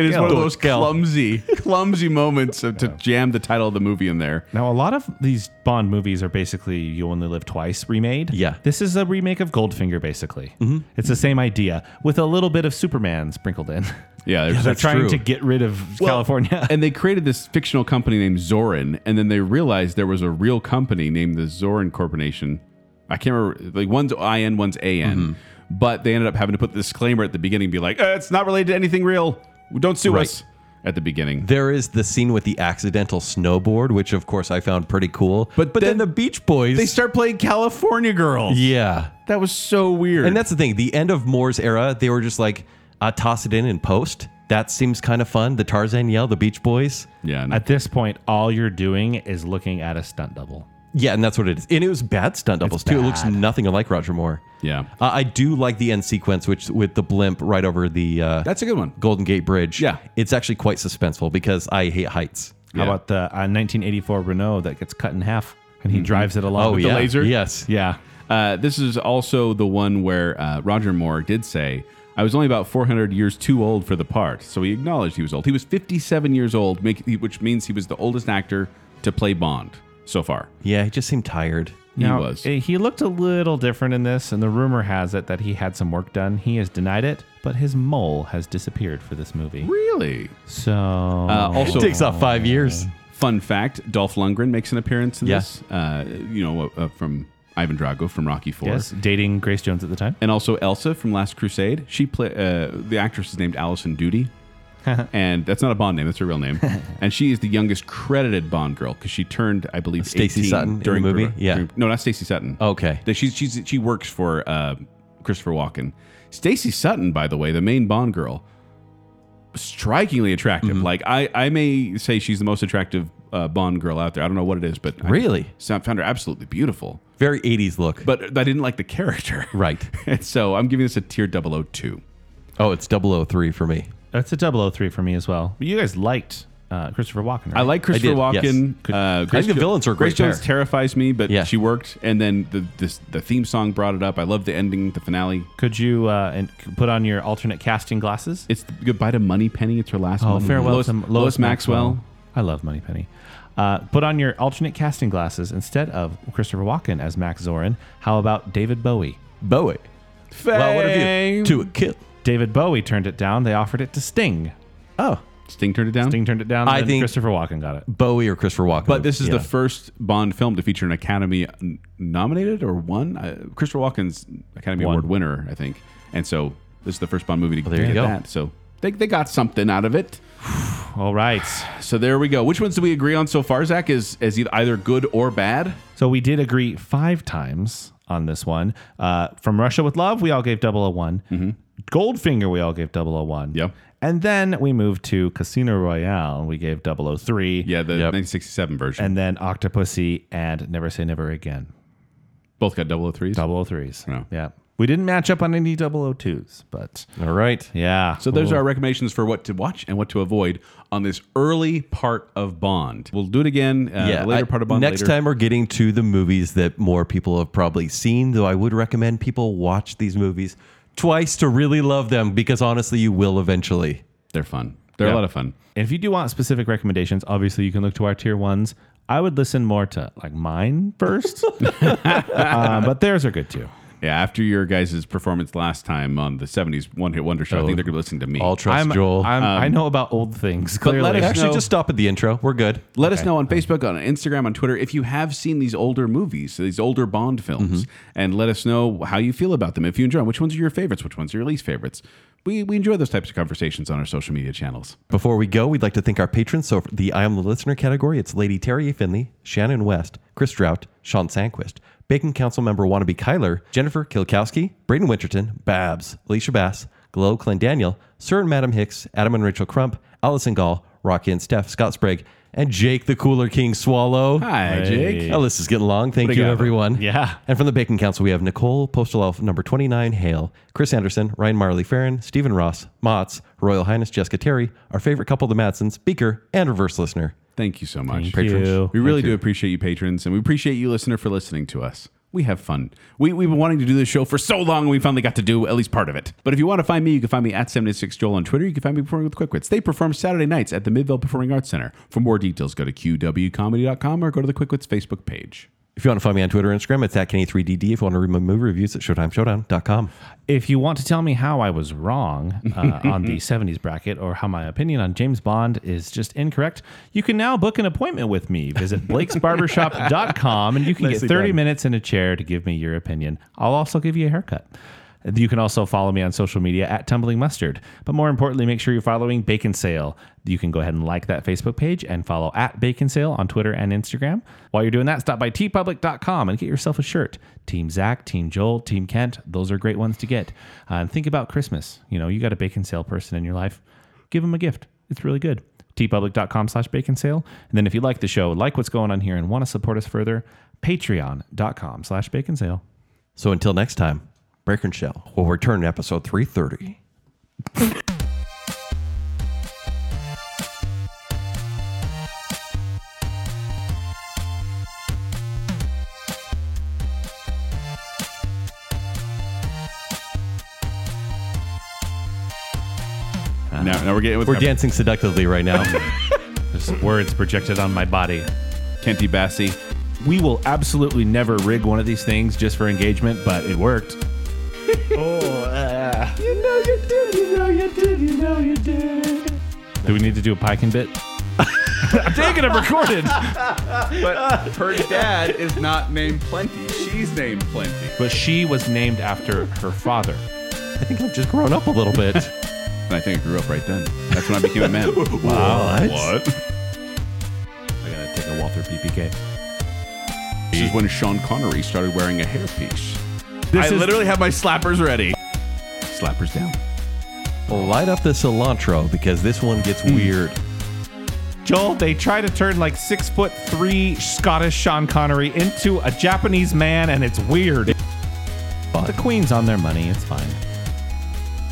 is one of those clumsy, *laughs* clumsy moments of, to jam the title of the movie in there. Now, a lot of these Bond movies are basically You Only Live Twice remade. Yeah. Mm-hmm. This is a remake of Goldfinger, basically. It's the same idea with a little bit of Superman sprinkled in. *laughs* Yeah, there's- They're that's trying true. to get rid of California. and they created this fictional company named Zorin, and then they realized there was a real company named the Zorin Corporation. I can't remember, like one's IN, one's AN, but they ended up having to put the disclaimer at the beginning and be like, uh, it's not related to anything real. Don't sue us at the beginning. *laughs* There is the scene with the accidental snowboard, which of course I found pretty cool. But but then, then the Beach Boys. They start playing California Girls. yeah. That was so weird. And that's the thing. The end of Moore's era, they were just like, uh, toss it in and post. That seems kind of fun. The Tarzan yell, the Beach Boys. yeah, no. *laughs* At this point, all you're doing is looking at a stunt double. Yeah, and that's what it is. And it was bad stunt doubles too. It looks nothing like Roger Moore. yeah. Uh, I do like the end sequence, which with the blimp right over the uh, That's a good one. Golden Gate Bridge. Yeah. it's actually quite suspenseful because I hate heights. How about the uh, 1984 Renault that gets cut in half and he drives it along? Oh with yeah, The laser? laser? Yes, Yeah. Uh, this is also the one where uh, Roger Moore did say, I was only about 400 years too old for the part. So he acknowledged he was old. He was 57 years old, make, which means he was the oldest actor to play Bond so far. yeah. He just seemed tired. He Now, was. eh, He looked a little different in this, and the rumor has it that he had some work done. He has denied it, but his mole has disappeared for this movie. Really? So Uh, also, it takes off five years. fun fact Dolph Lundgren makes an appearance in Yeah. this, uh, you know, uh, from Ivan Drago from Rocky Four. yes, dating Grace Jones at the time. and also Elsa from Last Crusade. She play uh, the actress is named Allison Duty, *laughs* and that's not a Bond name; that's her real name. and she is the youngest credited Bond girl because she turned, I believe, Stacey 18 Sutton in the during movie? Yeah. during- no, not Stacy Sutton. Okay. The- she's, she's she works for uh, Christopher Walken. Stacy Sutton, by the way, the main Bond girl, strikingly attractive. Mm-hmm. Like I, I may say she's the most attractive uh, Bond girl out there. I don't know what it is, but Really? I found her absolutely beautiful. Very '80s look. But I didn't like the character. *laughs* right. And so I'm giving this a tier 002. Oh, it's 003 for me. That's a 003 for me as well. But you guys liked uh, Christopher Walken. Right? I like Christopher did, Walken. yes. Uh, think the villains are a Grace great Jones pair. terrifies me, but Yeah. she worked. And then the this, the theme song brought it up. I love the ending, the finale. Could you uh, and c- put on your alternate casting glasses? It's the goodbye to Money Penny. It's her last. Oh, one. farewell Lois, to M- Lois, Maxwell. I love Moneypenny. Uh, put on your alternate casting glasses instead of Christopher Walken as Max Zorin. How about David Bowie? Bowie. Well, what have you to a kill? David Bowie turned it down. They offered it to Sting. Oh, Sting turned it down. Sting turned it down. I then think- Christopher Walken got it. Bowie or Christopher Walken. But this is Yeah. the first Bond film to feature an Academy n- nominated or won. Uh, Christopher Walken's Academy Won. Award winner, I think. And so this is the first Bond movie to there you get go. that. So they, they got something out of it. *sighs* All right. So there we go. Which ones do we agree on so far, Zach? Is as e- either good or bad? So we did agree five times on this one. Uh, from Russia with Love, we all gave 101. Goldfinger, we all gave 001. Mm-hmm. Yep. And then we moved to Casino Royale, and we gave 003. Yeah, the Yep. 1967 version. And then Octopussy and Never Say Never Again. Both got 003s. 003s. Yeah. Yeah. We didn't match up on any 002s, but all right. yeah. So there's our recommendations for what to watch and what to avoid on this early part of Bond. We'll do it again uh, yeah, later I- part of Bond. Next later. time we're getting to the movies that more people have probably seen, though I would recommend people watch these movies twice to really love them because honestly you will eventually. they're fun. They're a lot of fun. And if you do want specific recommendations, obviously you can look to our tier ones. I would listen more to like mine first, uh, but theirs are good too. Yeah, after your guys' performance last time on the 70s One Hit Wonder Show, Oh, I think they're going to be listening to me. All trust I'm, Joel. I'm, I know about old things. Clearly, let us Actually know- just stop at the intro. We're good. Let us know on Facebook, on Instagram, on Twitter if you have seen these older movies, these older Bond films, and let us know how you feel about them. If you enjoy them, which ones are your favorites? Which ones are your least favorites? We, we enjoy those types of conversations on our social media channels. Before we go, we'd like to thank our patrons. So, for the I Am the Listener category, it's Lady Terry Finley, Shannon West, Chris Drought, Sean Sanquist, Bacon Council member Wannabe Kyler, Jennifer Kilkowski, Braden Winterton, Babs, Alicia Bass, Glow Clendaniel, Sir and Madam Hicks, Adam and Rachel Crump, Allison Gall, Rocky and Steph, Scott Sprague, and Jake the Cooler King Swallow. Hi, Jake. Oh, this is getting long. Thank you, Obrigado. everyone. Yeah. And from the Bacon Council, we have Nicole, Postal Elf number 29, Hale, Chris Anderson, Ryan Marley Farron, Stephen Ross, Motts, Her Royal Highness Jessica Terry, our favorite couple, the Madsons, Beaker, and Reverse Listener. Thank you so much. Thank you. We really do appreciate you, patrons, and we appreciate you, listener, for listening to us. we have fun. We, we've been wanting to do this show for so long, and we finally got to do at least part of it. But if you want to find me, you can find me at 76joel on Twitter. You can find me performing with QuickWits. They perform Saturday nights at the Midvale Performing Arts Center. For more details, go to qwcomedy.com or go to the QuickWits Facebook page. If you want to find me on Twitter and Instagram, it's at Kenny3DD. If you want to read my movie reviews, it's ShowtimeShowdown.com. If you want to tell me how I was wrong uh, on the 70s bracket or how my opinion on James Bond is just incorrect, you can now book an appointment with me. Visit blakesbarbershop.com and you can get 30 minutes in a chair to give me your opinion. I'll also give you a haircut. You can also follow me on social media at Tumbling Mustard. But more importantly, make sure you're following Bacon Sale. You can go ahead and like that Facebook page and follow at Bacon Sale on Twitter and Instagram. While you're doing that, stop by tpublic.com and get yourself a shirt. Team Zach, Team Joel, Team Kent, those are great ones to get. Uh, and think about Christmas. You know, you got a Bacon Sale person in your life, give them a gift. It's really good tpublic.com slash bacon sale. And then if you like the show, like what's going on here, and want to support us further, patreon.com slash bacon sale. So until next time, Breaker and Shell will return in episode 330. Ah. now, now we're getting with We're dancing seductively right now. There's words projected on my body. Kenty Bassey. We will absolutely never rig one of these things just for engagement, but it *laughs* worked. uh. oh, you know you did, you know you did, you know you did. Do we need to do a pike *laughs* and bit? I'm taking it recorded. But her dad is not named Plenty. She's named Plenty. But she was named after her father. I think I've just grown up a little *laughs* bit. And I think I grew up right then. That's when I became a man. What? I gotta take a Walther PPK. This is when Sean Connery started wearing a hairpiece. This is- have my slappers ready. Slappers down. Light up the cilantro because this one gets weird. Joel, they try to turn like six foot three Scottish Sean Connery into a Japanese man, and it's weird. The Queen's on their money. It's fine.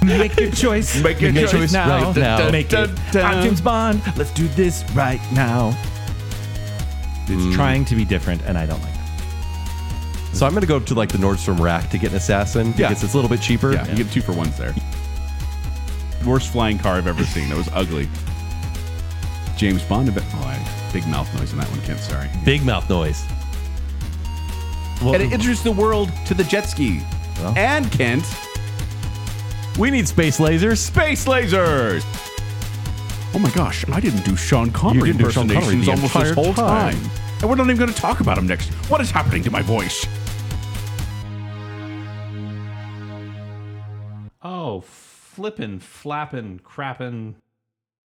Make your choice. Make your choice now. right now. Make it. Dun, dun, dun. I'm James Bond. Let's do this right now. It's trying to be different, and I don't like it. Mm. So I'm going to go to like the Nordstrom rack to get an assassin Yeah. because it's a little bit cheaper. Yeah, you get two for ones there. Worst flying car I've ever seen. That was ugly. James Bond. a bit- Oh, I, big mouth noise on that one, Kent. Sorry. Big mouth noise. Well, And it introduced the world to the jet ski. And Kent, we need space lasers. space lasers. Oh my gosh, I didn't do Sean Connery didn't do Sean Connery impersonations the almost this entire whole time. time. And we're not even going to talk about him next. What is happening to my voice? Oh, flippin', flappin', crappin'.